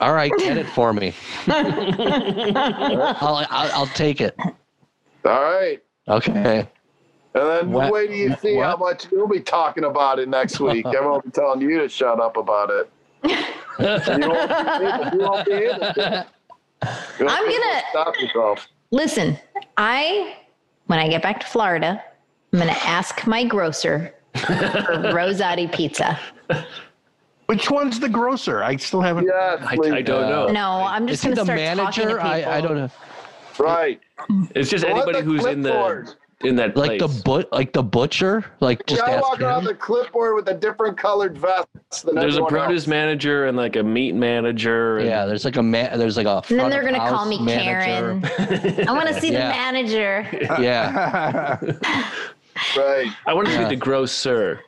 Speaker 4: All right, get it for me. I'll, I'll I'll take it.
Speaker 1: All right.
Speaker 4: Okay.
Speaker 1: And then
Speaker 4: What-
Speaker 1: wait till you see how much you'll be talking about it next week. I won't be telling you to shut up about it. you, won't be able, you won't be able to. You'll
Speaker 5: I'm
Speaker 1: be able
Speaker 5: gonna-
Speaker 1: to stop yourself.
Speaker 5: Listen, I when I get back to Florida, I'm gonna ask my grocer for Rosati pizza.
Speaker 3: Which one's the grocer? I still haven't.
Speaker 1: Yes,
Speaker 6: I,
Speaker 1: please.
Speaker 6: I don't know.
Speaker 5: No, I'm
Speaker 4: Oh, Is
Speaker 5: just
Speaker 4: he the
Speaker 5: gonna start talking to
Speaker 4: manager?
Speaker 5: people.
Speaker 4: I, I don't know.
Speaker 1: Right.
Speaker 6: It's just
Speaker 1: Well,
Speaker 6: anybody
Speaker 1: the
Speaker 6: who's in the
Speaker 1: clipboard.
Speaker 6: in that
Speaker 4: Like the
Speaker 6: place.
Speaker 4: but like the butcher? Like
Speaker 1: You
Speaker 4: just
Speaker 1: gotta
Speaker 4: ask
Speaker 1: walk around
Speaker 4: him.
Speaker 1: the clipboard with a different colored vest than
Speaker 6: There's a
Speaker 1: everyone
Speaker 6: produce
Speaker 1: else.
Speaker 6: manager and like a meat manager. And
Speaker 4: Yeah, there's like a man there's like a
Speaker 5: And then
Speaker 4: front
Speaker 5: they're
Speaker 4: of
Speaker 5: gonna call
Speaker 4: house
Speaker 5: me
Speaker 4: manager.
Speaker 5: Karen. I want to see
Speaker 4: Yeah.
Speaker 5: the manager.
Speaker 4: Yeah.
Speaker 1: Right.
Speaker 6: I want to
Speaker 4: Yeah.
Speaker 6: see the grocer.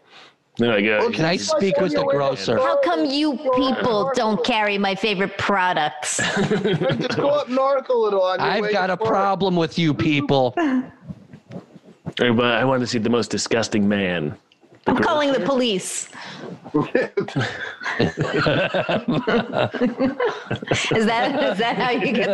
Speaker 6: Then I go.
Speaker 4: Can I
Speaker 1: It's
Speaker 4: speak
Speaker 1: when
Speaker 4: with
Speaker 1: you're
Speaker 4: the
Speaker 1: in
Speaker 4: grocer?
Speaker 1: store,
Speaker 5: How come you people don't
Speaker 1: north
Speaker 5: carry my favorite products?
Speaker 1: a little. Just go up north a little. On your
Speaker 4: I've
Speaker 1: way
Speaker 4: got
Speaker 1: to
Speaker 4: a
Speaker 1: work.
Speaker 4: problem with you people.
Speaker 6: "Hey, but I want to see the most disgusting man.
Speaker 5: I'm calling the police. Is that is that how you get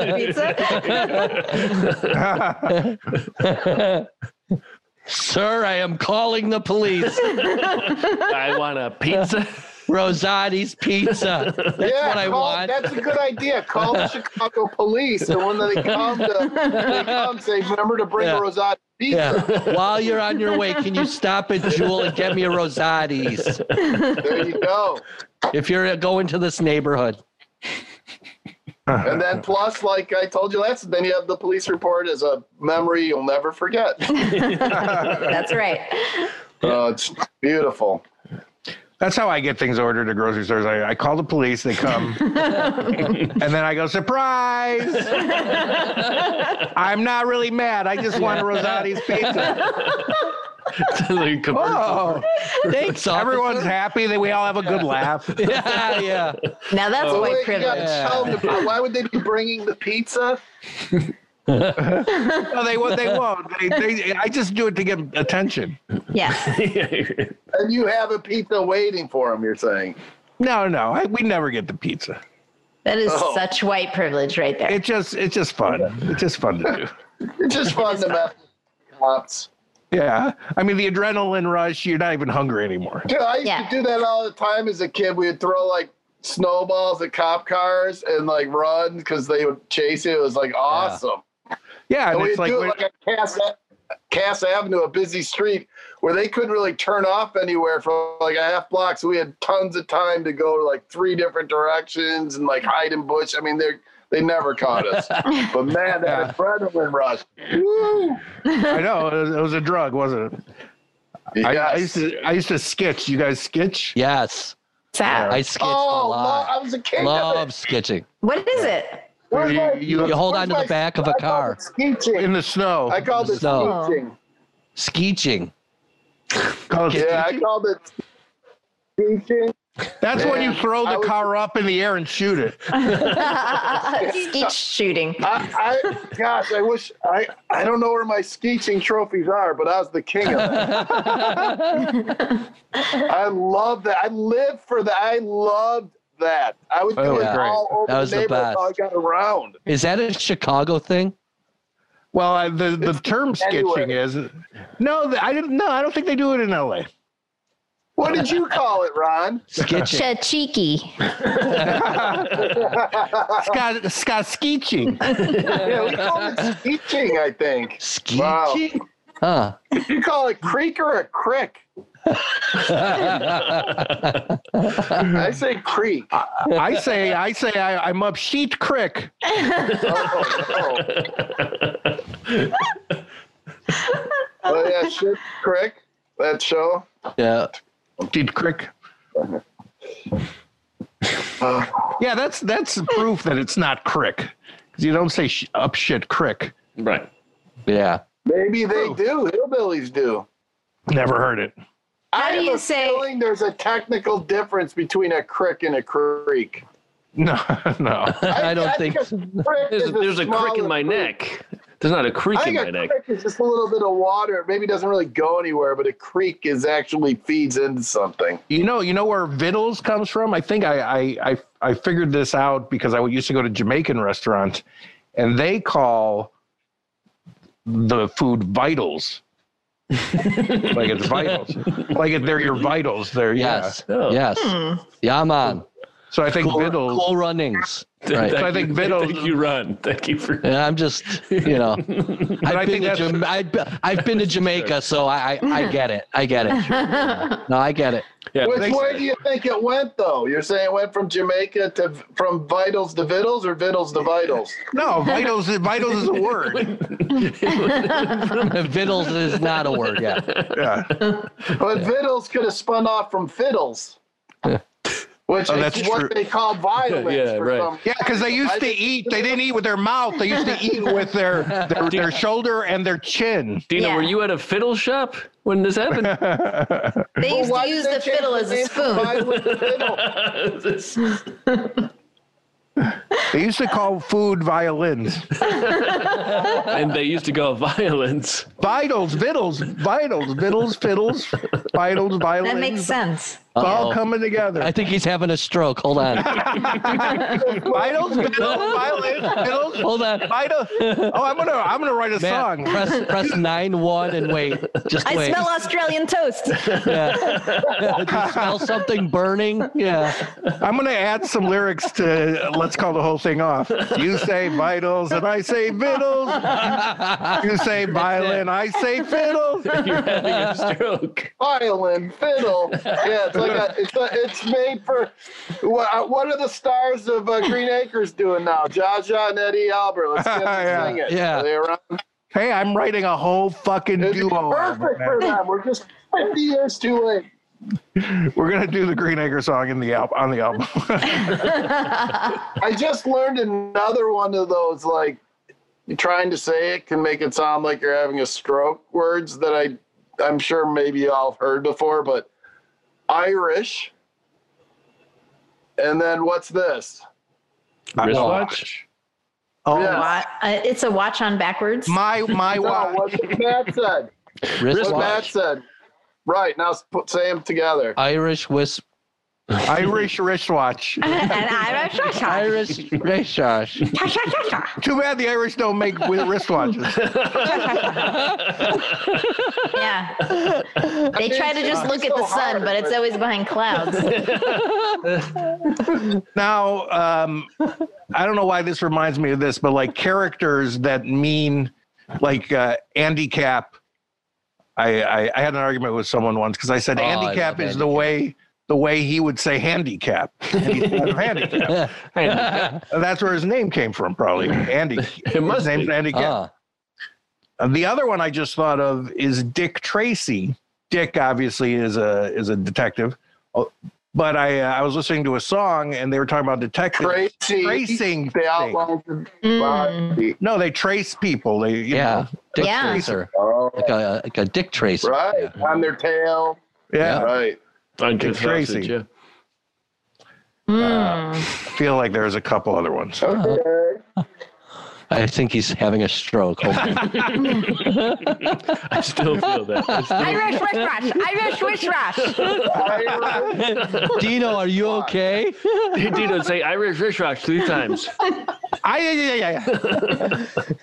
Speaker 5: the pizza?
Speaker 4: Sir, I am calling the police.
Speaker 6: I want a pizza.
Speaker 4: Rosati's Pizza. That's
Speaker 1: yeah,
Speaker 4: what I
Speaker 1: call,
Speaker 4: want.
Speaker 1: That's a good idea. Call the Chicago police, and when they come, to, they come say, "Remember to bring
Speaker 4: Yeah.
Speaker 1: a Rosati pizza."
Speaker 4: Yeah. While you're on your way, can you stop at Jewel and get me a Rosati's
Speaker 1: There you go.
Speaker 4: if you're going to this neighborhood?
Speaker 1: And then plus, like I told you last, then you have the police report as a memory you'll never forget.
Speaker 5: That's right.
Speaker 1: Oh, it's beautiful.
Speaker 3: That's how I get things ordered at grocery stores. I, I call the police, they come, and then I go, surprise! I'm not really mad. I just want a Rosati's pizza.
Speaker 6: Like a commercial.
Speaker 3: Oh,
Speaker 4: Thanks,
Speaker 3: everyone's
Speaker 4: officer.
Speaker 3: happy that we all have a good laugh.
Speaker 4: Yeah, yeah.
Speaker 5: Now that's
Speaker 1: But
Speaker 5: white
Speaker 1: wait, you gotta
Speaker 5: privilege.
Speaker 1: tell them about- why would they be bringing the pizza?
Speaker 3: No, they won't. They won't. They, they, I just do it to get attention.
Speaker 5: Yes.
Speaker 1: And you have a pizza waiting for them. You're saying.
Speaker 3: No, no, I, we never get the pizza.
Speaker 5: That is
Speaker 1: Oh.
Speaker 5: such white privilege right there.
Speaker 3: It's just, it's just fun. It's just fun to do.
Speaker 1: It's just fun to mess with cops.
Speaker 3: Yeah, I mean the adrenaline rush. You're not even hungry anymore.
Speaker 1: Dude, I used
Speaker 5: Yeah.
Speaker 1: to do that all the time as a kid. We would throw like snowballs at cop cars and like run because they would chase you. It was like awesome.
Speaker 3: Yeah, and
Speaker 1: And we'd
Speaker 3: it's like,
Speaker 1: Oh, do
Speaker 3: when-
Speaker 1: it like on Cass, Cass Avenue, a busy street where they couldn't really turn off anywhere for like a half block. So we had tons of time to go like three different directions and like hide in bush. I mean, they they never caught us. but man, that
Speaker 3: Yeah.
Speaker 1: adrenaline rush.
Speaker 3: I know it was, it was a drug, wasn't it? I, I
Speaker 1: Yes.
Speaker 3: used to I used to sketch. You guys sketch?
Speaker 4: Yes.
Speaker 5: that?
Speaker 4: I sketched a
Speaker 1: Oh, lo-
Speaker 4: lot.
Speaker 1: I was a king of
Speaker 4: Love
Speaker 1: it.
Speaker 4: sketching.
Speaker 5: What is it?
Speaker 1: Where's my-
Speaker 3: You-
Speaker 4: You hold
Speaker 1: where's
Speaker 4: on to the
Speaker 1: my-
Speaker 4: back of
Speaker 1: I
Speaker 4: a
Speaker 1: call
Speaker 4: car.
Speaker 1: it Skeeching.
Speaker 3: in the snow.
Speaker 1: I called it
Speaker 4: Snow.
Speaker 1: skeeching.
Speaker 4: Skeeching.
Speaker 3: Cause
Speaker 1: Yeah, I called it skeeching.
Speaker 3: that's when you throw
Speaker 1: I
Speaker 3: the
Speaker 1: was-
Speaker 3: car up in the air and shoot it.
Speaker 5: Skeech shooting.
Speaker 1: I, I gosh, I wish I I don't know where my skeeching trophies are, but I was the king of it. I love that. I live for that. I loved that. I would do
Speaker 3: Oh,
Speaker 1: it
Speaker 4: yeah.
Speaker 1: all over
Speaker 4: That was the
Speaker 1: the neighborhood. how I
Speaker 4: best.
Speaker 1: got around.
Speaker 4: Is that a Chicago thing?
Speaker 3: Well, I, the the term sketching
Speaker 1: anywhere.
Speaker 3: is no. th- I didn't. No, I don't think they do it in L.A.
Speaker 1: What did you call it, Ron?
Speaker 4: Sketching.
Speaker 5: Cheeky.
Speaker 3: Scott Scott sketching.
Speaker 1: Yeah, we called it skeeching. I think Wow.
Speaker 4: Skeeching? Huh.
Speaker 1: you call it creek or a crick. I say creek.
Speaker 3: I say I say I, I'm up Sheet Creek.
Speaker 1: Oh, no. well, yeah, shit, crick. That show.
Speaker 4: Yeah.
Speaker 3: Sheet Creek. Yeah, that's that's proof that it's not Crick, 'Cause you don't say sh- up shit Crick.
Speaker 6: Right.
Speaker 4: Yeah.
Speaker 1: Maybe they do. Hillbillies do.
Speaker 3: Never heard it.
Speaker 1: How
Speaker 5: do you say-
Speaker 1: Feeling there's a technical difference between a crick and a creek.
Speaker 3: No, no.
Speaker 4: I don't think
Speaker 1: a
Speaker 4: so.
Speaker 1: crick
Speaker 6: There's,
Speaker 1: is
Speaker 6: there's a crick in
Speaker 1: smaller
Speaker 6: my
Speaker 1: creek.
Speaker 6: neck. There's not a creek
Speaker 1: I
Speaker 6: in
Speaker 1: think
Speaker 6: my
Speaker 1: a
Speaker 6: neck.
Speaker 1: creek is just a little bit of water. Maybe it doesn't really go anywhere, but a creek is actually feeds into something.
Speaker 3: You know, you know where victuals comes from. I think I, I I I figured this out because I used to go to Jamaican restaurant, and they call the food vitals. like it's vitals, like if they're your vitals. They're
Speaker 4: Yes.
Speaker 6: Yeah. Oh.
Speaker 4: Yes. Yeah, man.
Speaker 3: Yeah. So I think
Speaker 4: Cool,
Speaker 3: victuals.
Speaker 4: cool runnings. Right.
Speaker 3: So I think
Speaker 6: Thank
Speaker 3: victuals.
Speaker 6: you, Ron. Thank you for.
Speaker 4: And I'm just, you know,
Speaker 3: I
Speaker 4: I've
Speaker 3: think
Speaker 4: been, to
Speaker 3: that's-
Speaker 4: Jama- I've been- I've been to Jamaica, so I, I, I get it. I get it. No, I get it.
Speaker 6: Yeah,
Speaker 1: Which
Speaker 6: thanks.
Speaker 1: way do you think it went, though? You're saying it went from Jamaica to from vitals to vittles, or vittles to vitals?
Speaker 3: No, vitals. Vitals is a word.
Speaker 4: Vittles is not a word yet.
Speaker 3: Yeah.
Speaker 1: But vittles could have spun off from fiddles, which
Speaker 3: Oh,
Speaker 1: is
Speaker 3: that's
Speaker 1: what
Speaker 3: true.
Speaker 1: they call violence.
Speaker 6: Yeah,
Speaker 1: for
Speaker 6: right.
Speaker 1: some-
Speaker 3: Yeah, because they used to eat. They didn't eat with their mouth. They used to eat with their their, their shoulder and their chin.
Speaker 6: Dina,
Speaker 5: Yeah.
Speaker 6: were you at a fiddle shop when this happened?
Speaker 5: They used
Speaker 1: Why
Speaker 5: to
Speaker 1: did
Speaker 5: use
Speaker 1: they
Speaker 5: the
Speaker 1: change
Speaker 5: fiddle as a
Speaker 1: name from
Speaker 5: spoon.
Speaker 1: violence to fiddle?
Speaker 6: This-
Speaker 3: They used to call food violins.
Speaker 6: and they used to go violence.
Speaker 3: Vitals, vittles, vitals, vittles, fiddles, vitals, violins.
Speaker 5: That makes sense.
Speaker 3: It's all
Speaker 4: Uh-oh.
Speaker 3: coming together.
Speaker 4: I think he's having a stroke. Hold on.
Speaker 3: Vitals, vittles, violins, fiddles,
Speaker 4: Hold on.
Speaker 3: vital. Oh, I'm gonna, I'm gonna write a
Speaker 4: Matt,
Speaker 3: song.
Speaker 4: press press nine one and wait. Just
Speaker 5: I
Speaker 4: wait.
Speaker 5: smell Australian toast.
Speaker 4: Yeah. Do you smell something burning? Yeah.
Speaker 3: I'm gonna add some lyrics to "Let's Call the Whole Thing Off." You say vitals, and I say vittles. You say violin, I say fiddles.
Speaker 6: You're having a stroke.
Speaker 1: Violin, fiddle. Yeah, it's like a, it's a, it's made for. What, uh, what are the stars of uh, Green Acres doing now? Jaja and Eddie Albert. Let's get them to
Speaker 3: Yeah,
Speaker 1: sing it.
Speaker 4: yeah.
Speaker 1: Are they around?
Speaker 3: Hey, I'm writing a whole fucking
Speaker 1: It'd be
Speaker 3: duo. album,
Speaker 1: perfect for
Speaker 3: man.
Speaker 1: them. We're just 50 years too late.
Speaker 3: We're gonna do the Green Acre song in the al- on the album.
Speaker 1: I just learned another one of those like trying to say it can make it sound like you're having a stroke words that I I'm sure maybe y'all have heard before, but Irish. And then what's this?
Speaker 6: Wristwatch?
Speaker 3: Oh,
Speaker 1: Yeah.
Speaker 5: Wa- uh, it's a watch on backwards.
Speaker 3: my my
Speaker 1: No,
Speaker 3: watch.
Speaker 1: what Matt said. What Matt
Speaker 4: Wristwatch.
Speaker 1: said. Right now, s- put, say them together.
Speaker 3: Uh,
Speaker 4: Irish whis.
Speaker 3: Irish wristwatch.
Speaker 5: and I'm a shot shot.
Speaker 4: Irish wristwatch.
Speaker 5: Shot, shot, shot, shot.
Speaker 3: Too bad the Irish don't make with wristwatches.
Speaker 5: Yeah. They try to just look at the sun, but it's always behind clouds.
Speaker 3: Now, um, I don't know why this reminds me of this, but like characters that mean, like uh, Andy Cap. I, I I had an argument with someone once because I said
Speaker 4: Oh, I
Speaker 3: Andy
Speaker 4: love
Speaker 3: Cap is
Speaker 4: Andy
Speaker 3: the
Speaker 4: Cap.
Speaker 3: way the way he would say handicap. Instead of handicap. That's where his name came from, probably. Andy. It
Speaker 6: must
Speaker 3: his name's
Speaker 6: be.
Speaker 3: Andy Cap.
Speaker 4: Ah.
Speaker 3: Uh, The other one I just thought of is Dick Tracy. Dick obviously is a is a detective. Oh, But I uh, I was listening to a song and they were talking about detective
Speaker 1: Tracy.
Speaker 3: tracing.
Speaker 1: They
Speaker 3: things.
Speaker 1: outlined the
Speaker 5: Mm.
Speaker 1: body.
Speaker 3: No, they trace people. They you
Speaker 4: Yeah.
Speaker 3: know.
Speaker 4: Dick
Speaker 5: Yeah.
Speaker 4: tracer.
Speaker 1: Oh,
Speaker 4: Like a, like a dick tracer.
Speaker 1: right.
Speaker 4: Yeah.
Speaker 1: On their tail.
Speaker 3: yeah.
Speaker 1: Right.
Speaker 6: On
Speaker 3: Dick
Speaker 6: Good Sausage,
Speaker 3: Tracy.
Speaker 6: yeah.
Speaker 5: Mm.
Speaker 3: I feel like there's a couple other ones.
Speaker 1: Okay.
Speaker 4: I think he's having a stroke.
Speaker 6: I still feel that. I still-
Speaker 5: Irish wish rash. Irish wish rash.
Speaker 1: I-
Speaker 4: Dino, are you okay?
Speaker 6: Dino say Irish Rishrock three times.
Speaker 3: I yeah yeah yeah.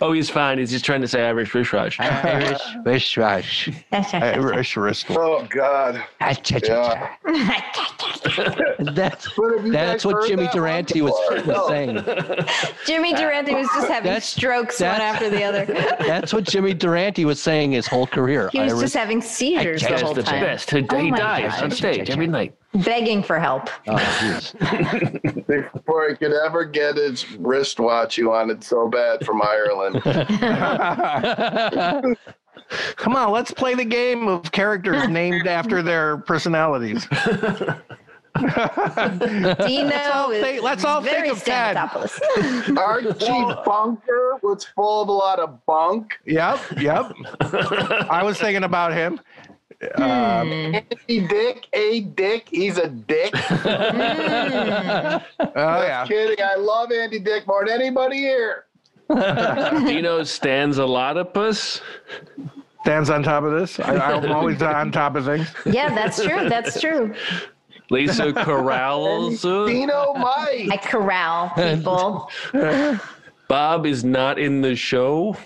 Speaker 6: Oh, he's fine. He's just trying to say Irish Rishrock.
Speaker 4: Irish wish wash.
Speaker 5: That's
Speaker 3: I,
Speaker 5: right.
Speaker 3: I should risk it.
Speaker 1: oh God. Yeah.
Speaker 4: That's
Speaker 1: But have you guys
Speaker 4: that's what
Speaker 1: heard
Speaker 4: Jimmy
Speaker 1: that one
Speaker 4: Durante was,
Speaker 1: before?
Speaker 4: was
Speaker 1: No.
Speaker 4: saying.
Speaker 5: Jimmy Durante was just having
Speaker 4: That's-
Speaker 5: strokes one
Speaker 4: that's-
Speaker 5: after the other.
Speaker 4: That's what Jimmy Durante was saying his whole career.
Speaker 5: He was
Speaker 4: Irish-
Speaker 5: just having seizures the
Speaker 6: That's
Speaker 5: whole
Speaker 6: the
Speaker 5: time,
Speaker 6: best. He,
Speaker 5: Oh
Speaker 6: he
Speaker 5: my
Speaker 6: dies
Speaker 5: gosh.
Speaker 6: on stage every night.
Speaker 5: begging for help.
Speaker 4: oh, jeez.
Speaker 1: Before he could ever get his wristwatch, he wanted so bad from Ireland.
Speaker 3: Come on, let's play the game of characters named after their personalities.
Speaker 5: Dino is
Speaker 3: think- let's all think
Speaker 5: very
Speaker 3: of Ted.
Speaker 5: Stamatopoulos.
Speaker 1: Archie Bunker was full of a lot of bunk.
Speaker 3: Yep, yep. I was thinking about him. Um,
Speaker 1: He dick, a dick. He's a dick.
Speaker 3: oh yeah.
Speaker 1: Kidding. I love Andy Dick more than anybody here.
Speaker 6: Dino stands a lot of puss.
Speaker 3: Stands on top of this. I, I'm always on top of things.
Speaker 5: yeah, that's true. That's true.
Speaker 6: Lisa corrals. uh,
Speaker 1: Dino Mike.
Speaker 5: I corral people.
Speaker 6: Bob is not in the show.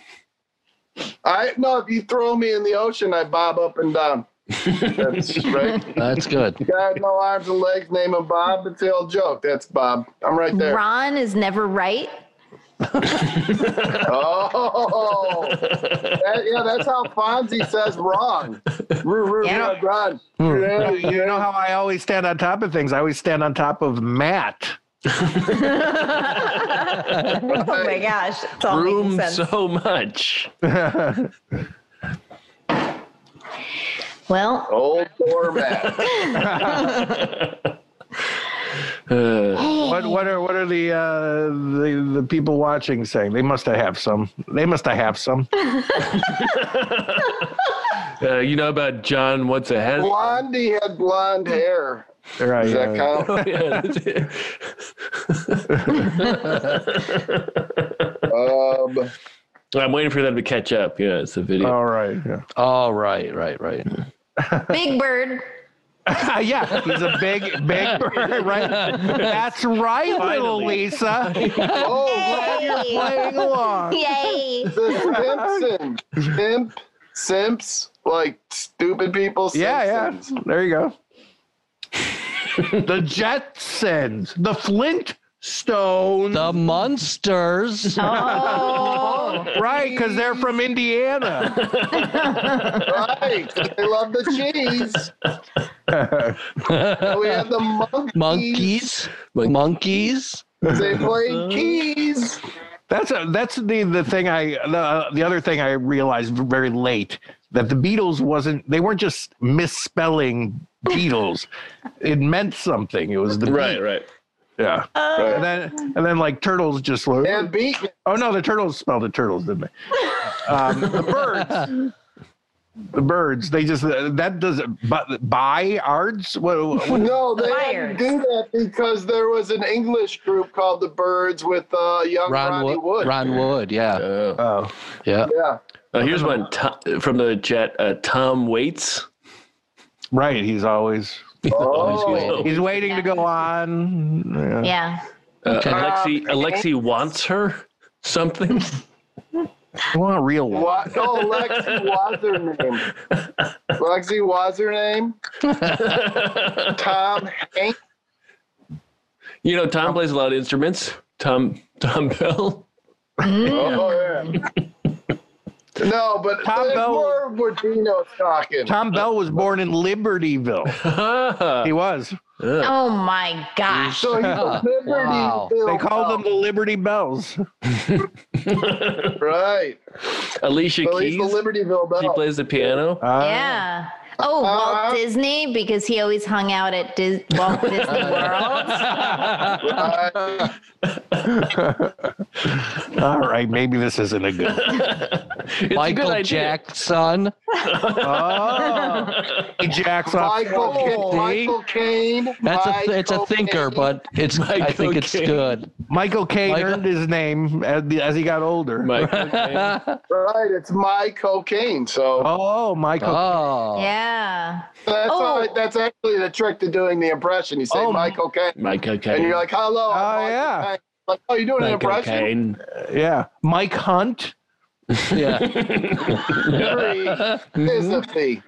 Speaker 1: I no. If you throw me in the ocean, I bob up and down. That's right.
Speaker 4: That's good.
Speaker 1: Got no arms and legs. Name him Bob. It's the old joke. That's Bob. I'm right there.
Speaker 5: Ron is never right.
Speaker 1: Oh, That- yeah. That's how Fonzie says wrong. Roo, roo,
Speaker 5: Yeah.
Speaker 1: roo, run.
Speaker 3: Hmm.
Speaker 1: Yeah,
Speaker 3: You
Speaker 1: yeah.
Speaker 3: know how I always stand on top of things? I always stand on top of Matt.
Speaker 5: Oh my gosh, it's all
Speaker 6: Room
Speaker 5: making sense.
Speaker 6: so much.
Speaker 5: well,
Speaker 1: Old format.
Speaker 3: What what are what are the uh, the the people watching saying? They must have have some. They must have have some.
Speaker 6: Uh, you know about John? What's ahead?
Speaker 1: Blondie had blonde hair.
Speaker 3: Right,
Speaker 1: Does that
Speaker 3: yeah.
Speaker 1: count?
Speaker 6: Oh, yeah, that's it.
Speaker 1: Um,
Speaker 6: I'm waiting for them to catch up. Yeah, it's a video.
Speaker 3: All right. Yeah.
Speaker 4: Oh, right, right, right.
Speaker 5: Big Bird.
Speaker 3: yeah. He's a big big bird, right? That's right, little Lisa.
Speaker 1: oh,
Speaker 5: Yay!
Speaker 3: Playing along.
Speaker 5: Yay.
Speaker 1: the Simpson. Simp, simps, like stupid people.
Speaker 3: Yeah,
Speaker 1: Simpsons.
Speaker 3: yeah. There you go. the Jetsons, the Flint Stones,
Speaker 4: The
Speaker 5: Mm-hmm.
Speaker 4: Munsters.
Speaker 5: Oh,
Speaker 3: right? Because they're from Indiana.
Speaker 1: Right. They love the cheese. And we had the monkeys.
Speaker 4: Monkeys. Monkeys.
Speaker 1: They played keys.
Speaker 3: That's a, that's the the thing I the, the other thing I realized very late that the Beatles wasn't they weren't just misspelling Beatles. it meant something. It was the
Speaker 4: Oh.
Speaker 6: Right, right.
Speaker 3: Beat- yeah.
Speaker 5: Oh.
Speaker 3: And then and then like turtles just were-
Speaker 1: And beat.
Speaker 3: Oh no, the turtles spelled the turtles, didn't they? Um, the birds. The birds. They just that doesn't. But by ards. What, what,
Speaker 1: No, they
Speaker 5: Liars.
Speaker 1: didn't do that because there was an English group called the Birds with uh, young
Speaker 4: Ron
Speaker 1: Ronnie
Speaker 4: Wood.
Speaker 1: Wood.
Speaker 4: Ron Wood. Yeah.
Speaker 6: Oh.
Speaker 3: oh,
Speaker 4: Yeah.
Speaker 1: Yeah.
Speaker 6: Uh, here's one to- from the jet. Uh, Tom Waits.
Speaker 3: right. He's always
Speaker 1: Oh,
Speaker 3: he's waiting to go on. Yeah.
Speaker 5: yeah.
Speaker 6: Uh,
Speaker 4: Okay.
Speaker 6: Alexi, Alexi wants her something.
Speaker 3: I want a real one.
Speaker 1: Wa- no, Lexi was her name. Lexi was her name. Tom Hanks.
Speaker 6: You know,
Speaker 4: Oh.
Speaker 6: Tom plays a lot of instruments. Tom Tom Bell.
Speaker 5: Mm.
Speaker 1: Oh, yeah. No, but
Speaker 3: Tom
Speaker 1: there's
Speaker 3: Bell-
Speaker 1: more where Dino's talking.
Speaker 3: Tom Bell was born in Libertyville. he was.
Speaker 5: Oh my gosh.
Speaker 1: So he's
Speaker 4: Yeah.
Speaker 1: a liberty
Speaker 4: Wow.
Speaker 3: They
Speaker 1: Bill
Speaker 3: called
Speaker 1: Bell.
Speaker 3: them the Liberty Bells.
Speaker 1: right.
Speaker 6: Alicia
Speaker 1: So he's
Speaker 6: Keys.
Speaker 1: the Libertyville Bell.
Speaker 6: she plays the piano.
Speaker 3: Uh,
Speaker 5: Yeah. Oh, Walt Disney because he always hung out at Dis- Walt Disney World.
Speaker 3: Uh, All right, maybe this isn't a good.
Speaker 6: It's a good
Speaker 4: Michael
Speaker 6: idea.
Speaker 4: Jackson.
Speaker 3: Oh, he jacks off.
Speaker 1: Michael, Ca-
Speaker 4: See?
Speaker 1: Michael Caine.
Speaker 4: That's a
Speaker 1: Michael
Speaker 4: it's a thinker,
Speaker 1: Caine.
Speaker 4: but it's I
Speaker 6: Michael
Speaker 4: think it's
Speaker 6: Caine.
Speaker 4: good.
Speaker 3: Michael Caine
Speaker 4: Michael-
Speaker 3: earned his name as, the- as he got older.
Speaker 6: Mike, okay.
Speaker 1: right. It's my cocaine. So
Speaker 3: oh, Michael.
Speaker 4: Oh,
Speaker 5: yeah.
Speaker 1: that's
Speaker 5: Oh.
Speaker 1: all right. that's actually the trick to doing the impression. You say
Speaker 3: Oh,
Speaker 1: my cocaine,
Speaker 6: Mike, okay.
Speaker 1: and you're like, "Hello,
Speaker 3: Oh,
Speaker 1: I'm Michael
Speaker 3: yeah.
Speaker 1: Caine." Like, oh, you're doing an
Speaker 6: Mike,
Speaker 1: impression.
Speaker 6: okay.
Speaker 3: Yeah, Mike Hunt.
Speaker 4: yeah.
Speaker 1: Three is a fee.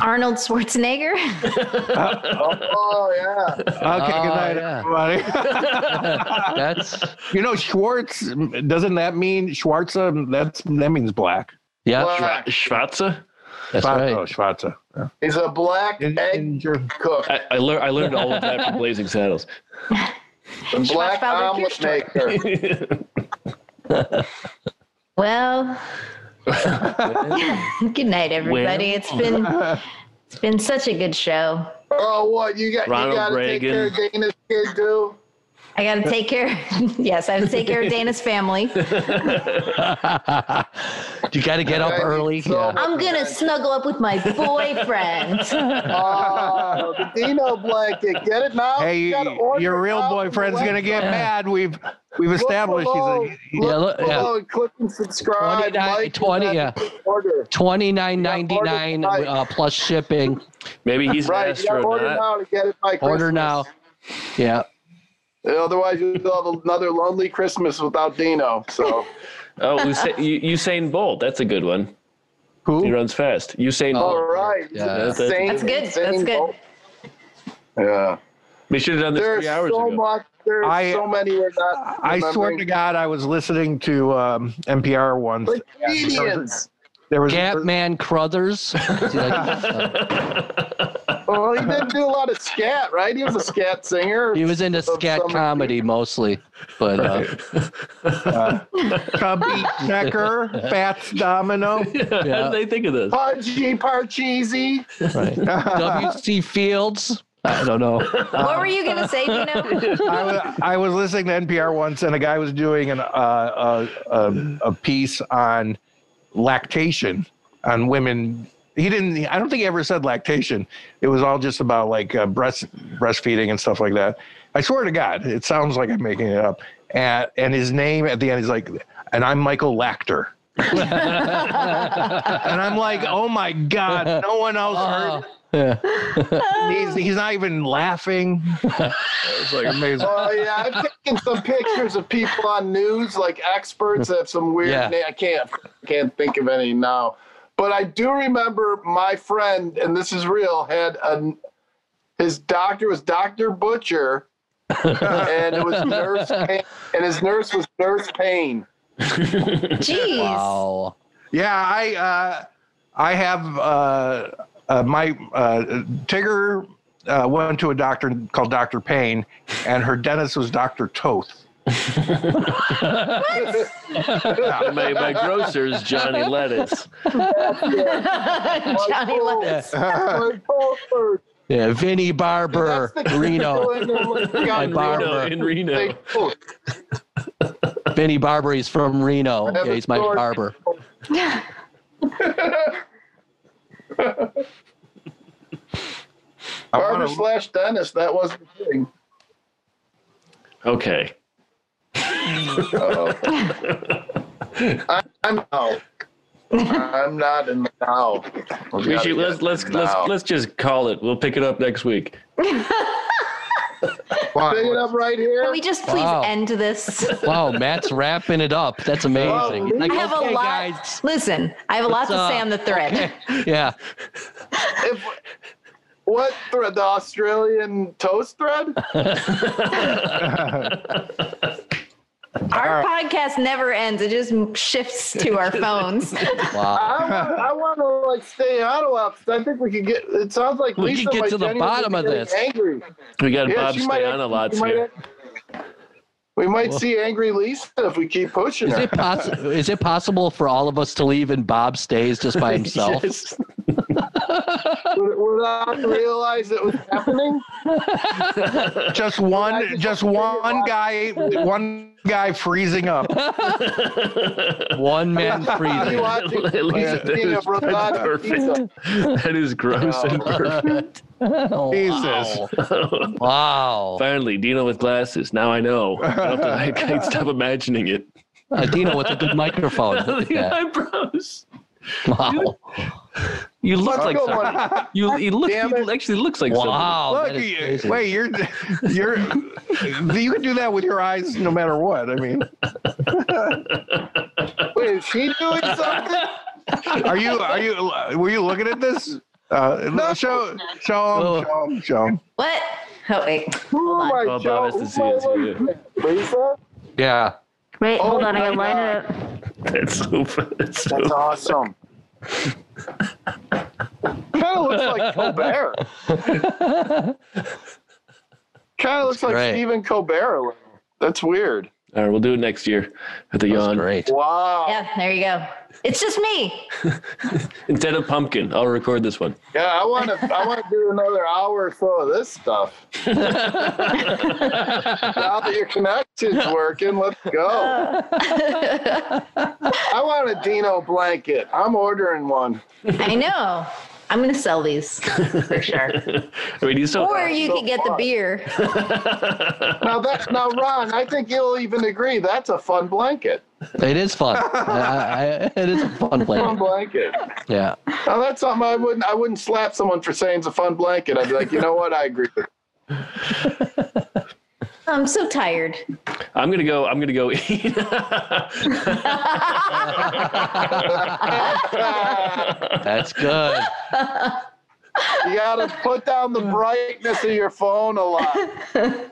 Speaker 5: Arnold Schwarzenegger.
Speaker 1: Oh yeah.
Speaker 3: Okay, good
Speaker 4: Oh,
Speaker 3: night,
Speaker 4: yeah.
Speaker 3: everybody.
Speaker 4: That's
Speaker 3: you know, Schwartz. Doesn't that mean Schwarza? That's that means black. oh,
Speaker 4: yeah.
Speaker 1: Black.
Speaker 6: Schwarze?
Speaker 4: That's
Speaker 3: Schwarza,
Speaker 4: right.
Speaker 3: Schwarza.
Speaker 1: He's a black
Speaker 3: In- in
Speaker 1: egg
Speaker 3: Ger-
Speaker 1: cook,
Speaker 6: I, I, lear- I learned all of that from Blazing Saddles.
Speaker 1: a black
Speaker 5: Schwarzwälder
Speaker 1: omelet maker.
Speaker 5: Well, good night, everybody.
Speaker 6: Well.
Speaker 5: It's been it's been such a good show.
Speaker 1: Oh, what you got?
Speaker 6: Ronald
Speaker 1: you got to take
Speaker 6: Reagan.
Speaker 1: care of Dana's kid, too.
Speaker 5: I got to take care. yes, I have to take care of Dana's family.
Speaker 4: you got to get up
Speaker 1: Thank you
Speaker 4: early.
Speaker 1: so
Speaker 4: yeah.
Speaker 1: much.
Speaker 5: I'm gonna snuggle up with my boyfriend.
Speaker 1: Oh, the Dino blanket. Get it now.
Speaker 3: Hey,
Speaker 1: You gotta order
Speaker 3: your
Speaker 1: it
Speaker 3: real
Speaker 1: now from the
Speaker 3: boyfriend's gonna
Speaker 1: website.
Speaker 3: get
Speaker 4: Yeah.
Speaker 3: mad. We've we've
Speaker 1: Look
Speaker 3: established he's
Speaker 1: below,
Speaker 3: a. he-
Speaker 1: look
Speaker 4: Yeah, look- yeah.
Speaker 1: below and click and subscribe.
Speaker 4: 29
Speaker 1: Mike,
Speaker 4: 20,
Speaker 1: you
Speaker 4: yeah.
Speaker 1: gotta Order.
Speaker 4: Twenty nine ninety nine
Speaker 1: tonight.
Speaker 4: uh, plus shipping.
Speaker 6: Maybe he's an
Speaker 1: Right, you gotta order
Speaker 6: astronaut.
Speaker 1: now to get it by Christmas.
Speaker 4: Order now. Yeah.
Speaker 1: Otherwise, you'll have another lonely Christmas without Dino. So,
Speaker 6: Oh, Usa- U- Usain Bolt. That's a good one. He
Speaker 3: Who?
Speaker 6: runs fast. Usain
Speaker 1: all
Speaker 6: Bolt.
Speaker 1: right.
Speaker 4: Oh, Yeah.
Speaker 1: It's insane,
Speaker 5: That's good. That's
Speaker 1: insane.
Speaker 5: good.
Speaker 1: Yeah.
Speaker 6: We should have done this
Speaker 1: There's
Speaker 6: three hours
Speaker 1: so
Speaker 6: ago.
Speaker 1: much. There's
Speaker 3: I-
Speaker 1: so many we're not.
Speaker 3: I swear to
Speaker 1: remembering.
Speaker 3: God, I was listening to um, NPR once.
Speaker 1: Like comedians.
Speaker 3: There was
Speaker 4: Gapman Crothers. Is he like-
Speaker 1: Well, he did do a lot of scat, right? He was a scat singer.
Speaker 4: he was into
Speaker 1: Of
Speaker 4: scat
Speaker 1: some-
Speaker 4: comedy mostly, but uh,
Speaker 3: Chubby Checker, Fats Domino.
Speaker 4: Uh,
Speaker 6: How did they think of this?
Speaker 1: Pudgy Parcheesi.
Speaker 4: right. W.C. Fields. I don't know.
Speaker 5: What were you gonna say, Dino?
Speaker 3: I was, I was listening to NPR once, and a guy was doing an, uh, a, a a piece on lactation on women. He didn't. I don't think he ever said lactation. It was all just about like uh, breast breastfeeding and stuff like that. I swear to God, it sounds like I'm making it up. And and his name at the end is like, and I'm Michael Lacter. and I'm like, oh my God, no one else heard.
Speaker 4: Yeah.
Speaker 3: He's, he's not even laughing. It's like amazing.
Speaker 1: Oh yeah, I've taken some pictures of people on news, like experts that have some weird.
Speaker 4: Yeah.
Speaker 1: na- I can't can't think of any now, but I do remember my friend, and this is real. Had a his doctor was Doctor Butcher, and it was nurse, Payne, and his nurse was Nurse Payne.
Speaker 5: Jeez.
Speaker 4: Wow.
Speaker 3: Yeah, I uh, I have uh, uh, my uh, Tigger uh, went to a doctor called Doctor Payne, and her dentist was Doctor Toth.
Speaker 6: My, my grocer's Johnny Lettuce.
Speaker 5: Johnny Lewis.
Speaker 1: Like, oh, for-
Speaker 4: Yeah, Vinny Barber,
Speaker 1: That's the
Speaker 4: Reno.
Speaker 1: people in the- like, on
Speaker 4: barber.
Speaker 1: Reno.
Speaker 6: Reno, in Reno.
Speaker 1: They- oh,
Speaker 4: Vinny Barber, he's from Reno.
Speaker 1: have
Speaker 4: Yeah,
Speaker 1: a
Speaker 4: he's my
Speaker 1: sword.
Speaker 4: barber.
Speaker 3: I
Speaker 1: Barber
Speaker 3: wanna,
Speaker 1: slash dentist. That was the thing.
Speaker 6: Okay.
Speaker 1: I'm out. I'm not in the now.
Speaker 6: We should, let's let's let's let's just call it. We'll pick it up next week.
Speaker 1: pick it up right here.
Speaker 5: Can we just please
Speaker 4: Wow.
Speaker 5: end this?
Speaker 4: Wow, Matt's wrapping it up. That's amazing. He's like,
Speaker 5: I have a
Speaker 4: "Okay,
Speaker 5: lot.
Speaker 4: guys."
Speaker 5: Listen, I have a lot
Speaker 4: It's,
Speaker 5: to
Speaker 4: uh,
Speaker 5: say on the thread.
Speaker 4: Yeah.
Speaker 1: If- what thread? The Australian toast thread?
Speaker 5: Our podcast never ends; it just shifts to our phones.
Speaker 4: Wow.
Speaker 1: I want, I want to like stay out of office. I think we could get. It sounds like
Speaker 4: We
Speaker 1: Lisa
Speaker 4: could get
Speaker 1: might
Speaker 4: to the
Speaker 1: genuinely
Speaker 4: bottom
Speaker 1: be
Speaker 4: of
Speaker 1: getting
Speaker 4: this.
Speaker 1: Angry.
Speaker 6: We got
Speaker 1: Yeah,
Speaker 6: Bob
Speaker 1: she might
Speaker 6: Stan
Speaker 1: actually-
Speaker 6: a lot
Speaker 1: she might
Speaker 6: here.
Speaker 1: act- we might see angry Lisa if we keep pushing
Speaker 4: Is
Speaker 1: her.
Speaker 4: it, poss- is it possible for all of us to leave and Bob stays just by himself?
Speaker 6: Yes.
Speaker 1: would, would I realize it was happening?
Speaker 3: Just one,
Speaker 1: just
Speaker 3: just
Speaker 1: figured
Speaker 3: one
Speaker 1: why-
Speaker 3: guy, one guy freezing up.
Speaker 4: One man
Speaker 1: You
Speaker 4: freezing.
Speaker 1: watching
Speaker 6: Lisa,
Speaker 1: the
Speaker 6: that
Speaker 1: king
Speaker 6: is-
Speaker 1: of Rosato
Speaker 6: that's perfect.
Speaker 1: Pizza.
Speaker 6: That is gross and perfect.
Speaker 3: Jesus.
Speaker 4: Oh, Wow.
Speaker 6: Finally, Dino with glasses. Now I know. I, don't have to- I can't stop imagining it.
Speaker 4: Adina with a good microphone. Look at
Speaker 6: the
Speaker 4: that.
Speaker 6: eyebrows.
Speaker 4: Wow.
Speaker 10: You look
Speaker 1: I'll
Speaker 10: like
Speaker 1: go
Speaker 10: someone.
Speaker 1: one.
Speaker 10: You, you look.
Speaker 1: Damn
Speaker 10: You
Speaker 1: it.
Speaker 10: actually looks like someone.
Speaker 4: Wow.
Speaker 3: Look,
Speaker 4: that is
Speaker 3: you-
Speaker 4: crazy.
Speaker 3: wait, you're, you're, you can do that with your eyes no matter what. I mean,
Speaker 1: Wait, is he doing something?
Speaker 3: are you, are you, were you looking at this? Uh, show, show
Speaker 4: Oh.
Speaker 3: him, show him, show him.
Speaker 5: What? Oh wait.
Speaker 1: Who am I,
Speaker 6: Well, Bob
Speaker 1: Joe?
Speaker 6: has to see
Speaker 1: Who am
Speaker 6: it,
Speaker 1: I looking at?
Speaker 6: so yeah.
Speaker 1: Lisa?
Speaker 4: Yeah.
Speaker 5: Wait,
Speaker 1: Oh
Speaker 5: hold on. I
Speaker 1: my
Speaker 5: gotta line it up.
Speaker 6: That's so. That's so
Speaker 1: That's awesome. kind of looks like Colbert. kind of looks like
Speaker 4: great.
Speaker 1: Stephen Colbert. a little. That's weird.
Speaker 6: All right, we'll do it next year at the
Speaker 4: That's
Speaker 6: yawn.
Speaker 4: great.
Speaker 1: Wow. Yeah,
Speaker 5: Yeah, there you go. It's just me.
Speaker 6: Instead of pumpkin, I'll record this one.
Speaker 1: I want to. I want to do another hour or so of this stuff. now that your connection's working, let's go. I want a Dino blanket. I'm ordering one.
Speaker 5: I know. I'm gonna sell these for sure.
Speaker 6: I mean, he's so.
Speaker 5: Or you could get the beer.
Speaker 1: Now that now Ron, I think you'll even agree that's a fun blanket.
Speaker 4: It is fun. I, I, it is a fun
Speaker 1: Fun
Speaker 4: play.
Speaker 1: blanket.
Speaker 4: Yeah.
Speaker 1: Now that's something I wouldn't I wouldn't slap someone for saying it's a fun blanket. I'd be like, you know what, I agree with
Speaker 5: I'm so tired.
Speaker 6: I'm gonna go. I'm gonna go eat.
Speaker 4: That's good.
Speaker 1: you. You gotta put down the brightness of your phone a lot. Make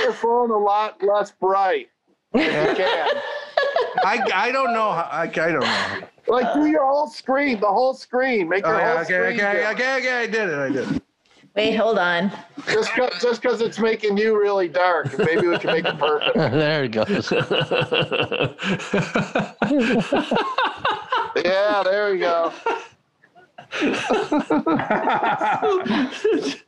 Speaker 1: your phone a lot less bright if you can.
Speaker 3: I, I don't know. how- I, I don't know.
Speaker 1: Like do your whole screen, the whole screen. Make
Speaker 3: Oh,
Speaker 1: your
Speaker 3: yeah,
Speaker 1: whole
Speaker 3: okay,
Speaker 1: screen.
Speaker 3: okay,
Speaker 1: do-
Speaker 3: okay, okay. I did it. I did it.
Speaker 5: Wait, hold on.
Speaker 1: Just cause, just cause it's making you really dark. Maybe we can make it perfect.
Speaker 4: there it goes.
Speaker 1: Yeah, there we go.
Speaker 3: Oh.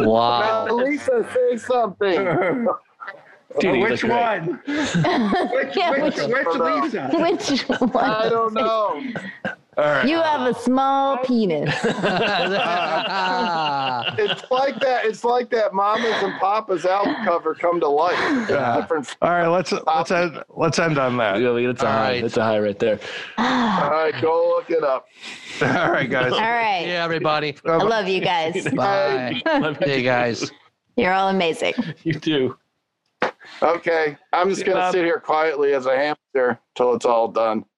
Speaker 4: Wow.
Speaker 1: Now, Lisa, say something.
Speaker 6: Dude, you
Speaker 3: which
Speaker 6: look great.
Speaker 3: one? which,
Speaker 5: Yeah,
Speaker 3: which,
Speaker 5: which-
Speaker 3: which
Speaker 1: no.
Speaker 3: Lisa?
Speaker 5: Which one?
Speaker 1: I don't know.
Speaker 3: All right.
Speaker 5: You have a small penis.
Speaker 1: It's like that. It's like that. Mamas and papas album cover come to life. It's
Speaker 3: Yeah.
Speaker 1: different.
Speaker 3: All right. Let's let's end let's end on that.
Speaker 6: Yeah, I mean, that's a
Speaker 4: All
Speaker 6: high.
Speaker 4: right.
Speaker 6: That's a high right there.
Speaker 1: All right, go look it up.
Speaker 3: All right, guys.
Speaker 5: All right.
Speaker 4: yeah, everybody.
Speaker 5: I love you guys.
Speaker 4: Bye.
Speaker 6: Love
Speaker 4: Hey, guys.
Speaker 5: You're all amazing.
Speaker 6: you too.
Speaker 1: Okay, I'm just gonna sit here quietly as a hamster till it's all done.